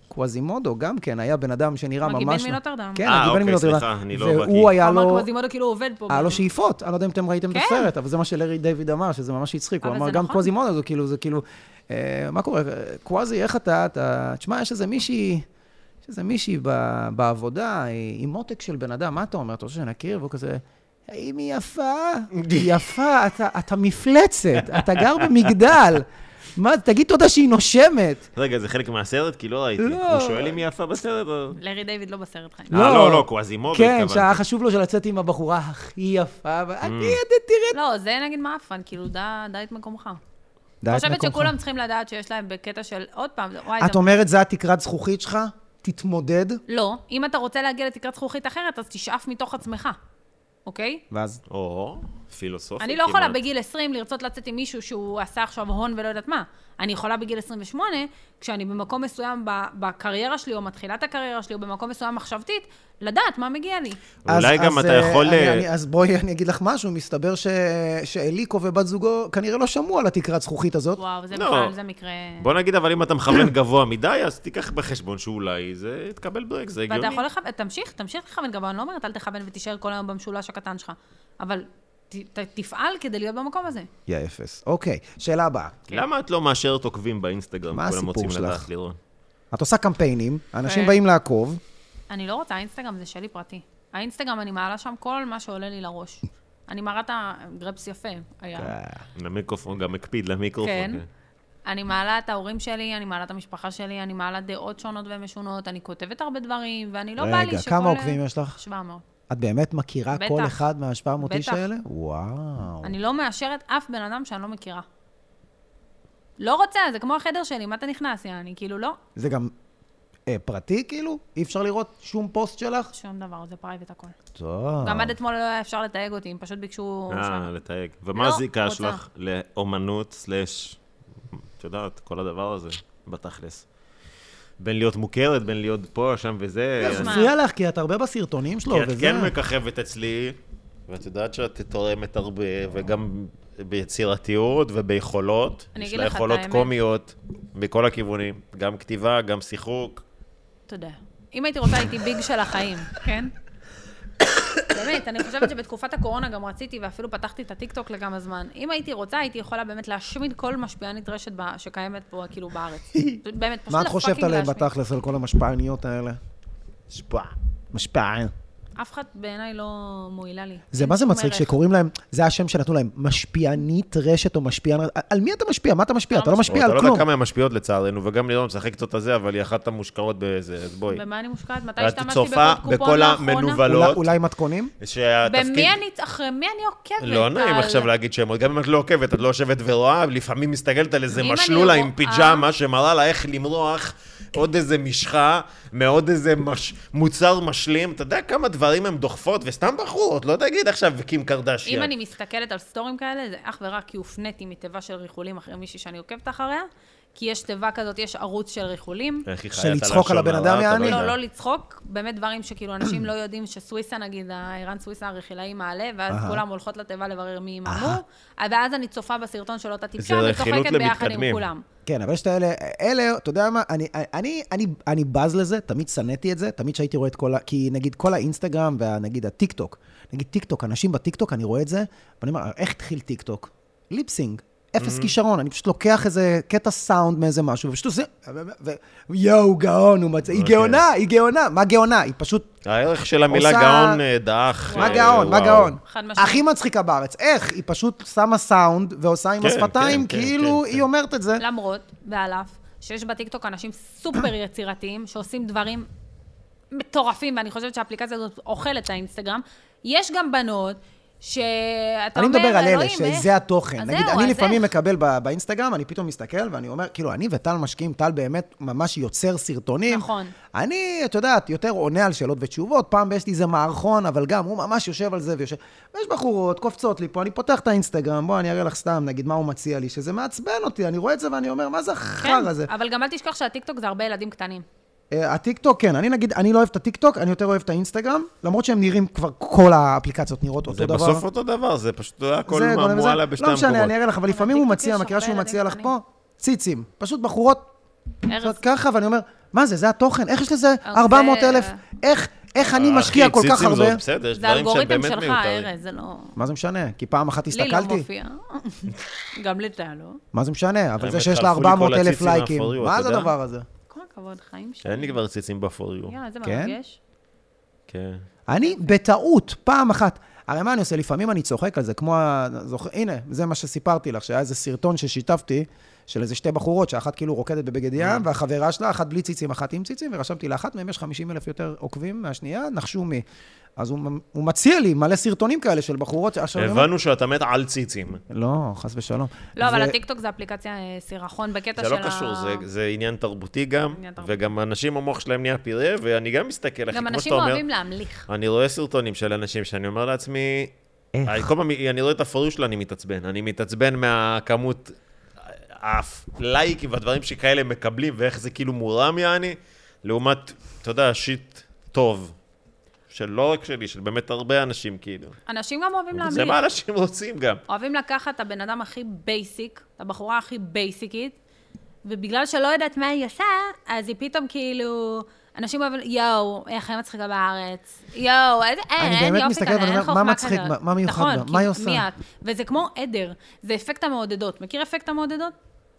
S2: קוואזימודו גם כן, היה בן אדם שנראה ממש...
S1: מגיבן
S2: לא-
S1: מנוטרדם.
S2: כן,
S3: אה,
S2: מגיבן
S3: אוקיי,
S2: מנוטרדם.
S3: סליחה, אני לא בקיא.
S2: והוא היה
S1: אמר
S2: לו...
S1: קוואזימודו כאילו הוא עובד פה.
S2: היה לו שאיפות, אני לא יודע אם אתם ראיתם את
S1: כן.
S2: הסרט, אבל זה מה שלארי דיוויד אמר, שזה ממש הצחיק. הוא
S1: אבל
S2: אמר,
S1: זה
S2: גם
S1: נכון.
S2: קוואזי מודו, זה כאילו, זה כאילו, אה, מה קורה? אה, קוואזי, איך אתה? אתה, תשמע, יש איזה מישהי, יש איזה מישהי ב- בעבודה, היא עם עותק של בן אדם, מה אתה אומר? אתה רוצה שנכיר? והוא כזה, האם היא יפה? היא יפה, אתה, אתה מפלצת, אתה גר במגדל. מה, תגיד תודה שהיא נושמת.
S3: רגע, זה חלק מהסרט? כי לא ראיתי.
S2: לא.
S3: הוא שואל אם היא יפה בסרט? או-
S1: לארי דיוויד לא בסרט חיים.
S3: אה, לא, לא, קוואזימודו
S2: כן,
S3: התכוונתי. Mm.
S2: שהיה חשוב לו שלצאת עם הבחורה הכי יפה, ואתה תראה.
S1: לא, זה נגיד מאפן, כאילו, דע דע את מקומך.
S2: דע
S1: אני
S2: את
S1: חושבת
S2: מקומך.
S1: שכולם צריכים לדעת שיש להם בקטע של, עוד פעם, זה- וואי,
S2: את
S1: זה...
S2: אומרת, זה התקרת זכוכית שלך? תתמודד.
S1: לא, אם אתה רוצה להגיע לתקרת זכוכית אחרת, אז תשאף מתוך עצמך, אוקיי?
S2: ואז
S3: או, פילוסופי
S1: אני לא יכולה
S3: כמעט.
S1: בגיל 20 לרצות לצאת עם מישהו שהוא עשה עכשיו הון ולא יודעת מה. אני יכולה בגיל 28, כשאני במקום מסוים ב- בקריירה שלי, או מתחילת הקריירה שלי, או במקום מסוים מחשבתית, לדעת מה מגיע לי.
S2: אז-
S3: אולי גם
S2: אז,
S3: אתה
S2: אה,
S3: יכול...
S2: אני-
S3: אה,
S2: אני- אז בואי אני אגיד לך משהו, מסתבר ש- שאליקו ובת זוגו כנראה לא שמעו על התקרת זכוכית הזאת.
S1: וואו, זה
S3: לא.
S1: בכלל, זה מקרה...
S3: בוא נגיד, אבל אם אתה מכוון גבוה מדי, אז תיקח בחשבון שאולי זה יתקבל ברק, זה
S1: ואתה
S3: הגיוני.
S1: יכול לכוון, תמשיך, תמשיך לכוון גבוה, אני לא אומרת אל תכוון ותישאר כל היום במשולש הקטן שלך, אבל ת- ת- תפעל כדי להיות במקום הזה.
S2: יא אפס. אוקיי, שאלה הבאה.
S1: כן.
S3: למה את לא מאשרת עוקבים באינסטגרם?
S2: מה
S3: כולם
S2: הסיפור
S3: רוצים
S2: שלך?
S3: לדעת, לירון.
S2: את עושה קמפיינים, אנשים
S1: כן.
S2: באים לעקוב,
S1: אני לא רוצה, האינסטגרם זה שלי פרטי. האינסטגרם, אני מעלה שם כל מה שעולה לי לראש. אני מראה את הגרפס יפה, היה.
S2: כן.
S3: למיקרופון, גם מקפיד למיקרופון.
S1: כן. אני מעלה את ההורים שלי, אני מעלה את המשפחה שלי, אני מעלה דעות שונות ומשונות, אני כותבת הרבה דברים, ואני לא בא לי
S2: רגע,
S1: שכל...
S2: כמה עוקבים יש לך?
S1: 700.
S2: את באמת מכירה
S1: בטח.
S2: כל אחד מה-700 איש
S1: בטח.
S2: האלה? וואו.
S1: אני לא מאשרת אף בן אדם שאני לא מכירה. לא רוצה, זה כמו החדר שלי, מה אתה נכנס, יעני? כאילו, לא,
S2: זה גם אה, פרטי, כאילו? אי אפשר לראות שום פוסט שלך?
S1: שום דבר, זה פרייבט הכל.
S2: אה. טוב.
S1: גם עד אתמול לא היה אפשר לתייג אותי, הם פשוט ביקשו... שם.
S3: אה, לתייג. ומה
S1: לא,
S3: הזיקה
S1: רוצה.
S3: שלך לאומנות סלאש, את יודעת, כל הדבר הזה, בתכלס. בין להיות מוכרת, בין להיות פה, שם וזה.
S1: תשמע,
S2: מפריע לך, כי את הרבה בסרטונים שלו,
S3: כי את
S2: לא, וזה...
S3: כן מככבת אצלי, ואת יודעת שאת תורמת הרבה, וגם ביצירתיות וביכולות.
S1: אני
S3: יש
S1: אגיד
S3: לה
S1: לך את
S3: יכולות
S1: האמת.
S3: קומיות, מכל הכיוונים. גם כתיבה, גם שיחוק.
S1: תודה. אם הייתי רוצה, הייתי ביג של החיים, כן? באמת, אני חושבת שבתקופת הקורונה גם רציתי, ואפילו פתחתי את הטיקטוק לכמה זמן. אם הייתי רוצה, הייתי יכולה באמת להשמיד כל משפיענית רשת ב- שקיימת פה, כאילו, בארץ. באמת, פשוט
S2: מה את חושבת
S1: לפאקינג
S2: עליהם
S1: להשמיד.
S2: בתכלס, על כל המשפעניות האלה? משפע. משפען.
S1: אף אחד בעיניי לא מועילה לי.
S2: זה
S1: אין
S2: מה זה
S1: שום
S2: מצחיק
S1: ערך.
S2: שקוראים להם, זה השם שנתנו להם, משפיענית רשת או משפיען... על מי אתה משפיע? מה אתה משפיע? אתה לא משפיע
S3: אתה
S2: על
S3: לא יודע
S2: כלום.
S3: כמה הן משפיעות לצערנו, וגם לירון משחקת אותה זה, אבל היא אחת המושקעות בזה, אז בואי.
S1: במה אני מושקעת? מתי
S3: ואת
S1: השתמשתי
S3: צופה
S1: בקוד קופון
S3: בכל
S1: לאחרונה?
S2: אולי-
S3: המנוולות.
S2: אולי מתכונים?
S3: שהתפקיד...
S1: במי אני, אחרי מי אני עוקבת?
S3: לא נעים
S1: על-
S3: עכשיו להגיד שמות, גם אם את לא עוקבת, את לא יושבת ורואה, לפעמים מסתכלת על איזה
S1: אם אני
S3: משלולה עם
S1: רואה-
S3: פיג'מה שמראה לה איך למרוח עוד איזה משחה מעוד איזה מש... מוצר משלים. אתה יודע כמה דברים הן דוחפות, וסתם בחורות, לא תגיד עכשיו קים קרדשיאן.
S1: אם אני מסתכלת על סטורים כאלה, זה אך ורק כי הופניתי מתיבה של ריחולים אחרי מישהי שאני עוקבת אחריה, כי יש תיבה כזאת, יש ערוץ של ריחולים.
S3: איך היא
S2: של
S3: חיית
S2: לצחוק על
S3: הלשון
S2: הבן
S3: הרע,
S2: אדם,
S3: אתה
S2: יעני?
S3: כן, יודע.
S1: לא, לא לצחוק, באמת דברים שכאילו אנשים לא יודעים שסוויסה נגיד, הערן סוויסה הרכילאי מעלה, ואז
S2: אהה.
S1: כולם הולכות לתיבה לברר מי עם אמור, ואז אני צופה בסרטון של אותה טיפשה,
S3: זה רכילות
S1: וצוחקת ביחד
S3: למתקדמים.
S1: עם כולם.
S2: כן, אבל יש את האלה, אלה, אתה יודע מה, אני, אני, אני, אני בז לזה, תמיד שנאתי את זה, תמיד שהייתי רואה את כל ה... כי נגיד כל האינסטגרם ונגיד הטיקטוק, נגיד טיקטוק, אנשים בטיקטוק, אני רואה את זה, ואני אומר, איך התחיל טיקטוק? ליפסינג, אפס
S3: Mm-hmm.
S2: כישרון, אני פשוט לוקח איזה קטע סאונד מאיזה משהו, ופשוט עושה, ו- ו- יואו, גאון, הוא מצא, היא
S3: אוקיי.
S2: גאונה, היא גאונה, מה גאונה? היא פשוט,
S3: הערך של המילה
S2: עושה-
S3: גאון אה, דעך.
S2: מה
S3: אה,
S2: גאון, מה
S3: וואו.
S2: גאון?
S1: חד משמעית.
S2: הכי מצחיקה בארץ, איך? היא פשוט שמה סאונד ועושה עם
S3: כן,
S2: השפתיים,
S3: כן, כן,
S2: כאילו
S3: כן,
S2: היא
S3: כן.
S2: אומרת את זה.
S1: למרות, ועל אף, שיש בטיקטוק אנשים סופר יצירתיים, שעושים דברים מטורפים, ואני חושבת שהאפליקציה הזאת אוכלת את האינסטגרם, יש גם בנות שאתה
S2: אני
S1: אומר,
S2: מדבר על אלה,
S1: "אלוהים, איך?"
S2: שזה התוכן.
S1: אז
S2: נגיד,
S1: זהו,
S2: אני
S1: אז
S2: לפעמים
S1: איך?
S2: מקבל ב- באינסטגרם, אני פתאום מסתכל ואני אומר, כאילו, אני וטל משקיעים, טל באמת ממש יוצר סרטונים.
S1: נכון.
S2: אני, את יודעת, יותר עונה על שאלות ותשובות, פעם ויש לי איזה מערכון, אבל גם הוא ממש יושב על זה ויושב... ויש בחורות, קופצות לי פה, אני פותח את האינסטגרם, בוא, אני אראה לך סתם, נגיד, מה הוא מציע לי, שזה מעצבן אותי, אני רואה את זה ואני אומר, מה זה החרא הזה?
S1: כן, אבל גם אל תשכח שהטיקטוק זה הרבה ילדים קטנים.
S2: אה, הטיקטוק, כן, אני נגיד, אני לא אוהב את הטיקטוק, אני יותר אוהב את האינסטגרם, למרות שהם נראים כבר, כל האפליקציות נראות אותו
S3: זה
S2: דבר.
S3: בסוף אותו דבר, זה פשוט הכל
S2: זה, גונב
S3: מועלה
S2: וזה.
S3: בשתי
S2: לא משנה,
S3: המקומות.
S2: אני אראה לך, אבל לפעמים הוא
S1: בטיקטוק
S2: מציע,
S1: יש
S2: מכירה
S1: הרבה
S2: שהוא מציע לך
S1: ילדים
S2: פה? ציצים. פשוט בחורות
S1: ארז, אוקיי.
S2: עושות ככה, ואני אומר, מה זה, זה התוכן, איך יש לזה
S1: אבל זה-
S2: 400 אלף? איך, איך אני
S3: אה, אחי,
S2: משקיע כל כך
S3: ציצים
S2: הרבה?
S3: זאת בסדר, יש
S1: זה
S3: דברים שהם
S1: אלגוריתם
S3: באמת
S1: שלך,
S3: מיותרים.
S1: ארז, זה לא...
S2: מה זה משנה? כי פעם אחת
S1: לי לא
S2: הסתכלתי,
S1: מופיע. גם לטל, לא?
S2: מה זה משנה? אבל זה
S3: האמת,
S2: שיש
S3: חלפו לי
S2: לה 400
S3: כל
S2: אלף
S3: הציצים
S2: לייקים,
S3: האפוריות,
S2: מה
S3: אתה
S2: זה
S3: יודע?
S2: הדבר הזה?
S1: כל הכבוד, חיים שלי.
S3: אין לי כבר ציצים בפוריו.
S1: יאללה, זה
S2: כן?
S1: מרגש.
S3: כן.
S2: אני בטעות, פעם אחת, הרי מה אני עושה? לפעמים אני צוחק על זה, כמו ה... זוכ... הנה, זה מה שסיפרתי לך, שהיה איזה סרטון ששיתפתי, של איזה שתי בחורות, שאחת כאילו רוקדת בבגד ים, והחברה שלה, אחת בלי ציצים, אחת עם ציצים, ורשמתי לאחת מהן יש 50 אלף יותר עוקבים מהשנייה, נחשו מי. אז הוא, הוא מציע לי מלא סרטונים כאלה של בחורות, עכשיו אני אומר...
S3: הבנו שאתה מת על ציצים.
S2: לא, חס ושלום.
S1: לא, אבל
S2: ו-
S1: הטיקטוק זה אפליקציה אה, סירחון בקטע של
S3: זה
S1: ה...
S3: לא קשור, זה- זה עניין תרבותי גם,
S1: עניין תרבותי. גם
S3: וגם אנשים, המוח שלהם נהיה פירה, ואני גם מסתכל, אחי, כמו
S1: אנשים
S3: שאתה אומר,
S1: אוהבים להמליך.
S3: אני רואה סרטונים של אנשים שאני אומר לעצמי,
S2: איך?
S3: אני כל פעם, אני רואה את הפוריו שלה, אני מתעצבן. אני מתעצבן מהכמות, הלייקים והדברים שכאלה מקבלים, ואיך זה כאילו מורם יעני, לעומת, אתה יודע, שיט טוב. של לא רק שלי, של באמת הרבה אנשים, כאילו.
S1: אנשים גם אוהבים
S3: זה
S1: להמליך.
S3: מה אנשים רוצים גם.
S1: אוהבים לקחת את הבן אדם הכי בייסיק, את הבחורה הכי בייסיקית, ובגלל שלא יודעת מה היא עושה, אז היא פתאום כאילו... אנשים אוהבים, יואו, איך היא מצחיקה בארץ. יואו, איזה, אין,
S2: אני
S1: אין,
S2: באמת
S1: יופי
S2: מסתכל
S1: כאן,
S2: ואני
S1: אין
S2: אומר,
S1: חוכמה
S2: מה מצחיק
S1: כזאת.
S2: בה? מה מיוחד
S1: נכון,
S2: בה?
S1: כי
S2: מה היא עושה?
S1: מי את? וזה כמו עדר, זה אפקט המעודדות. מכיר אפקט המעודדות?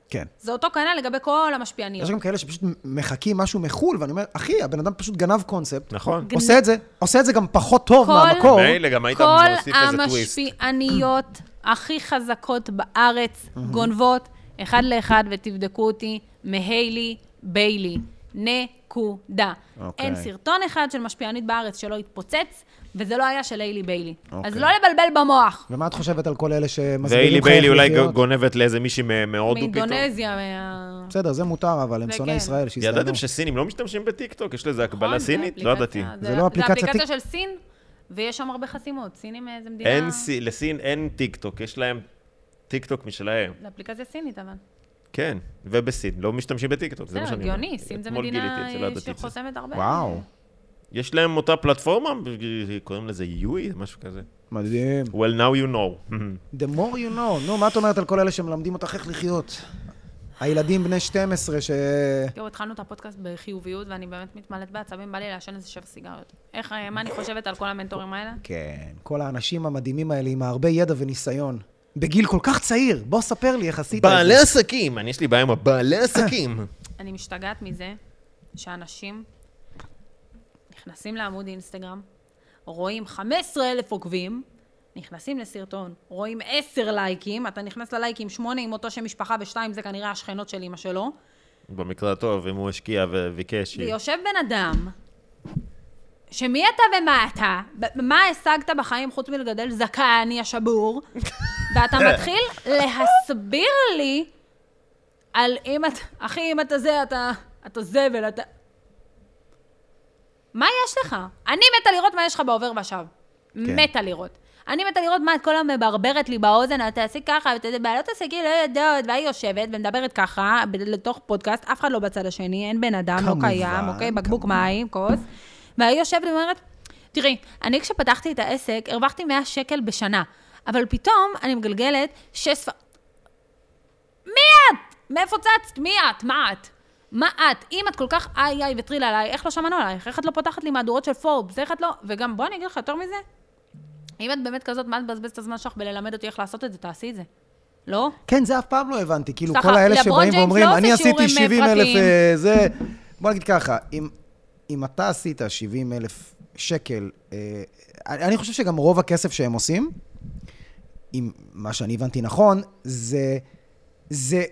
S2: כן.
S1: זה אותו כנ"ל לגבי כל המשפיעניות.
S2: יש גם כאלה שפשוט מחכים משהו מחו"ל, ואני אומר, אחי, הבן אדם פשוט גנב קונספט.
S3: נכון.
S1: גנ-
S2: עושה את זה, עושה את זה גם פחות טוב
S1: כל-
S2: מהמקור.
S3: מילא, גם היית מוסיף איזה טוויסט.
S1: כל המשפיעניות הכי חזקות בארץ גונבות אחד לאחד, ותבדקו אותי, מהיילי ביילי. נקודה.
S2: אוקיי.
S1: אין סרטון אחד של משפיענית בארץ שלא התפוצץ, וזה לא היה של היילי ביילי. אז
S2: אוקיי.
S1: לא לבלבל במוח.
S2: ומה את חושבת על כל אלה שמסבירים
S3: ואילי
S2: לך איך
S3: ביילי אולי
S2: לחיות?
S3: גונבת לאיזה מישהי מ- מהודו פתאום.
S1: מאינדונזיה, מה...
S2: בסדר, זה מותר, אבל הם
S1: זה
S2: שונאי
S1: כן.
S2: ישראל, שיסתיימו.
S3: ידעתם שסינים לא משתמשים בטיקטוק? יש לזה
S1: נכון,
S3: הקבלה
S1: זה
S3: סינית? לא
S1: אפליקציה,
S3: ידעתי.
S2: זה לא אפליקציה
S1: זה אפליקציה של סין, ויש שם הרבה חסימות. סינים אה, זה מדינה...
S3: אין סי- לסין אין טיקטוק, יש להם טיקטוק משלהם.
S1: זה אפליקציה סינית, אבל.
S3: כן, ובסין, לא משתמשים בטיקטוק, זה
S1: זה
S3: מה שאני אומר.
S1: הגיוני, סין זה
S3: אתמול
S1: מדינה
S3: גיליתי את זה, לא
S1: אה,
S3: ידעתי את זה.
S1: שחוסמת הרבה.
S2: וואו,
S3: יש להם אותה פלטפורמה, קוראים לזה יואי, משהו כזה.
S2: מדהים.
S3: Well, now you know.
S2: The more you know. נו, מה את אומרת על כל אלה שמלמדים אותך איך לחיות? הילדים בני 12 ש...
S1: תראו, התחלנו את הפודקאסט בחיוביות, ואני באמת מתמלאת בעצבים, בא לי לעשן איזה שבע סיגריות. איך, אה, מה אני חושבת על כל המנטורים האלה?
S2: כן, כל האנשים המדהימים האלה עם הרבה ידע וניסיון. בגיל כל כך צעיר, בוא ספר לי איך עשית את זה.
S3: בעלי עסקים, אני יש לי בעיה עם הבעלי עסקים.
S1: אני משתגעת מזה שאנשים נכנסים לעמוד אינסטגרם, רואים 15 אלף עוקבים, נכנסים לסרטון, רואים 10 לייקים, אתה נכנס ללייקים, 8 עם אותו שם משפחה ושתיים זה כנראה השכנות של אמא שלו,
S3: במקרה הטוב, אם הוא השקיע וביקש...
S1: ויושב בן אדם, שמי אתה ומה אתה, ב- מה השגת בחיים חוץ מלגדל זקן, יא שבור, ואתה מתחיל להסביר לי על אם אתה, אחי, אם אתה זה, אתה, אתה זבל, אתה... מה יש לך? אני מתה לראות מה יש לך בעובר ושב. כן. מתה לראות. אני מתה לראות מה את כל המברברת לי באוזן, את תעשי ככה, ותעשי בעלות עסקי לא יודעות, והיא יושבת ומדברת ככה, ב- לתוך פודקאסט, אף אחד לא בצד השני, אין בן אדם,
S2: כמובן,
S1: לא קיים, אוקיי? בקבוק מים, כוס. והיא יושבת ואומרת, תראי, אני כשפתחתי את העסק, הרווחתי 100 שקל בשנה, אבל פתאום אני מגלגלת שש ספ... מי את? מאיפה צצת? מי את? מה את? מה את? אם את כל כך איי איי וטריל עליי, איך לא שמענו עלייך? איך את לא פותחת לי מהדורות של פורבס? איך את לא... וגם, בוא אני אגיד לך יותר מזה, אם את באמת כזאת, מה את מבזבזת את הזמן שלך בללמד אותי איך לעשות את זה? תעשי את זה. לא?
S2: כן, זה אף פעם לא הבנתי. כאילו,
S1: סליחה,
S2: כל האלה
S1: לברון
S2: שבאים
S1: ג'יימס
S2: ואומרים,
S1: לא עושה
S2: אני עשיתי
S1: שיעורים, אה,
S2: 70 אלף
S1: פרטיים."
S2: זה... בוא נגיד ככה, אם, אם אתה עשית 70 אלף שקל, אה, אני אני חושב שגם רוב הכסף שהם עושים, אם מה שאני הבנתי נכון, זה, זה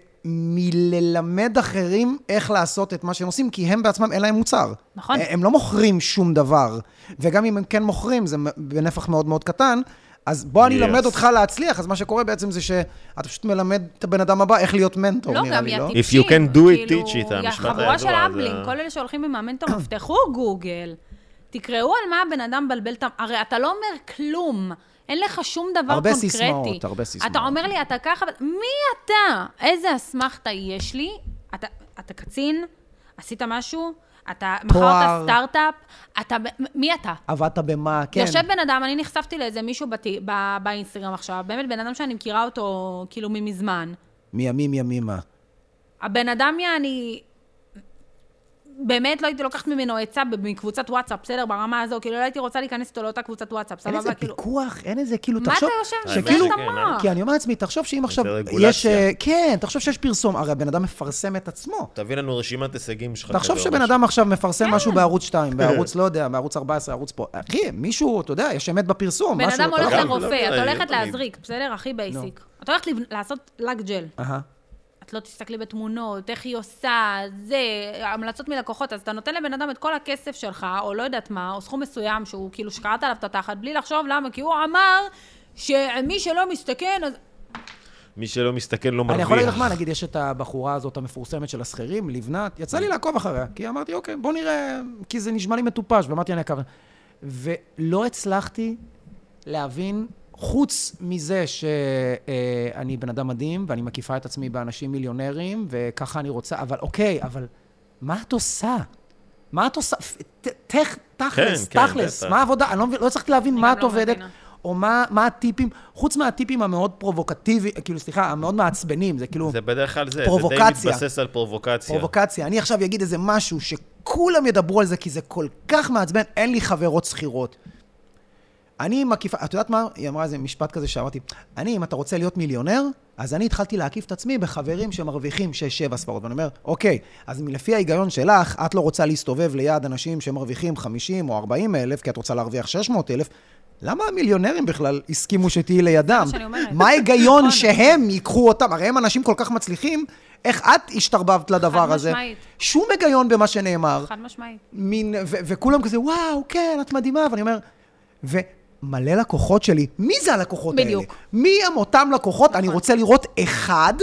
S2: מללמד אחרים איך לעשות את מה שהם עושים, כי הם בעצמם, אין להם מוצר.
S1: נכון.
S2: הם לא מוכרים שום דבר, וגם אם הם כן מוכרים, זה בנפח מאוד מאוד קטן. אז בוא אני
S3: Yes.
S2: אלמד אותך להצליח, אז מה שקורה בעצם זה שאתה פשוט מלמד את הבן אדם הבא איך להיות מנטור,
S1: לא,
S2: נראה
S1: גם
S2: לי,
S1: יא
S2: לא?
S3: If
S1: טיפשים.
S3: you can do it,
S1: כאילו,
S3: teach it,
S1: יא
S3: המשפט הידוע,
S1: חבורה של
S3: זה-
S1: אמבלים, כל אלה שהולכים עם המנטור, תפתחו גוגל, תקראו על מה הבן אדם מבלבל את ה... הרי אתה לא אומר כלום. אין לך שום דבר
S2: הרבה
S1: קונקרטי.
S2: סיסמאות, הרבה סיסמאות.
S1: אתה אומר לי, אתה ככה, אבל מי אתה? איזה אסמכתה יש לי? אתה, אתה קצין? עשית משהו? אתה מכרת סטארט-אפ? אתה... מי אתה?
S2: עבדת במה, כן.
S1: יושב בן אדם, אני נחשפתי לאיזה מישהו בתי, ב, באינסטגרם עכשיו, באמת בן אדם שאני מכירה אותו כאילו ממזמן.
S2: מימים ימימה.
S1: הבן אדם, יעני, באמת לא הייתי לוקחת ממנו עצה ב- מקבוצת וואטסאפ, בסדר? ברמה הזו, כאילו לא הייתי רוצה להיכנס איתו לאותה קבוצת וואטסאפ,
S2: אין איזה
S1: סבבה? כאילו,
S2: פיקוח, אין איזה, כאילו,
S1: מה אתה
S2: תחשוב...
S1: יושב
S3: שכאילו-
S1: ומבזבז את
S3: כן,
S1: המוח?
S2: כי אני אומר לעצמי, תחשוב שאם עכשיו
S3: רגולציה.
S2: יש... אה, כן, תחשוב שיש פרסום, הרי הבן אדם מפרסם את עצמו.
S3: תביא לנו רשימת הישגים שלך.
S2: תחשוב
S3: כזה,
S2: שבן
S3: או
S2: אדם עכשיו מפרסם
S1: כן.
S2: משהו בערוץ
S3: כן.
S2: 2, בערוץ, לא יודע, בערוץ 14, ערוץ פה. אחי, מישהו, אתה יודע, יש אמת בפרסום,
S1: בן
S2: משהו...
S1: אדם
S2: אתה
S1: הולך
S2: לא- אה.
S3: גם-
S1: לרופא,
S3: לא,
S1: את
S3: לא,
S1: הולכת
S3: לא,
S1: להזריק, בסדר? הכי בייסיק. את הולכת לב- לעשות לק ג'ל.
S2: אהה.
S1: את לא תסתכלי בתמונות, איך היא עושה, זה, המלצות מלקוחות, אז אתה נותן לבן אדם את כל הכסף שלך, או לא יודעת מה, או סכום מסוים שהוא כאילו שקעת עליו את התחת, בלי לחשוב למה, כי הוא אמר שמי שלא מסתכן, אז...
S3: משהו. מי שלא מסתכל לא מרוויח.
S2: אני יכול להגיד לך מה, נגיד, יש את הבחורה הזאת המפורסמת של השכירים, לבנת, יצא לי לעקוב אחריה, כי אמרתי, אוקיי, בוא נראה, כי זה נשמע לי מטופש, ואמרתי, אני אעקב. ולא הצלחתי להבין, חוץ מזה שאני בן אדם מדהים, ואני מקיפה את עצמי באנשים מיליונרים, וככה אני רוצה, אבל אוקיי, אבל מה את עושה? מה את עושה? ת- תכ- תכלס,
S3: כן,
S2: תכלס,
S3: בטח.
S2: מה העבודה? אני לא מבין, לא הצלחתי להבין מה
S1: גם
S2: את
S1: לא
S2: עובדת,
S1: מבינה.
S2: או מה מה הטיפים, חוץ מהטיפים המאוד פרובוקטיביים, כאילו, סליחה, המאוד מעצבנים, זה כאילו...
S3: זה בדרך כלל זה, זה די
S2: פרובוקציה.
S3: מתבסס על פרובוקציה.
S2: פרובוקציה. אני עכשיו אגיד איזה משהו שכולם ידברו על זה, כי זה כל כך מעצבן, אין לי חברות שכירות. אני מקיפה, את יודעת מה? היא אמרה איזה משפט כזה שאמרתי, אני, אם אתה רוצה להיות מיליונר, אז אני התחלתי להקיף את עצמי בחברים שמרוויחים 6-7 ספרות. ואני אומר, אוקיי, אז לפי ההיגיון שלך, את לא רוצה להסתובב ליד אנשים שמרוויחים 50 או 40 אלף, כי את רוצה להרוויח 600 אלף. למה המיליונרים בכלל הסכימו שתהיי לידם?
S1: שאני אומרת.
S2: מה ההיגיון
S1: נכון.
S2: שהם ייקחו אותם? הרי הם אנשים כל כך מצליחים, איך את השתרבבת לדבר הזה?
S1: משמעית.
S2: שום היגיון במה שנאמר.
S1: חד משמעית.
S2: מין, ו- וכולם כזה, וואו, כן, את מדהימה, ואני אומר, ומלא לקוחות שלי, מי זה הלקוחות האלה?
S1: בדיוק. נכון.
S2: מי הם אותם לקוחות? אני רוצה לראות אחד,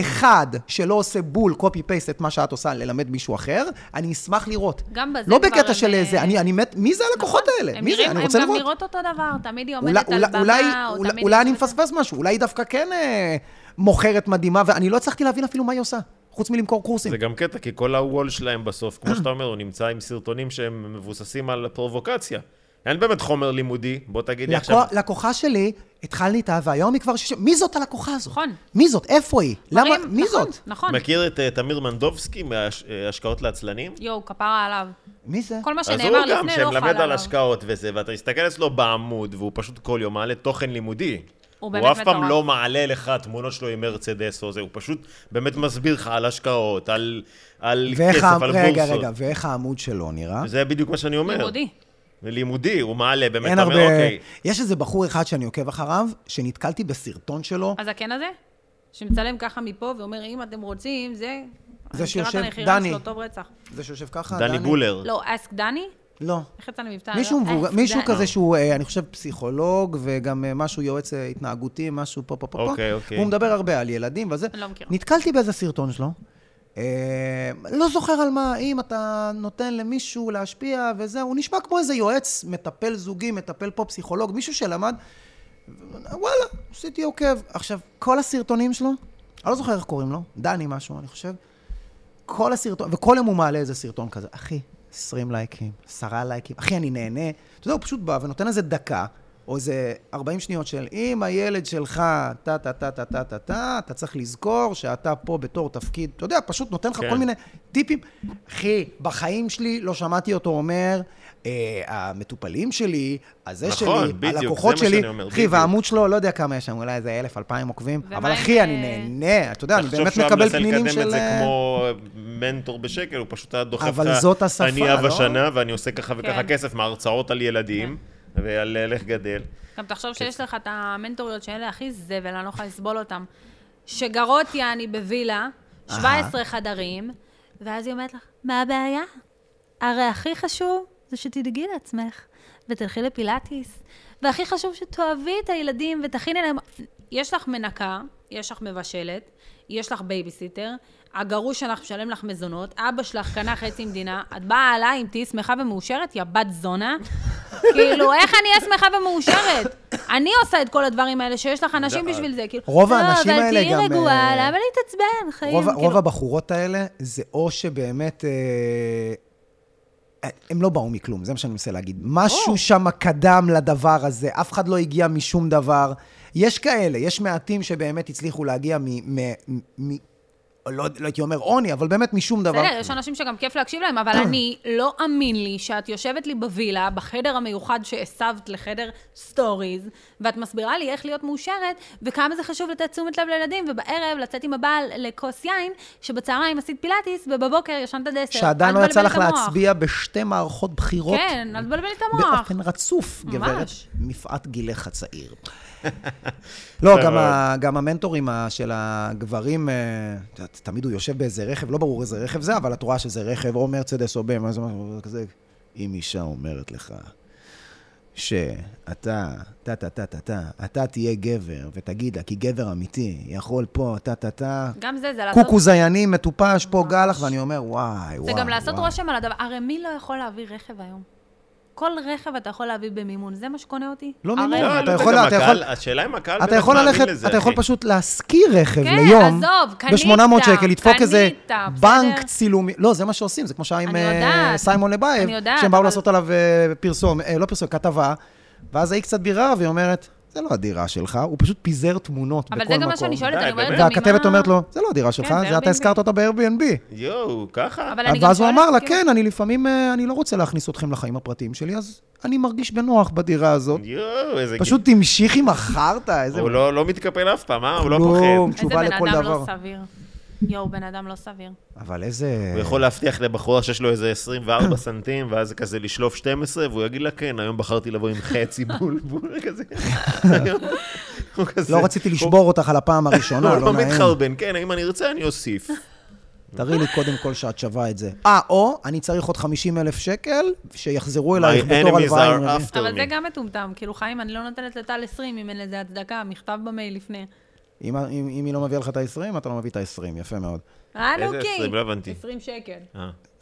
S2: אחד שלא עושה בול copy-paste את מה שאת עושה, ללמד מישהו אחר, אני אשמח לראות.
S1: גם בזה
S2: לא
S1: כבר
S2: בקטע
S1: הם,
S2: של
S1: אה, נכון.
S2: איזה, אני, אני מת, מי זה הלקוחות האלה?
S1: הם
S2: מי זה?
S1: נראים-
S2: אני רוצה
S1: הם גם
S2: לראות.
S1: נראות אותו דבר, תמיד היא
S2: אולי,
S1: עומדת על
S2: אולי,
S1: במה,
S2: אולי,
S1: או
S2: אולי,
S1: תמיד
S2: אולי
S1: היא
S2: אני
S1: יושבת-
S2: מפספס משהו, אולי היא דווקא כן אה, מוכרת מדהימה, ואני לא הצלחתי להבין אפילו מה היא עושה, חוץ מלמכור קורסים.
S3: זה גם קטע, כי כל הוול שלהם בסוף, כמו שאתה אומר, הוא נמצא עם סרטונים שהם מבוססים על פרובוקציה. אין באמת חומר לימודי, בוא תגיד לי
S2: לקוח,
S3: עכשיו...
S2: לקוחה שלי, התחלנו איתה, והיום היא כבר... שש... מי זאת הלקוחה הזאת?
S1: נכון.
S2: מי זאת? איפה היא? למה?
S1: מראים-
S2: מי
S1: נכון,
S2: זאת?
S1: נכון.
S3: מכיר את אה, תמיר מנדובסקי מהשקעות לעצלנים?
S1: יואו, כפרה עליו.
S2: מי זה?
S1: כל מה
S3: אז
S1: שנאמר
S3: הוא
S1: לפני לא חל עליו.
S3: גם, שמלמד על השקעות וזה, ואתה מסתכל אצלו בעמוד, והוא פשוט כל יום מעלה תוכן לימודי.
S1: הוא
S3: הוא
S1: באמת
S3: אף פעם
S1: מטורף.
S3: לא מעלה לך תמונות שלו עם מרצדס או זה, הוא פשוט באמת מסביר לך על השקעות, על על
S2: ואיך
S3: כסף,
S2: ה-
S3: על
S2: רגע,
S3: בורסות.
S2: רגע, ואיך העמוד שלו נראה?
S3: זה בדיוק מה שאני אומר.
S1: לימודי.
S3: לימודי, הוא מעלה, באמת,
S2: אין
S3: אתה אומר,
S2: הרבה...
S3: אוקיי.
S2: יש איזה בחור אחד שאני עוקב אחריו, שנתקלתי בסרטון שלו,
S1: אז הקן הזה, שמצלם ככה מפה ואומר, אם אתם רוצים, זה...
S2: זה
S1: אני מכירה את
S2: שיושב-
S1: הנחירה
S2: דני.
S1: שלו, טוב רצח.
S2: זה שיושב ככה,
S3: דני גולר.
S1: לא, אסק דני?
S2: לא.
S1: איך יצא למבטא?
S2: מישהו,
S1: לא,
S2: מבוגר,
S1: אסק
S2: מישהו
S1: דני.
S2: כזה שהוא, אה, אני חושב, פסיכולוג, וגם אה, משהו יועץ אה, התנהגותי, משהו פה, פה, פה, פה.
S3: אוקיי, אוקיי.
S2: הוא מדבר הרבה על ילדים וזה.
S1: אני לא מכירה.
S2: נתקלתי באיזה סרטון שלו. אה, לא זוכר על מה, אם אתה נותן למישהו להשפיע וזה, הוא נשמע כמו איזה יועץ, מטפל זוגי, מטפל פה, פסיכולוג, מישהו שלמד, וואלה, עשיתי עוקב. עכשיו, כל הסרטונים שלו, אני לא זוכר איך קוראים לו, דני משהו, אני חושב, כל הסרטון, וכל יום הוא מעלה איזה סרטון כזה, אחי, 20 לייקים, 10 לייקים, אחי, אני נהנה. אתה יודע, הוא פשוט בא ונותן איזה דקה, או איזה 40 שניות של, אם הילד שלך, טה, טה, טה, טה, טה, טה, טה, אתה צריך לזכור שאתה פה בתור תפקיד, אתה יודע, פשוט נותן לך
S3: כן.
S2: כל מיני טיפים. אחי, בחיים שלי לא שמעתי אותו אומר, אה, המטופלים שלי, הזה
S3: נכון,
S2: שלי,
S3: בדיוק,
S2: הלקוחות
S3: זה מה
S2: שלי,
S3: שאני אומר,
S2: אחי,
S3: בדיוק.
S2: והעמוד שלו, לא יודע כמה יש שם, אולי איזה אלף, אלפיים עוקבים,
S1: ומה
S2: אבל
S1: עם,
S2: אחי, אני
S1: אה,
S2: נהנה, אתה יודע, אני
S3: תחשוב
S2: כן, באמת
S3: שהוא היה
S2: מקבל
S3: מנסה
S2: פנינים של...
S3: לקדם את זה
S2: אה,
S3: כמו מנטור בשקל, הוא פשוט היה דוחף לך,
S2: אבל זאת השפה,
S3: אני אב
S2: לא?
S3: השנה ואני עושה ככה וככה
S1: כן.
S3: כסף מההרצאות על ילדים, ועל אה, לך גדל.
S1: גם תחשוב שיש לך את המנטוריות שאלה הכי זבל, אני לא יכולה לסבול אותן. שגרות יעני בווילה, 17 חדרים, ואז היא אומרת לך, מה הבעיה? הרי הכי חשוב זה שתדאגי לעצמך, ותלכי לפילאטיס, והכי חשוב שתאהבי את הילדים ותכיני להם... יש לך מנקה, יש לך מבשלת, יש לך בייביסיטר, הגרוש שלך משלם לך מזונות, אבא שלך קנה חצי מדינה, את באה עליי אם תהיי שמחה ומאושרת, יא בת זונה. כאילו, איך אני אהיה שמחה ומאושרת? אני עושה את כל הדברים האלה שיש לך אנשים בשביל זה, כאילו...
S2: רוב
S1: "לא,
S2: האנשים האלה
S1: אבל
S2: גם,
S1: תהיי רגועה,
S2: אה,
S1: למה להתעצבן? חיים,
S2: רוב,
S1: כאילו...
S2: רוב הבחורות האלה, זה או שבאמת... אה, הם לא באו מכלום, זה מה שאני מנסה להגיד. משהו שם קדם לדבר הזה, אף אחד לא הגיע משום דבר. יש כאלה, יש מעטים שבאמת הצליחו להגיע מ... מ, מ לא, לא הייתי אומר עוני, אבל באמת משום דבר.
S1: בסדר, יש אנשים שגם כיף להקשיב להם, אבל אני, לא אמין לי שאת יושבת לי בווילה, בחדר המיוחד שהסבת לחדר סטוריז, ואת מסבירה לי איך להיות מאושרת, וכמה זה חשוב לתת תשומת לב לילדים, ובערב לצאת עם הבעל לכוס יין, שבצעריים עשית פילאטיס, ובבוקר ישנת עד עשר.
S2: שעדיין
S1: אל
S2: לא יצא
S1: תבלבל
S2: לך
S1: את המוח.
S2: להצביע בשתי מערכות בחירות.
S1: כן, אל תבלבל לי את המוח.
S2: באופן רצוף, גברת
S1: ממש.
S2: מפאת גילך הצעיר. לא,
S3: יפה
S2: גם,
S3: מאוד.
S2: ה, גם המנטורים ה, של הגברים, אה, את יודעת, תמיד הוא יושב באיזה רכב, לא ברור איזה רכב זה, אבל את רואה שזה רכב או מרצדס או בן, אז משהו כזה, אם אישה אומרת לך שאתה, טה טה טה טה טה, אתה תהיה גבר, ותגיד לה, כי גבר אמיתי, יכול פה, טה טה טה,
S1: גם זה, זה לעשות...
S2: קוקו זייני, מטופש, פה גלח, ואני אומר, וואי, וואי,
S1: זה
S2: וואי.
S1: גם לעשות רושם על הדבר. הרי מי לא יכול להביא רכב היום? כל רכב אתה יכול להביא במימון, זה מה שקונה אותי?
S2: לא
S1: הרי-
S2: מימון,
S3: לא,
S2: אתה
S3: לא יודע,
S2: יכול-
S3: גם
S2: אתה
S3: הקהל-
S2: יכול-
S3: השאלה אם הקהל
S2: אתה
S3: באמת
S2: יכול
S3: מאמין
S2: ללכת,
S3: לזה,
S2: אתה יכול
S3: אחי.
S2: פשוט להשכיר רכב
S1: כן,
S2: ליום,
S1: עזוב, קנית,
S2: ב-800 שקל, לדפוק
S1: קנית,
S2: איזה
S1: בסדר.
S2: בנק צילומי, לא, זה מה שעושים, זה כמו שהיה עם
S1: אני
S2: אה,
S1: יודעת.
S2: סיימון לבייב,
S1: אני יודעת,
S2: שהם באו
S1: אבל-
S2: לעשות עליו אה, פרסום, אה, לא פרסום, כתבה, ואז ההיא קצת ביררה, והיא אומרת, זה לא הדירה שלך, הוא פשוט פיזר תמונות בכל
S1: אבל
S2: מקום.
S1: זה גם מה שאני שואלת,
S3: די,
S1: אני אומרת...
S3: באמת.
S1: לו,
S2: והכתבת
S1: ממה-
S2: אומרת לו, זה לא הדירה שלך,
S1: כן, זה
S2: זה אתה
S1: Airbnb.
S2: הזכרת אותה ב-Airbnb.
S3: יואו, ככה?
S1: אבל אני גם
S2: ואז הוא
S1: שואלת,
S2: אמר לה,
S1: כאילו,
S2: כן, אני לפעמים, אה, אני לא רוצה להכניס אתכם לחיים הפרטיים שלי, אז אני מרגיש בנוח בדירה הזאת.
S3: יואו, איזה...
S2: פשוט תמשיך עם החרטא, איזה...
S3: הוא לא לא מתקפל אף פעם, אה? הוא לא
S2: כלום.
S3: פוחד.
S2: תשובה
S1: איזה
S2: לכל
S1: בן אדם
S2: דבר.
S1: לא סביר. יואו, בן אדם לא סביר.
S2: אבל איזה...
S3: הוא יכול להבטיח לבחורה שיש לו איזה 24 סנטים, ואז כזה לשלוף 12, והוא יגיד לה, כן, היום בחרתי לבוא עם חצי בול, בול כזה. הוא כזה-
S2: לא רציתי לשבור אותך על הפעם
S3: הוא-
S2: הראשונה,
S3: הוא לא
S2: לא נעים. אה.
S3: מתחרבן, כן, אם אני ארצה אני אוסיף.
S2: תראי לי קודם כל שאת שווה את זה. אה, או אני צריך עוד 50 אלף שקל, שיחזרו אלייך
S3: My
S2: בתור
S3: enemies
S2: הלוואה. עם
S3: are
S2: ריבית.
S3: after
S1: אבל זה
S3: me.
S1: גם מטומטם, כאילו, חיים, אני לא נותנת לטל 20 אם אין לזה הצדקה, מכתב במייל לפני.
S2: אם אם- אם היא לא מביאה לך את ה-20, אתה לא מביא את ה-20, יפה מאוד.
S1: אה, אוקיי.
S3: 20? לא הבנתי.
S1: 20 שקל.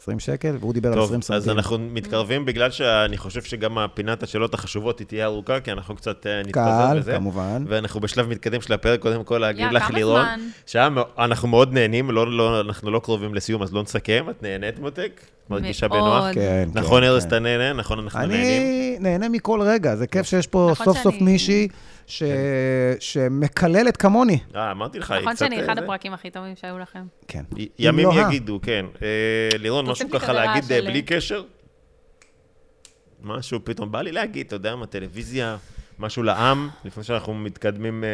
S2: 20 שקל, והוא דיבר על
S3: אה. טוב,
S2: 20 לא, סנטים.
S3: אז אנחנו מתקרבים בגלל שאני חושב שגם הפינת השאלות החשובות היא תהיה ארוכה, כי אנחנו קצת אה, נתפזר
S2: קל,
S3: בזה.
S2: כמובן.
S3: ואנחנו בשלב מתקדם של הפרק, קודם כל להגיד
S1: יא,
S3: לך,
S1: כמה
S3: לירון,
S1: זמן?
S3: שהיה מאו- אנחנו מאוד נהנים, לא- לא- אנחנו לא קרובים לסיום, אז לא נסכם, את נהנית מותק? את מרגישה
S1: מאוד.
S3: בנוח?
S2: כן, כן.
S3: נכון, ארז,
S2: כן.
S3: אתה נהנה, נכון, אנחנו נהנים.
S2: אני נהנה מכל רגע, זה כיף שיש פה
S1: נכון
S2: סוף סוף
S1: שאני-
S2: מישהי ש-
S3: כן.
S2: שמקללת כמוני.
S3: אה, אמרתי לך, היא
S1: נכון
S3: קצת,
S1: שאני
S3: אה,
S1: אחד
S3: זה-
S1: הפרקים הכי טובים שהיו לכם.
S2: כן.
S3: י-
S2: אם
S3: ימים
S2: לא ה-
S3: יגידו, כן. אה, לירון,
S1: תוסיף
S3: משהו
S1: לי
S3: ככה
S1: כזה רעש
S3: להגיד אה,
S1: של-
S3: בלי קשר? משהו פתאום בא לי להגיד, אתה יודע מה, טלוויזיה, משהו לעם, לפני שאנחנו מתקדמים... אה,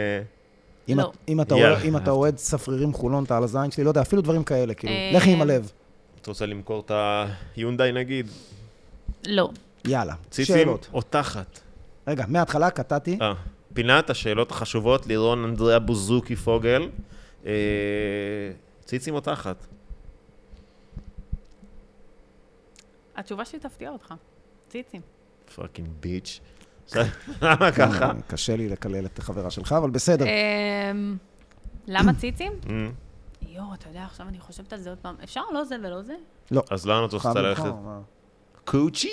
S2: אם
S1: לא.
S2: את- אם אתה
S3: יאללה.
S2: אוהב- אם אתה אוהד ספרירים חולון, אתה על הזין שלי, לא יודע, אפילו דברים כאלה, כאילו,
S1: אה,
S2: לכי עם הלב.
S3: את רוצה למכור את היונדאי נגיד?
S1: לא.
S2: יאללה,
S3: ציצים
S2: שאלות.
S3: או תחת?
S2: רגע, מההתחלה קטעתי.
S3: אה, פינת השאלות החשובות, לירון אנדריה בוזוקי פוגל. אה, ציצים או תחת?
S1: התשובה שלי תפתיע אותך. ציצים.
S3: פאקינג ביץ'. למה ככה?
S2: אה, קשה לי לקלל את החברה שלך, אבל בסדר.
S1: אמ, למה ציצים?
S3: אה,
S1: יואו, אתה יודע, עכשיו אני חושבת על זה עוד פעם. אפשר לא זה ולא זה?
S3: אז לאן את לא רוצה
S2: חם לך,
S3: ללכת?
S2: מה?
S3: קוצ'י?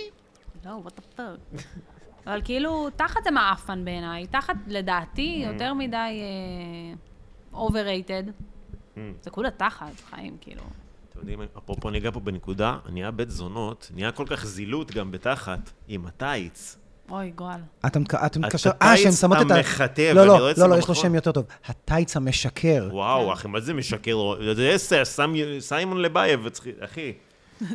S1: לא, what the fuck. אבל כאילו, תחת זה מעפן בעיניי. תחת, לדעתי,
S3: Mm.
S1: יותר מדי אה, overrated.
S3: Mm.
S1: זה כולה תחת, חיים, כאילו.
S3: אתם יודעים, אפרופו ניגע פה בנקודה, נהיה בית זונות, נהיה כל כך זילות גם בתחת, עם הטייץ.
S1: אוי, גועל.
S2: אתם אתם
S3: הטייץ
S2: קשר... אה, שהן שמות את ה...
S3: המחטא,
S2: לא,
S3: ואני
S2: לא,
S3: רואה את זה
S2: לא, לא, יש לו
S3: במכון.
S2: שם יותר טוב. הטייץ המשקר.
S1: כן.
S3: וואו, אחי, מה זה משקר? זה עשר, סמי- סיימון לבייב, וצריך- אחי.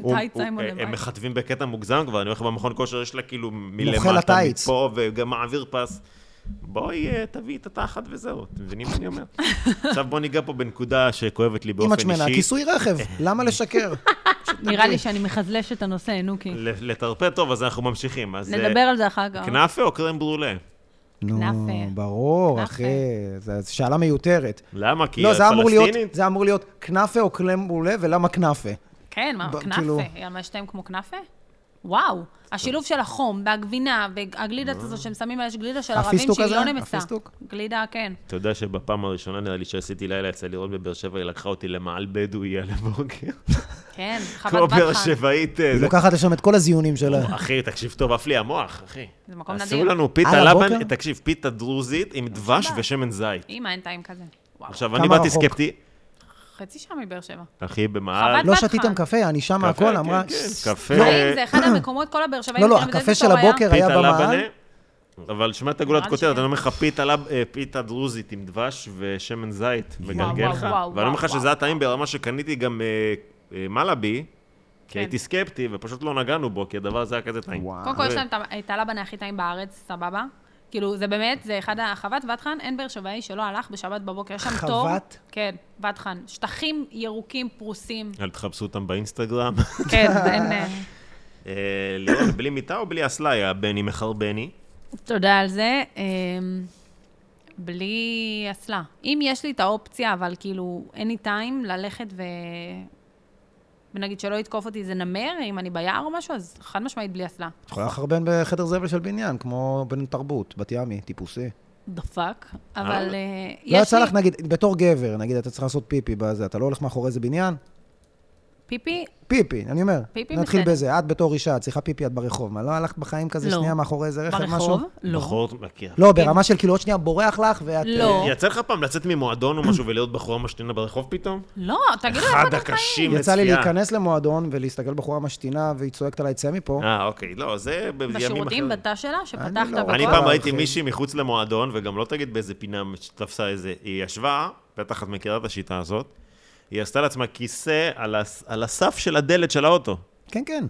S3: הוא-
S1: טייט
S3: הוא-
S1: סיימון
S3: אה,
S1: לבייב.
S3: הם מכתבים בקטע מוגזם כבר, אני הולך במכון כושר, יש לה כאילו
S2: מוחל
S3: מלמטה,
S2: הטייץ.
S3: מפה, וגם מעביר פס. בואי, אה, תביאי את התחת וזהו, אתם מבינים מה אני אומר? עכשיו בוא ניגע פה בנקודה שכואבת לי
S2: אם את
S3: באופן
S2: שמנה,
S3: אישי.
S2: כיסוי רכב, למה לשקר?
S1: נראה לי שאני מחזלשת את הנושא, נו כי.
S3: ל- לטרפד טוב, אז אנחנו ממשיכים. אז, אה,
S1: נדבר על זה אחר כך.
S3: כנאפה או קרם ברולה?
S2: נו,
S1: כנאפה.
S2: ברור,
S1: כנאפה.
S2: אחי, זו שאלה מיותרת.
S3: למה? כי
S2: לא,
S3: את
S2: זה אמור להיות-
S3: פלסטינית?
S2: זה אמור להיות כנאפה או קלם בולה, ולמה כנאפה?
S1: כן, מה,
S2: ב- כאילו-
S1: כנאפה? יאללה, מה שתיהם כמו כנאפה? וואו, השילוב של החום והגבינה והגלידה הזו שהם שמים עליה, יש גלידה של ערבים
S2: הפיסטוק
S1: שהיא
S2: הזה?
S1: לא נמסה.
S2: הפיסטוק?
S1: גלידה, כן.
S3: אתה יודע שבפעם הראשונה נראה לי שעשיתי לילה אצל לירון בבאר שבע, היא לקחה אותי למעל בדואי על הבוקר.
S1: כן,
S3: כמו
S1: חוות
S3: באר
S1: בת חן.
S3: שבעית. אה,
S2: היא
S3: זה-
S2: לוקחת לשם את כל הזיונים שלה.
S3: אחי, תקשיב טוב, עף לי המוח, אחי.
S1: זה מקום
S3: עשו
S1: נדיר.
S3: לנו פיתה
S2: על הבוקר?
S3: לבן, תקשיב, פיתה דרוזית עם דבש ושמן זית.
S1: אימא, אין טעים כזה. וואו,
S3: עכשיו, אני
S2: כמה
S3: באתי
S2: רחוק?
S3: סקפטי,
S1: חצי שעה מבאר שבע.
S3: אחי, במעל.
S1: חבל.
S2: לא
S1: בת
S2: שתיתם
S1: חן.
S2: קפה, אני שמה
S3: קפה,
S2: הכל,
S3: כן,
S2: אמרה...
S3: כן, קפה,
S2: לא,
S1: חיים, זה אחד המקומות, כל הבאר שבעים.
S2: לא, לא,
S1: מכירים את זה,
S2: הקפה
S1: איזה
S2: של
S1: תור היה?
S2: הבוקר היה
S3: פיתה
S2: במעל.
S3: לבנה. אבל שמע את הגולת
S1: נראה לי
S3: כותרת,
S1: שכן.
S3: אני אומר לך, פיתה לב- אה, פיתה דרוזית עם דבש ושמן זית, מגלגל
S1: וואו,
S3: לך.
S1: וואו,
S3: ואני אומר לך
S1: וואו,
S3: שזה היה טעים ברמה שקניתי גם אה, אה, מלאבי, כי
S1: כן.
S3: הייתי סקפטי, ופשוט לא נגענו בו, כי הדבר הזה היה כזה טעים.
S2: וואו.
S1: קודם כל, יש להם את ה- את הלבנה הכי טעים בארץ, סבבה. כאילו, זה באמת, זה אחד החוות בת חן, אין באר שבעי שלא הלך בשבת בבוקר, יש שם תור.
S2: חוות?
S1: כן, בת חן. שטחים ירוקים פרוסים.
S3: אל תחפשו אותם באינסטגרם.
S1: כן, אין... אה,
S3: אה, לירון, בלי מיטה או בלי אסלה היה בני מחרבני?
S1: תודה על זה. אמ, בלי אסלה. אם יש לי את האופציה, אבל כאילו, אין לי טיים ללכת ו... ונגיד שלא יתקוף אותי איזה נמר, אם אני ביער או משהו, אז חד משמעית בלי אסלה.
S2: את יכולה לחרבן בחדר זבל של בניין, כמו בן תרבות, בת ימי, טיפוסי.
S1: דה פאק. אבל
S3: אה?
S1: אה,
S2: לא
S1: יש
S2: יצא לך,
S1: לי
S2: נגיד, בתור גבר, נגיד, אתה צריך לעשות פיפי בזה, אתה לא הולך מאחורי איזה בניין?
S1: פיפי,
S2: פיפי, אני אומר.
S1: פיפי
S2: נתחיל
S1: בסדר.
S2: בזה, את בתור אישה, את צריכה פיפי, את ברחוב. מה, לא הלכת בחיים כזה
S1: לא.
S2: שנייה מאחורי איזה רכב, משהו?
S1: ברחוב? לא.
S3: בחור, מכיר.
S2: לא, ברמה של כאילו עוד שנייה בורח לך, ואת... אה,
S1: לא.
S3: יצא לך פעם לצאת ממועדון או משהו ולהיות בחורה משתינה ברחוב פתאום?
S1: לא, תגידו איפה
S3: אחד
S1: אתם חיים.
S3: הקשים
S2: יצא לי
S3: לצפייה.
S2: להיכנס למועדון ולהסתכל בחורה משתינה, והיא צועקת עליי, צא מפה.
S3: אה, אוקיי, לא, זה בימים אחרים.
S1: בשירותים, בתא שלה, שפתחת
S2: לא
S1: בכל...
S3: אני
S2: וואלה,
S3: פעם ראיתי
S2: אחי.
S3: מישהי מחוץ למועדון, וגם לא תגיד באיזה פינה שתפסה איזה, היא ישבה, בטח את מכירה את השיטה הזאת, היא עשתה לעצמה כיסא על הס- על הסף של הדלת של האוטו.
S2: כן, כן.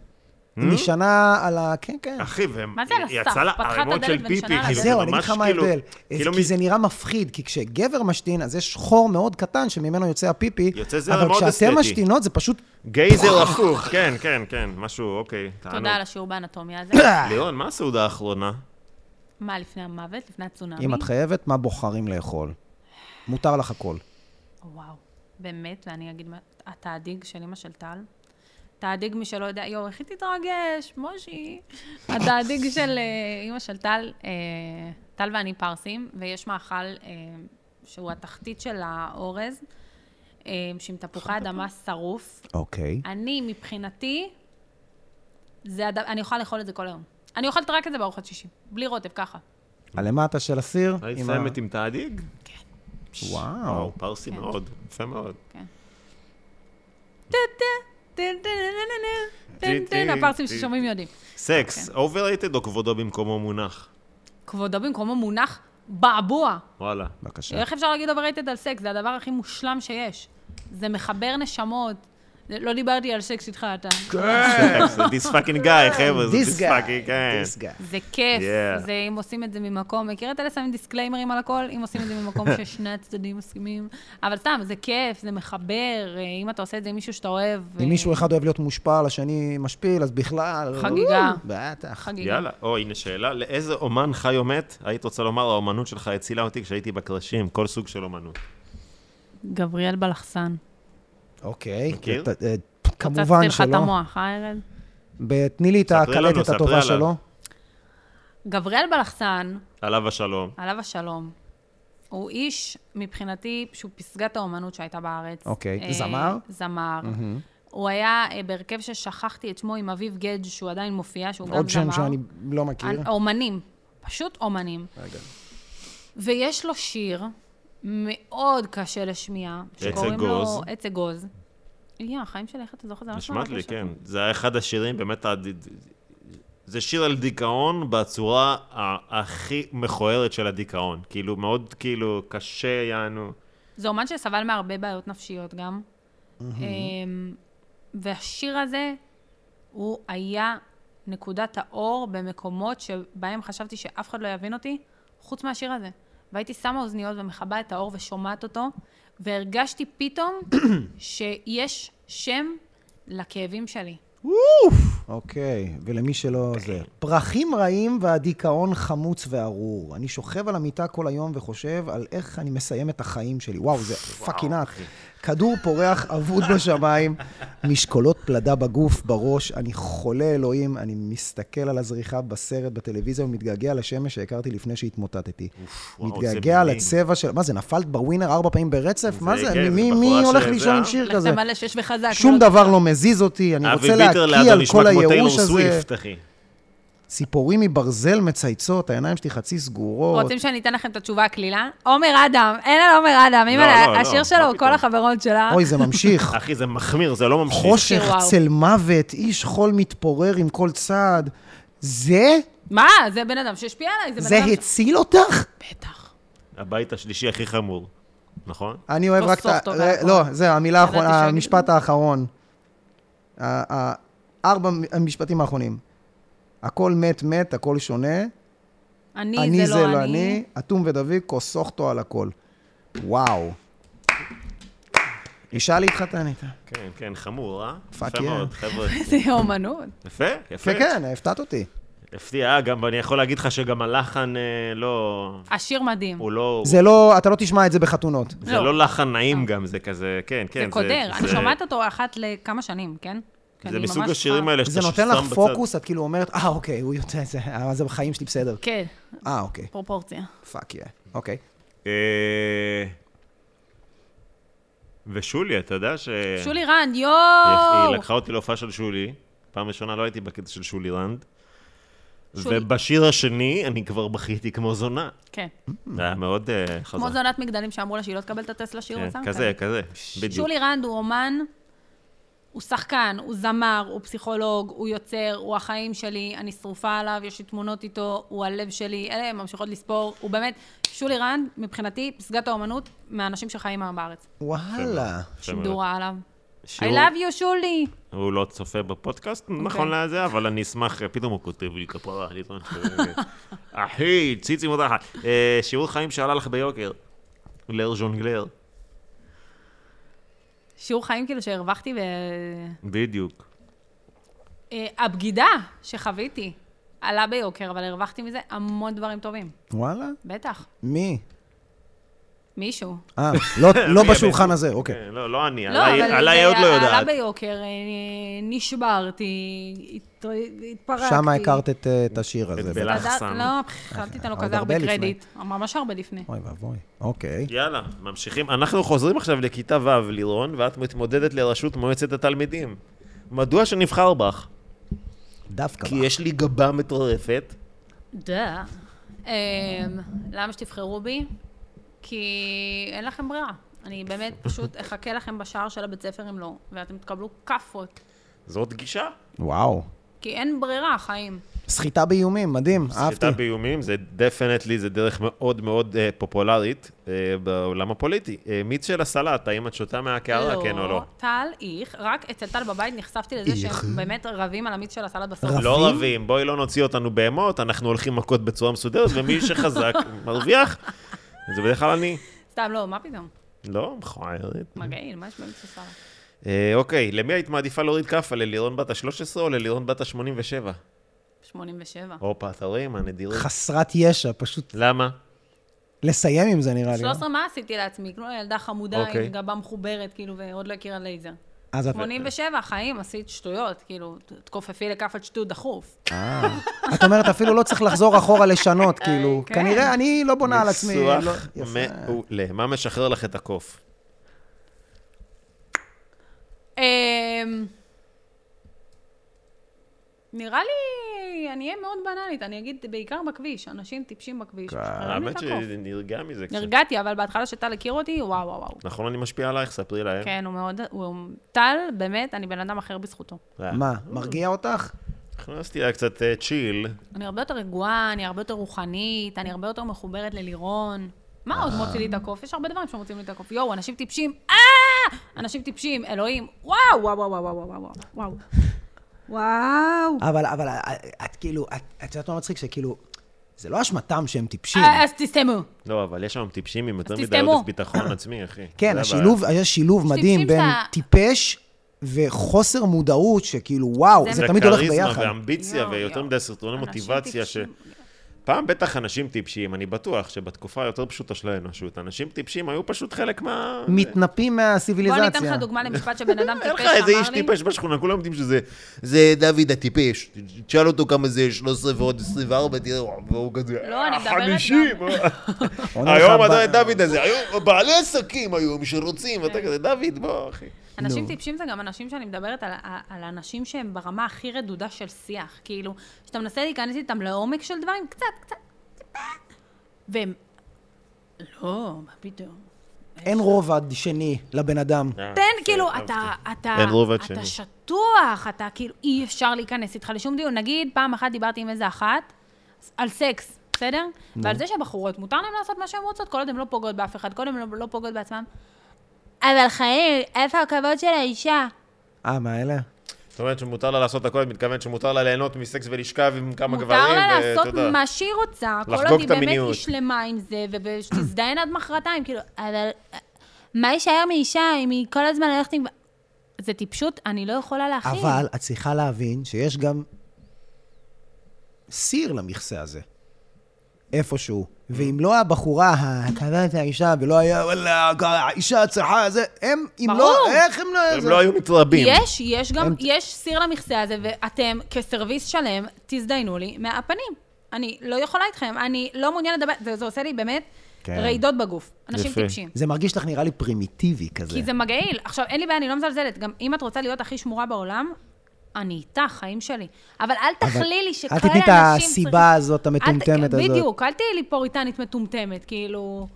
S2: נשענה על ה... כן, כן.
S3: אחי, והם...
S1: מה זה על הסף?
S3: יצא לה
S1: פתחה את
S3: ערימות
S1: הדלת
S3: של
S1: ונשענה
S3: פיפי,
S1: על
S3: כאילו,
S1: הסף.
S2: אז
S3: זה
S2: זהו, אני אגיד
S3: ממש
S2: לך מה
S3: כאילו...
S2: ההבדל. אה,
S3: כאילו
S2: כי זה נראה מפחיד, כי כשגבר משתין, אז יש חור מאוד קטן שממנו יוצא הפיפי,
S3: יוצא זרם
S2: אבל
S3: מאוד
S2: כשאתם
S3: אסתטי.
S2: משתינות זה פשוט...
S3: גיי זה או הפוך, כן, כן, כן, משהו, אוקיי. תענוג.
S1: תודה על השיעור באנטומיה הזה.
S3: לירון, מה הסעודה האחרונה?
S1: מה, לפני המוות? לפני הצונאמי?
S2: אם את חייבת, מה בוחרים לאכול? מותר לך הכל.
S1: וואו, באמת, ואני אגיד, מה- התאדיג של אמא של טל, תאדיג, מי שלא יודע, יואו, איך היא תתרגש, מושי. התאדיג של אה, אמא של טל, אה, טל ואני פרסים, ויש מאכל אה, שהוא התחתית של האורז, אה, שעם תפוחי אדמה שרוף.
S2: אוקיי.
S1: אני, מבחינתי, זה הד... אני יכולה לאכול את זה כל היום. אני אוכלת רק את זה בארוחת שישי, בלי רוטב, ככה.
S2: הלמטה של הסיר?
S3: היית
S2: עם ה- לא.
S3: מסיימת עם תאדיג?
S2: וואו.
S3: וואו, פרסי
S1: כן.
S3: מאוד, יפה מאוד.
S1: טן-טן, הפרסים ששומעים יודעים.
S3: סקס,
S1: אוקיי.
S3: אובררייטד או כבודו במקומו מונח?
S1: כבודו במקומו מונח בעבוע.
S3: וואלה.
S2: בבקשה.
S1: איך אפשר להגיד overrated על סקס? זה הדבר הכי מושלם שיש. זה מחבר נשמות. זה- לא דיברתי על סקס איתך, אתה.
S3: סקס, זה this fucking guy, חבר'ה, זה
S2: This guy.
S3: this fucking כן.
S2: This guy.
S1: זה כיף.
S3: Yeah.
S1: זה אם עושים את זה ממקום, מכיר את אלה שמים דיסקליימרים על הכל? אם עושים את זה ממקום ששני הצדדים מסכימים. אבל סתם, זה כיף, זה מחבר. אה, אם אתה עושה את זה עם מישהו שאתה אוהב... אה,
S2: אם מישהו אחד אוהב להיות מושפל, השני משפיל, אז בכלל...
S1: חגיגה.
S2: בטח.
S1: חגיגה.
S3: יאללה, או הנה שאלה, לאיזה אומן חי או מת, היית רוצה לומר, האומנות שלך הצילה אותי כשהייתי בקרשים, כל סוג של אומנות.
S1: גבריאל בלחסן.
S2: אוקיי.
S3: מכיר?
S2: ת- אה, כמובן
S1: פוצצתי לך את
S2: שלא.
S1: המוח, אה, ארז?
S2: ב- תני לי את
S3: ספרי לנו,
S2: הקלטת
S3: ספרי
S2: הטובה
S3: עליו.
S2: שלו.
S1: גבריאל בלחסן,
S3: עליו השלום.
S1: עליו השלום, הוא איש, מבחינתי, שהוא פסגת האומנות שהייתה בארץ. אה,
S2: אוקיי. זמר?
S1: זמר. הוא היה אה, בהרכב ששכחתי את שמו עם אביב גדג', שהוא עדיין מופיע, שהוא גם זמר.
S2: עוד שם שאני לא מכיר.
S1: אנ- אומנים, פשוט אומנים. רגע. ויש לו שיר מאוד קשה לשמיעה, שקוראים לו
S3: עוז.
S1: עצג עוז. יא, החיים שלי, איך אתה זוכר את
S2: אה,
S1: זה? ממש
S3: נשמעת לי,
S1: מרגש אותי.
S3: כן. זה היה אחד השירים, באמת, הד- זה שיר על דיכאון בצורה ה- הכי מכוערת של הדיכאון. כאילו, מאוד כאילו קשה, יענו.
S1: זה אומן שסבל מהרבה בעיות נפשיות גם. אמ, והשיר הזה, הוא היה נקודת האור במקומות שבהם חשבתי שאף אחד לא יבין אותי, חוץ מהשיר הזה. והייתי שמה אוזניות ומכבה את האור ושומעת אותו, והרגשתי פתאום שיש שם לכאבים שלי.
S2: אוקיי, ולמי שלא זה. פרחים רעים והדיכאון חמוץ וארור. אני שוכב על המיטה כל היום וחושב על איך אני מסיים את החיים שלי. וואו, זה פאקינג אק. כדור פורח אבוד בשמיים, משקולות פלדה בגוף, בראש, אני חולה אלוהים, אני מסתכל על הזריחה בסרט, בטלוויזיה, ומתגעגע לשמש שהכרתי לפני שהתמוטטתי.
S3: וואו, זה
S2: מתגעגע
S3: מילים.
S2: לצבע של... מה זה, נפלת בווינר ארבע פעמים ברצף?
S3: זה
S2: מה זה?
S3: כן,
S2: מי-
S3: זה
S2: מי-
S3: בחורה
S2: מי הולך
S3: שזה,
S2: לישון עם
S3: אה?
S2: שיר
S1: לך
S2: כזה?
S1: תמלא שיש וחזק.
S2: שום
S1: לא-
S2: דבר לא מזיז אותי, אני
S3: אבי
S2: רוצה
S3: ביטר
S2: להקיא
S3: לידו
S2: על
S3: נשמע
S2: כל
S3: כמו טיילור
S2: הייאוש הזה.
S3: סוויפט, אחי.
S2: ציפורים מברזל מצייצות, העיניים שלי חצי סגורות.
S1: רוצים שאני אתן לכם את התשובה הקלילה? עומר אדם, אין על עומר אדם, אימא,
S3: לא, לא,
S1: השיר
S3: לא,
S1: שלו
S3: מה
S1: הוא כל
S3: פתאום.
S1: החברות שלה.
S2: אוי, זה ממשיך.
S3: אחי, זה מחמיר, זה לא ממשיך.
S2: חושך,
S1: וואו.
S2: צל מוות, איש חול מתפורר עם כל צעד. זה?
S1: מה? זה בן אדם שהשפיע עליי, זה בן
S2: זה
S1: אדם...
S2: הציל אותך?
S1: בטח.
S3: הבית השלישי הכי חמור, נכון?
S2: אני אוהב רק את
S1: סוף
S2: ה...
S1: טוב
S2: ר-
S1: האחרון.
S2: לא, זהו, המילה
S1: ידעתי
S2: האחרונה,
S1: שיגידו.
S2: המשפט האחרון. ה- ה- ארבע מ- המשפטים האחרונים. הכל מת מת, הכל שונה.
S1: אני,
S2: אני
S1: זה לא אני.
S2: אטום ודביקו, סוחטו על הכל. וואו. אישה להתחתן איתה.
S3: כן, כן, חמור, אה?
S2: Fuck
S3: יפה
S2: yeah.
S3: מאוד, חבר'ה.
S1: זה אומנות.
S3: יפה, יפה.
S2: כן, כן, הפתעת אותי.
S3: הפתיע, גם אני יכול להגיד לך שגם הלחן אה, לא...
S1: השיר מדהים.
S3: הוא לא...
S2: זה לא, אתה לא תשמע את זה בחתונות.
S3: זה
S1: לא.
S3: לא לחן נעים גם, זה כזה, כן, כן.
S1: זה קודר. אני
S3: זה-
S1: שומעת אותו אחת לכמה שנים, כן? כי
S3: זה
S1: אני
S3: מסוג
S1: ממש
S3: השירים
S1: צריכה-
S3: האלה שאתה
S2: זה נותן
S3: שם
S2: לך
S3: בצד.
S2: פוקוס, את כאילו אומרת, אה, אוקיי, הוא יודע, זה, אה, זה בחיים שלי בסדר.
S1: כן,
S2: אה, אוקיי,
S1: פרופורציה.
S2: פאק יא. אוקיי.
S3: אה, ושולי, אתה יודע ש...
S1: שולי לא. רנד,
S3: כן. היא- היא
S1: יואו!
S3: לקחה אותי להופעה של שולי, פעם ראשונה לא הייתי בקטע של שולי רנד.
S1: שולי.
S3: ובשיר השני אני כבר בכיתי כמו זונה.
S1: כן.
S3: זה היה מאוד אה, חזק.
S1: כמו זונת מגדלים שאמרו לה שהיא לא תקבל את הטסט לשיר,
S3: כן,
S1: הוא שם
S3: כזה, כזה, בדיוק.
S1: שולי רנד הוא אומן, הוא שחקן, הוא זמר, הוא פסיכולוג, הוא יוצר, הוא החיים שלי, אני שרופה עליו, יש לי תמונות איתו, הוא הלב שלי, אלה הן ממשיכות לספור, הוא באמת, שולי רנד, מבחינתי, פסגת האומנות, מהאנשים שחיים היום בארץ.
S2: וואלה.
S3: יפה מאוד.
S1: שידורה עליו. I
S3: שהוא-
S1: love you, אוקיי. שולי.
S3: הוא לא צופה בפודקאסט, נכון לזה, אבל אני אשמח, פתאום הוא כותב לי כפרה, אני טוען ש... אחי, ציצי מודחת. אה, שיעור חיים שעלה לך ביוקר. לר ז'ונגלר.
S1: שיעור חיים כאילו שהרווחתי ו...
S3: בדיוק.
S1: אה, הבגידה שחוויתי עלה ביוקר, אבל הרווחתי מזה המון דברים טובים.
S2: וואלה?
S1: בטח.
S2: מי?
S1: מישהו.
S2: אה, לא- לא
S3: מי
S2: בשולחן הזה, אוקיי.
S3: כן, לא, לא אני,
S1: לא,
S3: עליי
S1: אבל
S3: עליי
S1: זה
S3: עוד לא
S1: עלה
S3: יודעת.
S1: ביוקר, אה, נשברתי, הת- התפרקתי.
S2: שם הכרת את אה, את השיר הזה.
S3: את
S2: בטח.
S3: בלה. לחסן.
S1: לא, פח, אל תיתן לו
S2: עוד
S1: כזה הרבה
S2: הרבה לפני.
S1: קרדיט. ממש הרבה לפני.
S2: אוי ואבוי, אוקיי.
S3: יאללה, ממשיכים. אנחנו חוזרים עכשיו לכיתה ו', לירון, ואת מתמודדת לראשות מועצת התלמידים. מדוע שנבחר בך?
S2: דווקא.
S3: כי
S2: בה.
S3: יש לי גבה מטורפת.
S1: דה. אמ, למה שתבחרו בי? כי אין לכם ברירה. אני באמת פשוט אחכה לכם בשער של הבית ספר אם לא, ואתם תקבלו כאפות.
S3: זאת גישה.
S2: וואו.
S1: כי אין ברירה, חיים.
S2: סחיטה באיומים, מדהים, אהבתי.
S3: סחיטה באיומים זה דפנטלי, זה דרך מאוד מאוד אה, פופולרית אה, בעולם הפוליטי. אה, מיץ של הסלט, האם את שותה מהקערה, כן או לא?
S1: טל, איך, רק אצל טל בבית נחשפתי לזה שהם באמת רבים על המיץ של הסלט בסוף.
S2: רב-
S3: לא
S2: רבים?
S3: רבים, בואי לא נוציא אותנו בהמות, אנחנו הולכים מכות בצורה מסודרת, ומי שחזק מרוויח. זה בדרך כלל אני.
S1: סתם, לא, מה פתאום?
S3: לא, מכוערת.
S1: מגעיל, מה יש במיץ של סלט?
S3: אה, אוקיי, למי היית מעדיפה להוריד כאפה, ללירון בת ה-13 או ללירון בת ה-87?
S1: 87.
S3: הופה, אתה רואה מה נדירים?
S2: חסרת ישע, פשוט
S3: למה?
S2: לסיים עם זה נראה לי. לא?
S1: 13, מה עשיתי לעצמי? כאילו, ילדה חמודה
S3: אוקיי.
S1: עם גבה מחוברת, כאילו, ועוד לא הכירה לייזר.
S2: אז את
S1: 87, חיים, עשית שטויות, כאילו, ת- תכופפי לכאפת שטות דחוף.
S2: אה. את אומרת, אפילו לא צריך לחזור אחורה לשנות, כאילו.
S1: כן.
S2: כנראה אני לא בונה על עצמי.
S3: ניסוח
S2: לא- יפה.
S3: מעולה. מה משחרר לך את הקוף?
S1: אמ, נראה לי, אני אהיה מאוד בנאלית, אני אגיד, בעיקר בכביש, אנשים טיפשים בכביש. שחררו לי את
S3: אה, האמת
S1: הקוף.
S3: שנרגע מזה קצת.
S1: נרגעתי, אבל בהתחלה שטל הכיר אותי, וואו, וואו, וואו.
S3: נכון, אני משפיע עלייך, ספרי להם.
S1: כן, הוא מאוד, הוא, טל, באמת, אני בן אדם אחר בזכותו.
S3: אה,
S2: מה, מרגיע אותך?
S3: הכנסתי לה קצת אה, צ'יל.
S1: אני הרבה יותר רגועה, אני הרבה יותר רוחנית, אני הרבה יותר מחוברת ללירון.
S3: אה.
S1: מה עוד מוציא לי את הקוף? יש הרבה דברים שמוצאים לי את הקוף. יואו, אנשים טיפשים, אה! אנשים טיפשים, אלוהים. וואו, וואו, וואו, וואו, וואו, וואו, וואו. וואו.
S2: אבל, אבל אה, את כאילו, את- את יודעת מה מצחיק? שכאילו, זה לא אשמתם שהם טיפשים.
S1: אה, אז תסתמו.
S3: לא, אבל יש שם טיפשים עם יותר
S1: אז
S3: מדי
S1: תסתמו.
S3: עודף ביטחון עצמי, אחי.
S2: כן,
S3: זה
S2: השילוב, היה שילוב מדהים בין
S1: שאתה-
S2: טיפש וחוסר מודעות, שכאילו, וואו,
S1: זה
S2: זה
S3: הבעיה.
S2: תמיד הולך
S3: זה
S2: ביחד.
S3: כריזמה ואמביציה
S1: יואו,
S3: ויותר
S1: יואו.
S3: מדי סרטוני
S1: אנשים
S3: מוטיבציה ש...
S1: טיפשים.
S3: פעם בטח אנשים טיפשים, אני בטוח שבתקופה היותר פשוטה של האנושות, אנשים טיפשים היו פשוט חלק מה...
S2: מתנפים
S1: בוא
S2: מהסיביליזציה.
S1: ניתן לך דוגמה למשפט שבן אדם
S3: אין
S1: טיפש
S3: לך
S1: אמר לי.
S3: איזה איש טיפש בשכונה, כולם יודעים שזה... זה דוד הטיפש. תשאל אותו כמה זה 13 ועוד 24, תראה, והוא כזה...
S1: לא, אני
S3: "אה,
S1: מדברת גם-
S3: 50.
S2: עונה לך
S3: היום
S2: ב-
S3: עדיין דוד הזה, היום בעלי עסקים היום שרוצים, ואתה כזה, דוד, בוא, אחי.
S1: אנשים טיפשים זה גם אנשים שאני מדברת על, על אנשים שהם ברמה הכי רדודה של שיח. כאילו, כשאתה מנסה להיכנס איתם לעומק של דברים, קצת, קצת, טיפה, והם... לא, מה פתאום.
S2: אין רובד שני לבן אדם.
S3: אה,
S1: תן, כאילו, אתה, אתה,
S3: אין רובד
S1: אתה
S3: שני.
S1: שטוח, אתה כאילו, אי אפשר להיכנס איתך לשום דיון. נגיד, פעם אחת דיברתי עם איזה אחת, על סקס, בסדר? ועל זה שבחורות, מותר להן לעשות מה שהן רוצות, כל עוד הן לא פוגעות באף אחד, כל עוד הן לא, לא פוגעות בעצמן. אבל חיים, איפה הכבוד של האישה?
S2: אה, מה אלה?
S3: זאת אומרת שמותר לה לעשות הכל, את מתכוונת שמותר לה ליהנות מסקס ולשכב עם כמה גברים, אה,
S1: מותר לה לעשות
S3: ותודה.
S1: מה שהיא רוצה, כל
S3: לחגוג
S1: עוד היא
S3: את
S1: באמת
S3: המיניות.
S1: היא שלמה עם זה, ושתזדיין עד מחרתיים, כאילו, אבל אה, מה יישאר מאישה אם היא כל הזמן הולכת עם... זה טיפשות, אני לא יכולה להכין.
S2: אבל את צריכה להבין שיש גם סיר למכסה הזה, איפשהו. ואם לא הבחורה, הכוונה את האישה, ולא היה, וואלה, האישה צריכה, זה, הם, אם לא,
S1: ברור.
S2: איך הם לא...
S3: הם
S2: זה-
S3: לא היו מתרבים.
S1: יש, יש גם, יש סיר למכסה הזה, ואתם כסרוויס שלם, תזדיינו לי מהפנים. אני לא יכולה איתכם, אני לא מעוניינת לדבר, זה, זה עושה לי באמת
S2: כן.
S1: רעידות בגוף. אנשים
S3: יפה.
S1: טיפשים.
S2: זה מרגיש לך נראה לי פרימיטיבי כזה.
S1: כי זה מגעיל. עכשיו, אין לי בעיה, אני לא מזלזלת. גם אם את רוצה להיות הכי שמורה בעולם, אני איתך, חיים שלי. אבל אל תכלי לי שכל
S2: אל
S1: האנשים
S2: תתני את הסיבה הזאת, המטומטמת
S1: אל ת- כן,
S2: הזאת.
S1: בדיוק, אל תהיי לי פוריטנית מטומטמת, כאילו...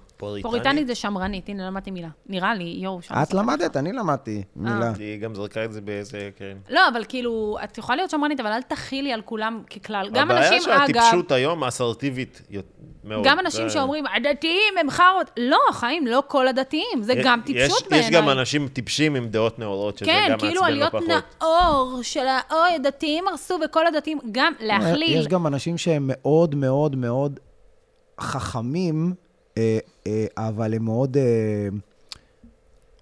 S1: פוריטנית זה שמרנית, הנה, למדתי מילה. נראה לי, יואו, שם.
S2: את למדת, אני למדתי
S1: אה,
S2: מילה.
S1: אוקיי.
S3: היא גם זרקה את זה באיזה, כן.
S1: לא, אבל כאילו, את יכולה להיות שמרנית, אבל אל תכילי על כולם ככלל. גם
S3: הבעיה
S1: אנשים, אגב,
S3: שהטיפשות היום אסרטיבית יות- מאוד. אה,
S1: גם אנשים
S3: זה-
S1: שאומרים, הדתיים הם חארות. לא, חיים, לא כל הדתיים, זה
S3: יש-
S1: גם טיפשות
S3: אה, יש גם
S1: בעיניי.
S3: אנשים טיפשים עם דעות נאורות, שזה
S1: כן,
S3: גם
S1: כאילו
S3: מעצבן לא
S1: עליות
S3: פחות.
S1: נאור של ה... אוי, הדתיים הרסו וכל הדתיים, גם להכליל.
S2: יש גם אנשים שהם מאוד מאוד מאוד חכמים, אה, אה, אבל הם מאוד, אה,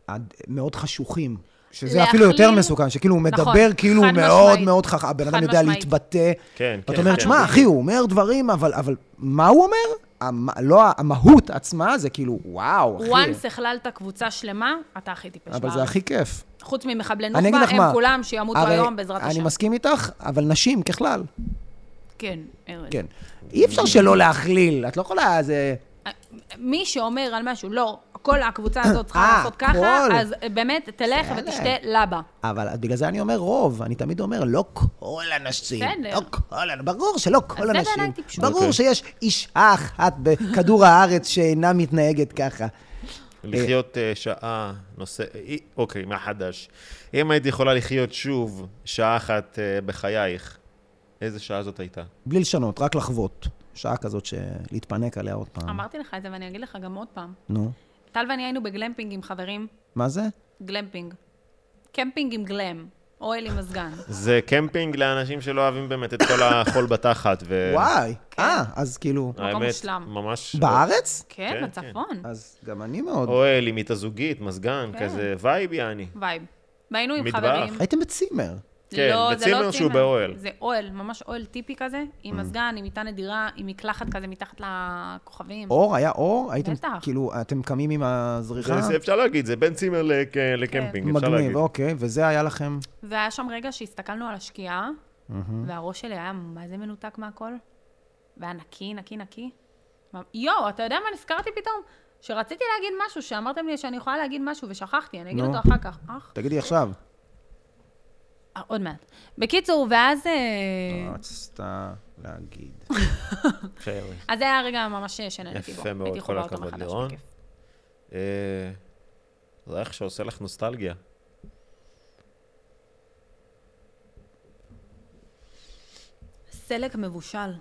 S2: עד- מאוד חשוכים. שזה
S1: להכליל-
S2: אפילו יותר מסוכן, שכאילו הוא
S1: נכון,
S2: מדבר כאילו הוא
S1: חד
S2: מאוד
S1: משמעית.
S2: מאוד חכם, הבן
S1: חד
S2: אדם יודע
S1: משמעית.
S2: להתבטא.
S3: כן,
S2: ואת
S3: כן,
S2: אומרת,
S3: כן.
S2: שמע, אחי, הוא אומר דברים, אבל, אבל מה הוא אומר? המ... לא, המהות עצמה זה כאילו, וואו, אחי.
S1: once הכללת קבוצה שלמה, אתה הכי טיפש
S2: אבל זה
S1: בארץ.
S2: הכי כיף.
S1: חוץ ממחבלי
S2: אני אגיד
S1: נוח'בה,
S2: לך מה.
S1: הם כולם שימותו
S2: הרי
S1: היום בעזרת השם.
S2: אני מסכים איתך, אבל נשים ככלל,
S1: כן, ארז.
S2: כן. אי אפשר שלא להכליל, את לא יכולה, זה...
S1: מי שאומר על משהו, לא, כל הקבוצה הזאת צריכה
S2: אה,
S1: לעשות ככה,
S2: כל.
S1: אז באמת, תלך ותשתה לבה.
S2: אבל אז בגלל זה אני אומר רוב, אני תמיד אומר, לא כל הנשים.
S1: בסדר.
S2: לא כל, ברור שלא
S1: אז
S2: כל
S1: זה
S2: הנשים.
S1: בעיניי טיפשות.
S2: ברור
S3: אוקיי.
S2: שיש אישה אחת בכדור הארץ שאינה מתנהגת ככה.
S3: לחיות אה, שעה, נושא... אי- אוקיי, מהחדש. אם היית יכולה לחיות שוב שעה אחת אה, בחייך, איזה שעה זאת הייתה?
S2: בלי לשנות, רק לחוות. שעה כזאת שלהתפנק עליה עוד פעם.
S1: אמרתי לך את זה ואני אגיד לך גם עוד פעם.
S2: נו,
S1: טל ואני היינו בגלמפינג עם חברים,
S2: מה זה?
S1: גלמפינג. קמפינג עם גלם, אוהל עם מזגן. כן,
S3: זה קמפינג לאנשים שלא אוהבים באמת את כל החול בתחת. ו...
S2: וואי.
S1: כן.
S2: אה, אז כאילו...
S1: מקום
S3: האמת,
S1: מושלם.
S3: ממש...
S2: בארץ?
S1: כן,
S3: כן,
S1: בצפון.
S2: אז גם אני מאוד.
S3: אוהל עם מיטה זוגית, מזגן,
S1: כן.
S3: כזה וייב יעני.
S1: וייב. והיינו עם
S3: מטבח.
S1: חברים.
S2: הייתם בצימר.
S3: כן,
S1: לא, זה
S3: בצימר
S1: לא
S3: שהוא
S1: צימר.
S3: באוהל. Mm.
S1: זה אוהל, ממש אוהל טיפי כזה, עם מזגן, עם מיטה נדירה, עם מקלחת כזה מתחת לכוכבים.
S2: אור, היה אור? הייתם,
S1: בטח.
S2: כאילו, אתם קמים עם הזריחה?
S3: זה- זה אפשר להגיד, זה בין צימר לק-
S1: כן.
S3: לקמפינג, אפשר
S2: אה.
S3: להגיד.
S2: מגניב, אוקיי, וזה היה לכם...
S1: והיה שם רגע שהסתכלנו על השקיעה, והראש שלי היה מה זה מנותק מהכל? והיה נקי, נקי, נקי. יואו, אתה יודע מה נזכרתי פתאום? שרציתי להגיד משהו, שאמרתם לי שאני יכולה להגיד משהו ושכחתי, אני אגיד
S2: נו.
S1: אותו אחר כך. אך,
S2: תגידי עכשיו.
S1: אה, עוד מעט. בקיצור, ואז... אה,
S2: רצת להגיד.
S3: חבר'ה.
S1: אז זה היה הרגע ממש שנהניתי בו.
S3: יפה מאוד,
S1: הייתי
S3: כל
S1: חווה אותו
S3: הכבוד,
S1: מחדש,
S3: לירון.
S1: בכיף.
S3: אה, זה איך שעושה לך נוסטלגיה.
S1: סלק מבושל.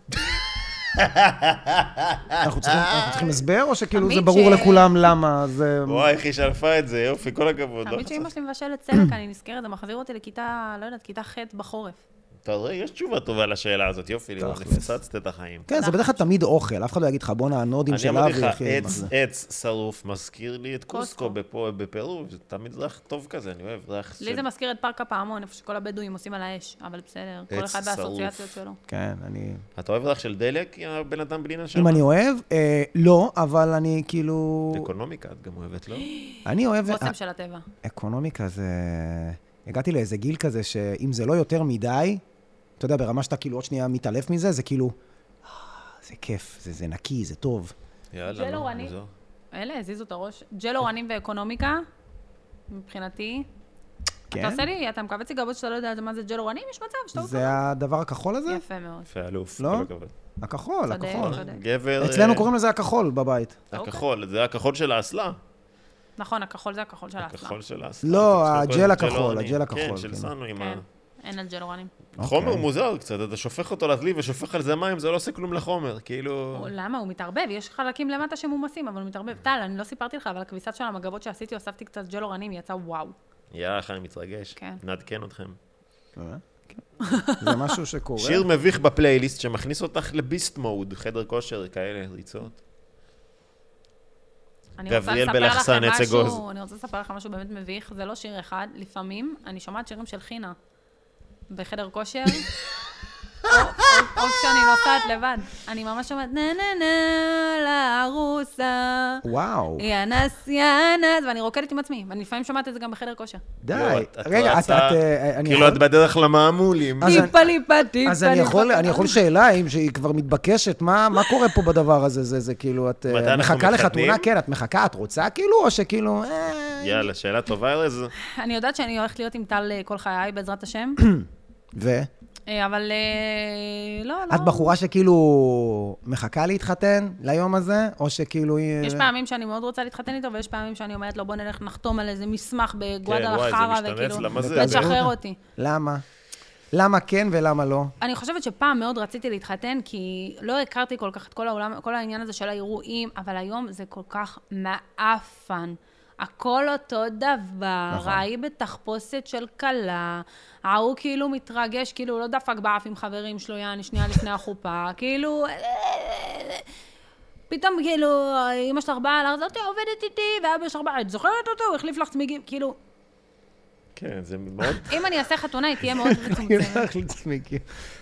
S2: אנחנו צריכים- אנחנו צריכים הסבר, או שכאילו זה
S1: תמיד
S2: ברור
S1: ש-
S2: לכולם למה זה...
S3: וואי, איך היא שלפה את זה, יופי, כל הכבוד. לא
S1: תמיד
S3: חשבתי.
S1: כשאמא שלי מבשלת סלק, אני נזכרת, זה מחזיר אותי לכיתה, לא יודעת, כיתה ח' בחורף.
S3: אתה רואה, יש תשובה טובה לשאלה הזאת, יופי, לירון,
S2: תכלס.
S3: הפצצת את החיים.
S2: כן, זה בדרך כלל תמיד אוכל, אף אחד לא יגיד לך, בואנה, הנודים
S3: אני
S2: שלה
S3: אמרתי לך,
S2: ויחיה עם
S3: עץ,
S2: זה.
S3: עץ שרוף מזכיר לי את
S1: קוסקו.
S3: קוסקו בפו- בפרו, זה תמיד ריח טוב כזה, אני אוהב ריח
S1: לי זה מזכיר את פארק הפעמון, איפה שכל הבדואים עושים על האש, אבל בסדר, כל
S3: עץ
S1: אחד
S3: שרוף.
S1: והאסוציאציות שלו.
S2: כן, אני...
S3: אתה אוהב ריח של דלק, יא בן אדם בלי נשמה?
S2: אם אני אוהב, אה, לא, אבל אני כאילו...
S3: אקונומיקה את גם אוהבת, לא?
S2: אני אוהב...
S1: קוסם של הטבע.
S2: אקונומיקה זה... הגעתי לאיזה גיל כזה, שאם זה לא יותר מדי, אתה יודע, ברמה שאתה כאילו עוד שנייה מתעלף מזה, זה כאילו... "אה, זה כיף, זה, זה נקי, זה טוב.
S3: יאללה,
S1: זה לא
S3: נו,
S1: רעני.
S3: זו.
S1: אלה, הזיזו את הראש. ג'ל אורנים ואקונומיקה, מבחינתי.
S2: כן?
S1: אתה עושה לי, אתה מכווץ לי גבות שאתה לא יודע מה זה ג'ל אורנים, יש מצב שאתה עושה.
S2: זה הדבר הכחול הזה?
S1: יפה מאוד.
S3: יפה, אלוף,
S2: לא?
S3: כל הכבוד.
S2: הכחול,
S1: צודק.
S2: הכחול.
S1: צודק.
S3: גבר...
S2: אצלנו
S3: אה,
S2: קוראים לזה הכחול בבית.
S3: הכחול, זה הכחול של האסלה.
S1: נכון, הכחול זה הכחול של האסלה.
S3: הכחול של האסלה.
S2: לא,
S3: אתה
S2: הג'ל
S3: צריך לקרוא לזה
S2: הכחול, הג'ל
S3: ג'ל אורני.
S2: הכחול,
S3: כן, של
S2: כן.
S3: סנו עם ה...
S1: כן, אין על ג'ל אורנים.
S3: חומר
S2: אוקיי.
S3: מוזר קצת, אתה שופך אותו לדלי ושופך על זה מים, זה לא עושה כלום לחומר, כאילו...
S1: הוא- למה? הוא מתערבב, יש חלקים למטה שמומסים, אבל הוא מתערבב. טל, אני לא סיפרתי לך, אבל הכביסה של המגבות שעשיתי, הוספתי קצת ג'ל אורנים, יצא וואו.
S3: יאללה, איך אני מתרגש.
S1: כן.
S3: נעדכן אתכם.
S2: אה, כן. זה משהו שקורה.
S3: שיר מביך בפלייליסט שמכניס אותך לביסט מוד, חדר כושר, כאלה ריצות.
S1: אני רוצה
S3: גבריאל
S1: לספר לכם
S3: בלחסן, עץ אגוז.
S1: משהו- אני רוצה לספר לכם משהו באמת מביך, זה לא שיר אחד, לפעמים אני שומעת שירים של חינה בחדר כושר, או- או או כשאני נוסעת לבד, אני ממש שומעת נה נה נה לארוסה,
S2: וואו,
S1: אה, יאנס יאנס, ואני רוקדת עם עצמי, ואני לפעמים שומעת את זה גם בחדר כושר.
S3: לא,
S2: די.
S3: את- את
S2: רגע,
S3: לא
S2: את... את,
S3: יצא-
S2: אה, אני
S3: כאילו,
S2: יכול-
S3: את בדרך למעמולים.
S2: אז אני-
S1: טיפה ליפה טיפה.
S2: אז אני יכול,
S1: ליפה.
S2: אני יכול שאלה, אם שהיא כבר מתבקשת, מה, מה קורה פה בדבר הזה? זה, זה כאילו, את אה,
S3: מתי אנחנו
S2: מחכה
S3: מתחתנים?
S2: לחתונה? כן, את מחכה, את רוצה כאילו, או שכאילו... אה,
S3: יאללה, שאלה טובה, ארז.
S1: אני יודעת שאני הולכת להיות עם טל אה, כל חיי, בעזרת השם,
S2: ו?
S1: אה, אבל אה, לא, לא.
S2: את בחורה שכאילו מחכה להתחתן ליום הזה, או שכאילו היא...
S1: יש פעמים שאני מאוד רוצה להתחתן איתו, ויש פעמים שאני אומרת לו, בוא נלך נחתום על איזה מסמך
S3: כן, וואי, זה
S1: בגואדלחרה,
S3: משתמץ לה, מה זה?
S1: וכאילו, תשחרר אותי.
S2: למה? למה כן ולמה לא?
S1: אני חושבת שפעם מאוד רציתי להתחתן, כי לא הכרתי כל כך את כל העולם, כל העניין הזה של האירועים, אבל היום זה כל כך מעפן. הכל אותו דבר, נכון. ההיא בתחפושת של כלה, ההוא כאילו מתרגש, כאילו לא דפק באף עם חברים שלו, יעני, שנייה לפני החופה, כאילו... פתאום כאילו, אמא שלך באה לארץ, "אותי, עובדת איתי, ואבא שלך בא, את זוכרת אותו? הוא החליף לך צמיגים, כאילו...
S3: כן, זה מאוד
S1: אם אני אעשה חתונה, היא תהיה מאוד מצומצמת.
S2: כן.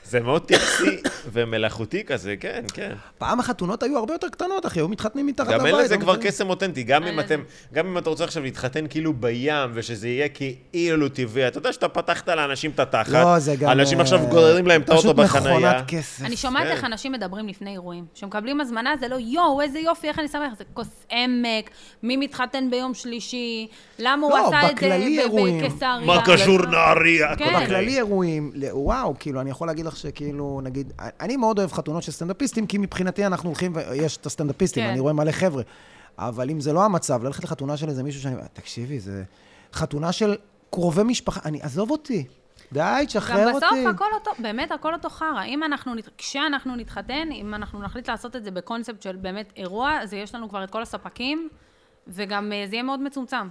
S3: זה מאוד טקסי ומלאכותי כזה, כן, כן.
S2: פעם החתונות היו הרבה יותר קטנות, אחי, היו מתחתנים מתחת לבית.
S3: גם אין לזה
S2: לא
S3: כבר
S2: משנה.
S3: קסם אותנטי. גם
S1: אין
S3: אם אתם, גם אם אתה רוצה עכשיו להתחתן כאילו בים, ושזה יהיה כאילו טבעי, אתה יודע שאתה פתחת לאנשים את התחת.
S2: לא, זה גם...
S3: אנשים
S2: אה,
S3: עכשיו גוררים להם את האוטו
S2: פשוט מכונת
S3: בחנייה.
S2: כסף.
S1: אני שומעת
S3: כן.
S1: איך אנשים מדברים לפני אירועים. כשמקבלים הזמנה זה לא יואו, איזה יופי, איך אני שמח, זה כוס עמק, מי מתחתן ביום שלישי, למה הוא
S2: לא,
S1: עשה את זה
S2: בכללי
S1: ב-
S2: אירועים.
S1: בקיסריה.
S3: מה קשור נהריה?
S1: כן.
S3: כל מיני.
S2: לא, בכללי אירועים, ל- וואו, כאילו, אני יכול להגיד לך שכאילו, נגיד, אני מאוד אוהב חתונות של סטנדאפיסטים, כי מבחינתי אנחנו הולכים, ויש את הסטנדאפיסטים,
S1: כן.
S2: אני רואה מלא חבר'ה. אבל אם זה לא המצב, ללכת לחתונה של איזה מישהו שאני... תקשיבי, זה חתונה של קרובי משפחה, אני, עזוב אותי. די,
S1: גם
S2: תשחרר אותי.
S1: בסוף הכל אותו, באמת הכל אותו חרא. אם אנחנו, נת- כשאנחנו נתחתן, אם אנחנו נחליט לעשות את זה בקונספט של באמת אירוע, אז יש לנו כבר את כל הספקים, וגם אה, זה יהיה מאוד מצומצם.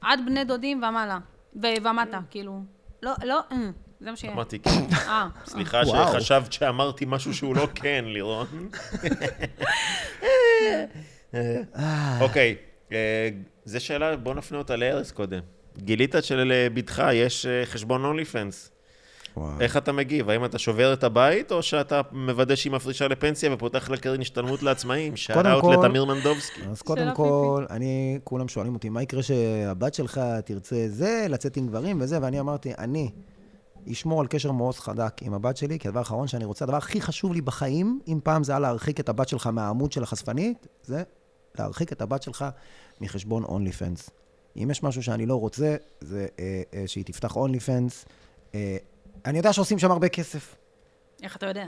S1: עד בני דודים ומעלה, ו- ומטה, כאילו. לא, לא, אה, זה מה שיהיה.
S3: אמרתי, כן.
S1: אה.
S3: סליחה
S2: וואו.
S3: שחשבת שאמרתי משהו שהוא לא כן, לירון. אוקיי, אה, זו שאלה, בוא נפנה אותה לארז קודם. גילית שלבתך יש אה, חשבון אונלי פנס.
S2: וואו.
S3: איך אתה מגיב? האם אתה שובר את הבית, או שאתה מוודא שהיא מפרישה לפנסיה ופותח לה קרן השתלמות לעצמאים? שאלה
S2: כל-
S3: אאוט לתמיר מנדובסקי.
S2: אז
S1: שאלה
S2: קודם כל, אני, כולם שואלים אותי, מה יקרה שהבת שלך תרצה זה, לצאת עם גברים וזה, ואני אמרתי, אני אשמור על קשר מאוד חדק עם הבת שלי, כי הדבר האחרון שאני רוצה, הדבר הכי חשוב לי בחיים, אם פעם זה היה להרחיק את הבת שלך מהעמוד של החשפנית, זה להרחיק את הבת שלך מחשבון אונלי פנס. אם יש משהו שאני לא רוצה, זה אה, אה, שהיא תפתח אונלי פנס. אה, אני יודע שעושים שם הרבה כסף.
S1: איך אתה יודע?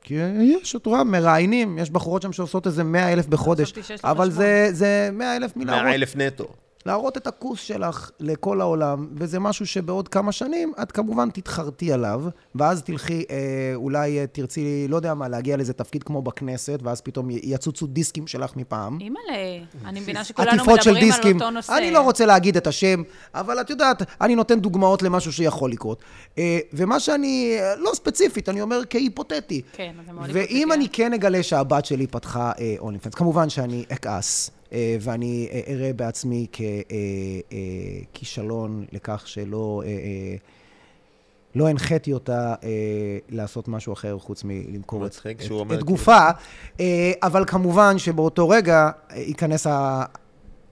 S2: כי יש, את רואה, מראיינים, יש בחורות שם שעושות איזה 100 אלף בחודש,
S1: חשבתי שיש לך
S2: אבל
S1: שמונה.
S2: זה, זה 100 אלף מלהראות
S3: 100 אלף נטו.
S2: להראות את הכוס שלך לכל העולם, וזה משהו שבעוד כמה שנים את כמובן תתחרתי עליו, ואז תלכי, אה, אולי אה, תרצי, לא יודע מה, להגיע לאיזה תפקיד כמו בכנסת, ואז פתאום י- יצוצו דיסקים שלך מפעם.
S1: אימא'לה, אה, אני מבינה שכולנו
S2: עטיפות של
S1: מדברים על
S2: דיסקים.
S1: אותו נושא.
S2: אני לא רוצה להגיד את השם, אבל את יודעת, אני נותן דוגמאות למשהו שיכול לקרות. אה, ומה שאני, אה, לא ספציפית, אני אומר כהיפותטי.
S1: כן, אז זה מאוד היפותטי,
S2: ואם
S1: אה?
S2: אני כן אגלה שהבת שלי פתחה אה, אונלי פנס, כמובן שאני אכעס, אה, ואני אה, אראה בעצמי ככישלון לכך שלא... אה, אה, לא הנחיתי אותה אה, לעשות משהו אחר חוץ מלמכור את,
S3: מצחיק
S2: את,
S3: שהוא אומר
S2: את
S3: כאילו-
S2: גופה, אה, אבל כמובן שבאותו רגע אה, ייכנס ה...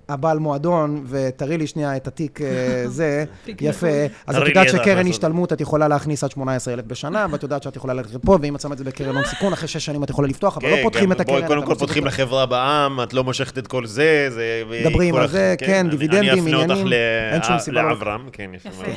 S2: הבעל מועדון, ותראי לי שנייה את התיק אה, זה,
S1: תיק
S2: יפה. אז את
S3: תראי לי
S2: יודעת
S3: את
S2: שקרן
S3: ההכנסות.
S2: השתלמות, את יכולה להכניס עד 18,000 בשנה, ואת יודעת שאת יכולה ללכת פה, ואם את שמה את זה בקרן הון סיכון, אחרי שש שנים את יכולה לפתוח, אבל לא
S3: כן,
S2: פותחים
S3: גם
S2: את הקרן.
S3: בואי, קודם
S2: אתה
S3: כל
S2: מפסיק
S3: פותחים
S2: אותה.
S3: לחברה בעם, את לא מושכת את כל זה, זה...
S2: מדברים
S3: כל
S2: על
S3: הח-
S2: זה, כן,
S3: אני-
S2: דיבידנדים,
S3: אני אפנה
S2: עניינים, אין שום
S3: אותך
S2: סיבה אה,
S3: ל-
S2: לא-
S3: לאברהם, כן, יפה
S1: יפה.
S3: מאוד.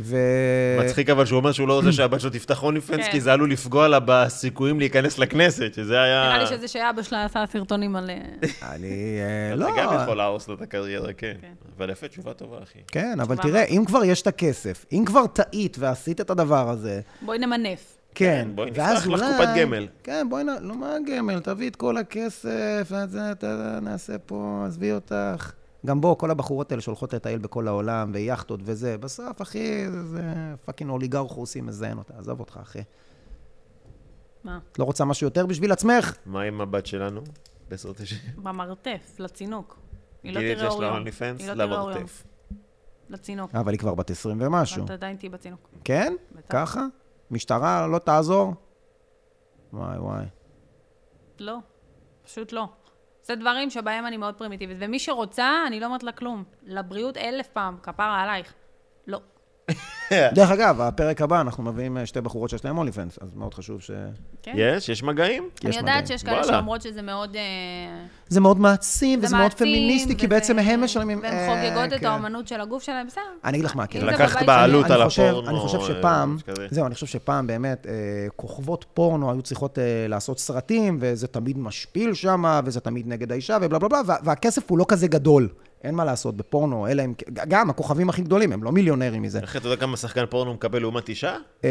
S2: ו-
S3: מצחיק אבל שהוא אומר שהוא לא
S2: אה.
S3: רוצה שהבת שלו תפתח אונלי פנס,
S1: כן.
S3: כי זה עלול לפגוע לה בסיכויים להיכנס לכנסת, שזה היה...
S1: נראה לי שזה שאבא שלה עשה סרטונים על... אה,
S2: אני... אה,
S3: אתה
S2: לא.
S3: גם יכול להרוס לו את הקריירה, כן.
S1: כן.
S3: אבל יפה, תשובה טובה, אחי.
S2: כן, אבל
S1: תשובה
S2: תראה, אם כבר יש את הכסף, אם כבר טעית ועשית את הדבר הזה,
S1: בואי נמנף.
S2: כן,
S3: בואי נפתח
S2: ואז
S3: לך
S2: אולי-
S3: קופת גמל.
S2: כן, בואי, נ- לא מה גמל, תביא את כל הכסף, אז זה, אתה- נעשה פה, עזבי אותך. גם בוא, כל הבחורות האלה שהולכות לטייל בכל העולם, ויאכטות וזה, בסוף, אחי, זה- זה פאקינג אוליגרחוסים מזיין אותה, עזוב אותך, אחי.
S1: מה?
S2: את לא רוצה משהו יותר בשביל עצמך?
S3: מה עם הבת שלנו? בעזרת השם.
S1: במרתף, לצינוק. היא לא
S3: גילית
S1: תראה
S3: שיש
S1: אור
S3: לה
S1: יום.
S3: אונלי פנס?
S1: היא לא תראה אור יום.
S3: למרתף.
S1: לצינוק.
S2: אבל היא כבר בת 20
S1: אבל
S2: ומשהו.
S1: אתה עדיין תהיי בצינוק.
S2: כן?
S1: בטח.
S2: ככה? משטרה לא תעזור? וואי, וואי.
S1: לא. פשוט לא. זה דברים שבהם אני מאוד פרימיטיבית. ומי שרוצה, אני לא אומרת לה כלום. לבריאות אלף פעם, כפרה עלייך. לא.
S2: דרך אגב, הפרק הבא, אנחנו מביאים אה, שתי בחורות שיש להן אוליפנס, אז מאוד חשוב ש...
S1: כן.
S3: יש, יש מגעים?
S1: אני
S2: יש
S1: יודעת
S2: מדעי.
S1: שיש כאלה
S3: וואלה.
S1: שאומרות שזה מאוד... אה,
S2: זה מאוד מעצים, וזה מאוד
S1: מעצים,
S2: פמיניסטי, כי
S1: וזה-
S2: בעצם הם משלמים...
S1: והן
S2: אה,
S1: חוגגות את
S2: כן.
S1: האומנות של הגוף שלהם, בסדר.
S2: אני אגיד לך מה הקטע.
S1: אם זה
S3: לקחת
S1: לא בבית
S3: בעלות
S1: שלהם.
S3: על
S2: אני חושב-
S3: הפורנו,
S2: אני חושב
S3: אה,
S2: שפעם,
S3: משהו כזה.
S2: זהו, אני חושב שפעם באמת, אה, כוכבות פורנו היו צריכות אה, לעשות סרטים, וזה תמיד משפיל שם, וזה תמיד נגד האישה, ובלה בלה בלה, וה- והכסף הוא לא כזה גדול. אין מה לעשות בפורנו, אלא אם... גם הכוכבים הכי גדולים, הם לא מיליונרים מזה.
S3: אחי, אתה יודע כמה שחקן פורנו מקבל לעומת אישה?
S2: אה,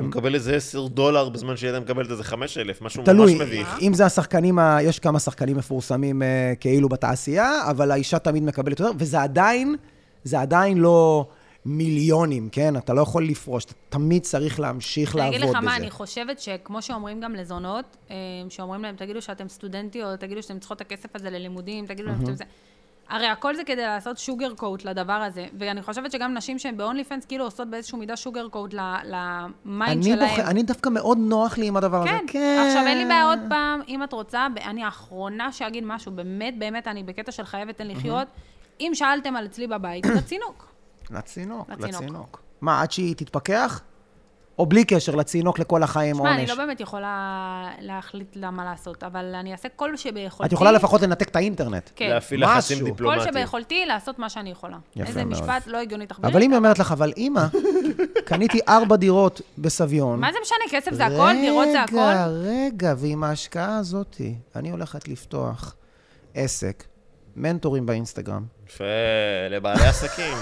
S3: הוא מקבל איזה 10 דולר בזמן שהייתה מקבלת איזה 5,000, משהו ממש
S2: תלוי,
S3: מביך.
S1: אה?
S2: אם זה השחקנים, ה... יש כמה שחקנים מפורסמים אה, כאילו בתעשייה, אבל האישה תמיד מקבלת יותר, וזה עדיין, זה עדיין לא מיליונים, כן? אתה לא יכול לפרוש, אתה תמיד צריך להמשיך
S1: אני
S2: לעבוד
S1: אגיד
S2: בזה.
S1: לך מה, אני חושבת שכמו שאומרים גם לזונות, אה, שאומרים להם, תגידו שאתם סטודנטיות, תגידו שאתם צריכות את הכסף הזה ללימודים, תגידו להם שאתם זה... הרי הכל זה כדי לעשות שוגר קוט לדבר הזה, ואני חושבת שגם נשים שהן ב-only fans כאילו עושות באיזשהו מידה שוגר קוט למיינד
S2: אני,
S1: שלהם.
S2: בוח... אני דווקא מאוד נוח לי עם הדבר הזה.
S1: כן. עכשיו, אין לי בעיה עוד פעם, אם את רוצה, ב- אני האחרונה שאגיד משהו, באמת, באמת, אני בקטע של חייבת תן לחיות. אם שאלתם על אצלי בבית, זה צינוק.
S2: לצינוק,
S1: לצינוק.
S2: לצינוק. מה, עד שהיא תתפכח? או בלי קשר, לצינוק לכל החיים
S1: תשמע, אני
S2: עונש.
S1: לא באמת יכולה להחליט למה לעשות, אבל אני אעשה כל שביכולתי.
S2: את יכולה לפחות לנתק את האינטרנט.
S1: כן.
S3: להפעיל לחצים
S2: משהו.
S1: כל
S3: דיפלומטיים.
S1: שביכולתי לעשות מה שאני יכולה.
S2: יפה
S1: איזה
S2: מאוד.
S1: משפט לא הגיוני תחבירי.
S2: אבל אם היא אומרת לך, אבל אימא, קניתי ארבע דירות בסביון.
S1: מה זה משנה? כסף זה הכל? דירות זה
S2: רגע,
S1: הכל?
S2: רגע, ועם ההשקעה הזאתי, אני הולכת לפתוח עסק, מנטורים באינסטגרם.
S3: יפה, לבעלי עסקים.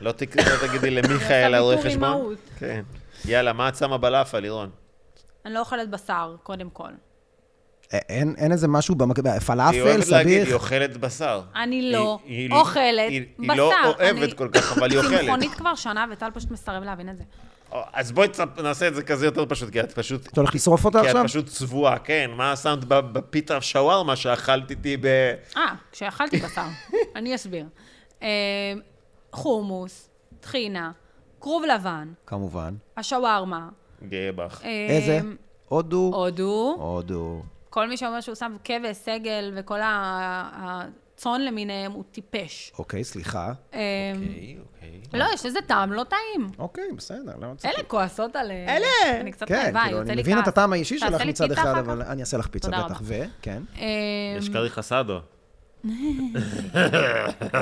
S3: לא תק- לא תגידי למיכאל,
S1: עושה
S3: הרואה
S1: ויתור
S3: חשבון?
S1: אימהות.
S3: כן. יאללה, מה את שמה בלאפה, לירון?
S1: אני לא אוכלת בשר, קודם כל.
S2: א- אין אין איזה משהו, במק-
S3: היא
S2: פלאפל,
S3: אוהבת להגיד, היא
S2: סביח.
S3: אוכלת בשר.
S1: אני לא
S3: היא- היא-
S1: אוכלת
S3: היא-
S1: בשר.
S3: היא לא
S1: אני
S3: אוהבת כל כך, אבל היא אוכלת.
S1: צמחונית כבר שנה, וטל פשוט מסרב להבין את זה.
S3: אז בואי תספ- נעשה את זה כזה יותר פשוט, כי את פשוט...
S2: אתה הולך לשרוף אותה
S3: כי את
S2: עכשיו?
S3: פשוט צבועה, כן. מה שמת ב- בפיתה שווארמה שאכלת איתי ב...
S1: אה, כשאכלתי בשר. אני אסביר. אה, חומוס, טחינה, כרוב לבן,
S2: כמובן.
S1: השווארמה.
S3: גאה בך.
S1: אה,
S2: איזה? הודו.
S1: הודו.
S2: הודו.
S1: כל מי שאומר שהוא שם כבש, סגל וכל ה- הצאן למיניהם, הוא טיפש.
S2: אוקיי, סליחה.
S1: אה,
S3: אוקיי, אוקיי.
S1: לא, יש לזה טעם לא טעים.
S2: אוקיי, בסדר, למה צריך?
S1: אלה כועסות על... אלה! אני קצת
S2: כן,
S1: רעבה,
S2: כאילו,
S1: יוצא לי
S2: אני
S1: כעס.
S2: מבין את הטעם האישי
S1: תעשה
S2: שלך
S1: לי
S2: מצד
S1: פיתה
S2: אחד,
S1: אחר
S2: אבל
S1: כך.
S2: אני אעשה לך פיצה
S1: תודה
S2: בטח.
S1: רבה.
S2: ו? כן.
S1: אה,
S3: יש קרי חסדו.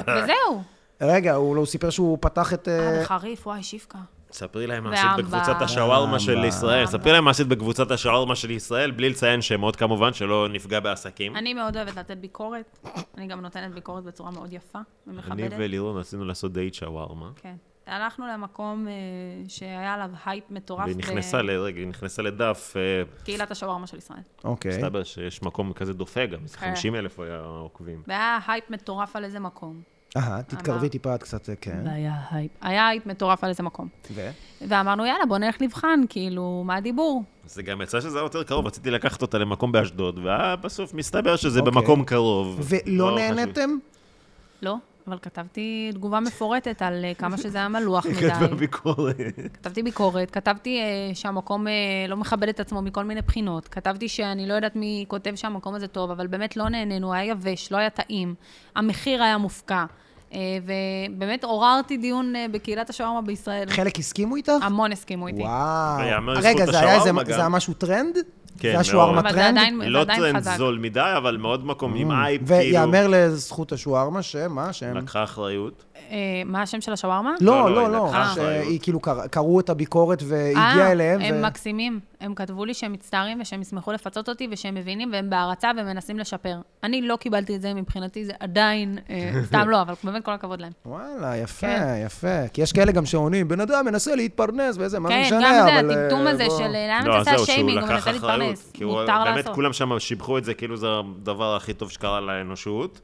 S1: וזהו.
S2: רגע, הוא לא- הוא סיפר שהוא פתח את... אה,
S1: אה, חריף, וואי, שיפקה.
S3: ספרי להם מה עשית
S1: והמבה.
S3: בקבוצת השווארמה של
S2: והמבה.
S3: ישראל. ספרי להם מה עשית בקבוצת השווארמה של ישראל, בלי לציין שמות כמובן, שלא נפגע בעסקים.
S1: אני מאוד אוהבת לתת ביקורת. אני גם נותנת ביקורת בצורה מאוד יפה
S3: אני
S1: ומכבדת.
S3: ולירון רצינו לעשות דייט שווארמה,
S1: כן. הלכנו למקום אה, שהיה עליו הייפ מטורף.
S3: והיא נכנסה ל- רגע, היא נכנסה לדף, אה,
S1: קהילת השווארמה של ישראל.
S2: אוקיי.
S3: מסתבר שיש מקום כזה דופק, גם
S1: כן.
S3: איזה 50 אלף עוקבים.
S1: והיה הייפ מטורף על איזה מקום.
S2: אהה, תתקרבי טיפה את קצת, אה, כן.
S1: והיה הייפ. היה הייפ מטורף על איזה מקום.
S3: לא,
S2: ו?
S1: ואמרנו, יאללה, בוא נלך לבחן, כאילו, מה הדיבור?
S3: זה גם יצא שזה היה יותר קרוב, רציתי לקחת אותה למקום באשדוד, ובסוף מסתבר שזה
S2: אוקיי.
S3: במקום קרוב.
S2: ולא
S3: לא חשוב.
S2: נהנתם?
S1: לא, אבל כתבתי תגובה מפורטת על אה, כמה שזה היה מלוח
S3: היא
S1: מדי.
S3: כתבה ביקורת.
S1: כתבתי ביקורת, כתבתי אה, שהמקום אה, לא מכבד את עצמו מכל מיני בחינות, כתבתי שאני לא יודעת מי כותב שהמקום הזה טוב, אבל באמת לא נהנינו, היה יבש, לא היה טעים, המחיר היה מופקע, אה, ובאמת עוררתי דיון אה, בקהילת השווארמה בישראל.
S2: חלק הסכימו איתך?
S1: המון הסכימו איתי.
S2: וואו.
S3: ויאמר
S2: רגע,
S3: לזכות
S2: זה היה איזה,
S3: השווארמה
S2: זה
S3: גם.
S2: היה משהו טרנד?
S3: כן,
S2: זה היה שווארמה
S3: מאוד.
S1: אבל זה
S2: טרנד?
S1: עדיין, זה
S3: לא
S1: עדיין
S3: טרנד
S1: חזק.
S3: זול מדי, אבל מאוד מקום עם אייפ, כאילו.
S2: ויאמר לזכות השווארמה, שמה, שהם...
S3: לקחה אחריות.
S1: אה, מה השם של השווארמה?
S2: לא,
S3: לא,
S2: לא,
S3: היא
S2: לא,
S3: לקחה אחריות.
S2: שהיא כאילו קר- קראו את הביקורת
S1: אה,
S2: והגיעה אליהם.
S1: הם
S2: ו-
S1: מקסימים. הם כתבו לי שהם מצטערים ושהם ישמחו לפצות אותי ושהם מבינים והם בהערצה ומנסים לשפר. אני לא קיבלתי את זה מבחינתי, זה עדיין, אה, סתם לא, אבל באמת כל הכבוד להם.
S2: וואלה, יפה,
S1: כן.
S2: יפה. כי יש כאלה גם שעונים, בן אדם מנסה להתפרנס וזה, מה זה
S1: כן,
S2: משנה, אבל...
S1: גם זה,
S2: אה,
S1: הטמטום הזה
S2: בוא.
S1: של אה, למה
S3: לא,
S1: אני מנסה
S3: זהו, שהוא
S1: שיימינג, הוא
S3: לקח
S1: מנסה
S3: אחריות.
S1: להתפרנס,
S3: כי הוא-
S1: מותר
S3: באמת
S1: לעשות.
S3: כולם שם שיבחו את זה, כאילו זה הדבר הכי טוב שקרה לאנושות.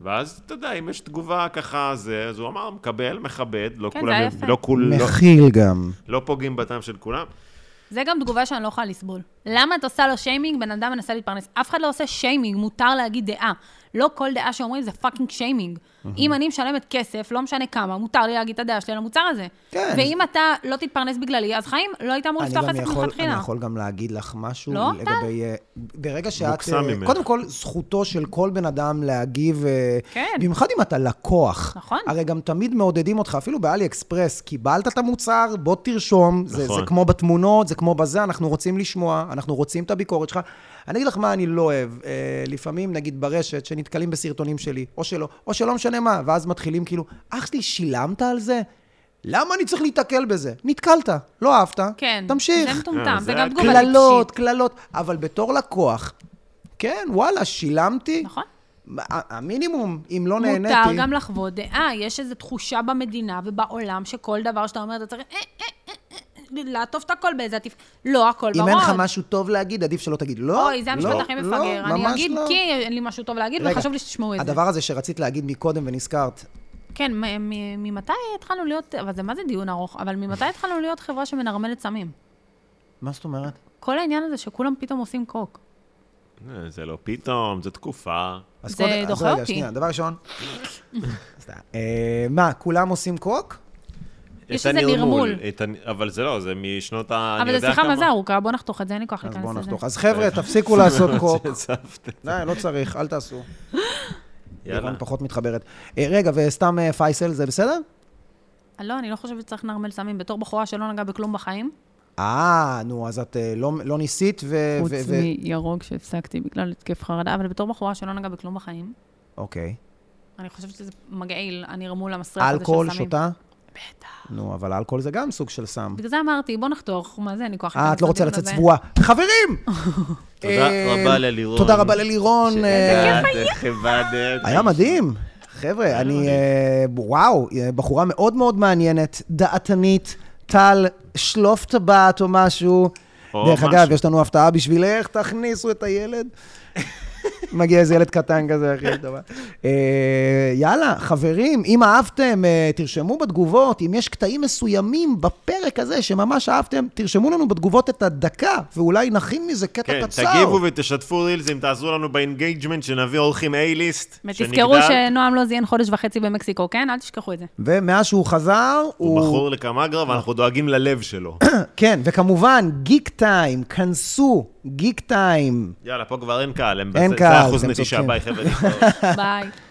S3: ואז, אתה יודע, אם יש תגובה ככה, זה, אז הוא אמר, מקבל, מכבד, לא
S1: כן, זה
S3: כולם,
S1: היה יפה.
S3: לא כול- לא-
S2: מכיל גם.
S3: לא פוגעים בטעם של כולם.
S1: זה גם תגובה שאני לא יכולה לסבול. למה את עושה לו שיימינג? בן אדם מנסה להתפרנס. אף אחד לא עושה שיימינג, מותר להגיד דעה. לא כל דעה שאומרים זה פאקינג שיימינג. אם אני משלמת כסף, לא משנה כמה, מותר לי להגיד את הדעה שלי על המוצר הזה.
S2: כן.
S1: ואם אתה לא תתפרנס בגללי, אז חיים, לא היית אמור
S2: אני
S1: לפתוח
S2: גם
S1: עסק
S2: יכול-
S1: מלכתחילה.
S2: אני יכול גם להגיד לך משהו
S1: לא?
S2: לגבי... אה, ברגע שאת...
S3: מוקסם
S2: אה,
S3: ממך.
S2: קודם כל, זכותו של כל בן אדם להגיב, אה,
S1: כן.
S2: במיוחד אם אתה לקוח.
S1: נכון.
S2: הרי גם תמיד מעודדים אותך, אפילו באלי אקספרס, קיבלת את המוצר, בוא תרשום. זה,
S3: נכון.
S2: זה כמו בתמונות, זה כמו בזה, אנחנו רוצים לשמוע, אנחנו רוצים את הביקורת שלך. אני אגיד לך מה אני לא אוהב. אה, לפעמים, נגיד ברשת, שנתקלים בסרטונים שלי, או שלא, או שלא משנה מה, ואז מתחילים כאילו, אח שלי, שילמת על זה? למה אני צריך להיתקל בזה? נתקלת, לא אהבת,
S1: כן.
S2: תמשיך.
S1: זה מטומטם,
S3: אה, זה
S1: וגם תגובה
S2: קללות,
S1: טיפשית.
S2: קללות, אבל בתור לקוח, כן, וואלה, שילמתי.
S1: נכון.
S2: ה- המינימום, אם לא נהניתי...
S1: מותר גם לחוות דעה, יש איזו תחושה במדינה ובעולם שכל דבר שאתה אומר, אתה צריך אה, אה, אה, אה, לעטוף את הכל באיזה עטיף. לא, הכל
S2: אם
S1: ורוד.
S2: אין לך משהו טוב להגיד, עדיף שלא תגיד. לא,
S1: אוי, זה המשפט
S2: לא,
S1: הכי
S2: לא,
S1: מפגר.
S2: ממש
S1: אני אגיד
S2: לא.
S1: כי אין לי משהו טוב להגיד,
S2: רגע,
S1: וחשוב לי שתשמעו את זה.
S2: הדבר הזה שרצית להגיד מקודם ונזכרת,
S1: כן, מ- מ- ממתי התחלנו להיות, אבל זה מה זה דיון ארוך, אבל ממתי התחלנו להיות חברה שמנרמלת סמים?
S2: מה זאת אומרת?
S1: כל העניין הזה שכולם פתאום עושים קוק.
S3: אה, זה לא פתאום, זה תקופה.
S2: אז
S1: זה
S2: קודם- אז
S1: דוחה
S2: רגע,
S1: אותי.
S2: שנייה, דבר ראשון. סתם. אה, מה, כולם עושים קוק?
S1: יש
S3: את
S1: איזה
S3: הנרמול,
S1: נרמול.
S3: את הנ- אבל זה לא, זה משנות ה... אני
S1: אבל זו
S3: יודע
S1: שיחה
S3: כמה.
S1: מזה ארוכה, בוא נחתוך את זה, אין לי כוח
S2: אז
S1: להיכנס
S2: בואו
S1: לזה.
S2: נחתוך. אז חבר'ה, תפסיקו לעשות קוק.
S3: הצפת.
S2: די, לא צריך, אל תעשו.
S3: יאללה.
S2: לירון פחות מתחברת. אה, רגע, וסתם אה, פייסל, זה בסדר?
S1: לא, אני לא חושבת שצריך לנרמל סמים. בתור בחורה שלא נגעה בכלום בחיים,
S2: אה, נו, אז את אה, לא, לא ניסית ו...
S1: חוץ
S2: ו- ו-
S1: מירוק שהפסקתי בגלל התקף חרדה, אבל בתור בחורה שלא נגעה בכלום בחיים,
S2: אוקיי.
S1: אני חושבת שזה מגעיל, הנרמול המסריח הזה לא, של סמים.
S2: אלכוהול שותה?
S1: בטח.
S2: נו, אבל אלכוהול זה גם סוג של סם.
S1: בגלל זה אמרתי, בוא נחתוך, מה זה, אין לי כוח
S2: אה, את לא רוצה
S1: לדיון
S2: לצאת
S1: הזה.
S2: צבועה. חברים!
S3: תודה
S2: אה,
S3: רבה ללירון.
S2: תודה רבה ללירון.
S3: כן,
S2: אה,
S3: שידעת איך עבדת.
S2: היה מדהים. חבר'ה, אני... אה, וואו, אה, בחורה מאוד מאוד מעניינת, דעתנית, טל, שלוף טבעת או משהו.
S3: או
S2: דרך אגב,
S3: משהו.
S2: יש לנו הפתעה בשבילך, תכניסו את הילד. מגיע איזה ילד קטן כזה, אחי, טוב. אה, יאללה, חברים, אם אהבתם, אה, תרשמו בתגובות. אם יש קטעים מסוימים בפרק הזה שממש אהבתם, תרשמו לנו בתגובות את הדקה, ואולי נכין מזה קטע
S3: כן,
S2: קצר.
S3: תגיבו ותשתפו רילזים, תעזרו לנו באינגייג'מנט, שנביא אורחים A-ליסט.
S1: ותזכרו
S3: שנגדל.
S1: שנועם לא זיין חודש וחצי במקסיקו, כן? אל תשכחו את זה.
S2: ומאז שהוא חזר,
S3: הוא מכור לקמגרה, ואנחנו דואגים ללב שלו.
S2: כן, וכמובן, גיק טיים, כנסו, גיק טיים.
S3: יאללה, פה כבר אין קהל, הם-
S2: אין
S3: זה-
S2: קהל, כן.
S3: זה אחוז
S2: אתם
S3: נטישה,
S2: צודקים.
S3: ביי חבר'ה. להתראות.
S1: ביי.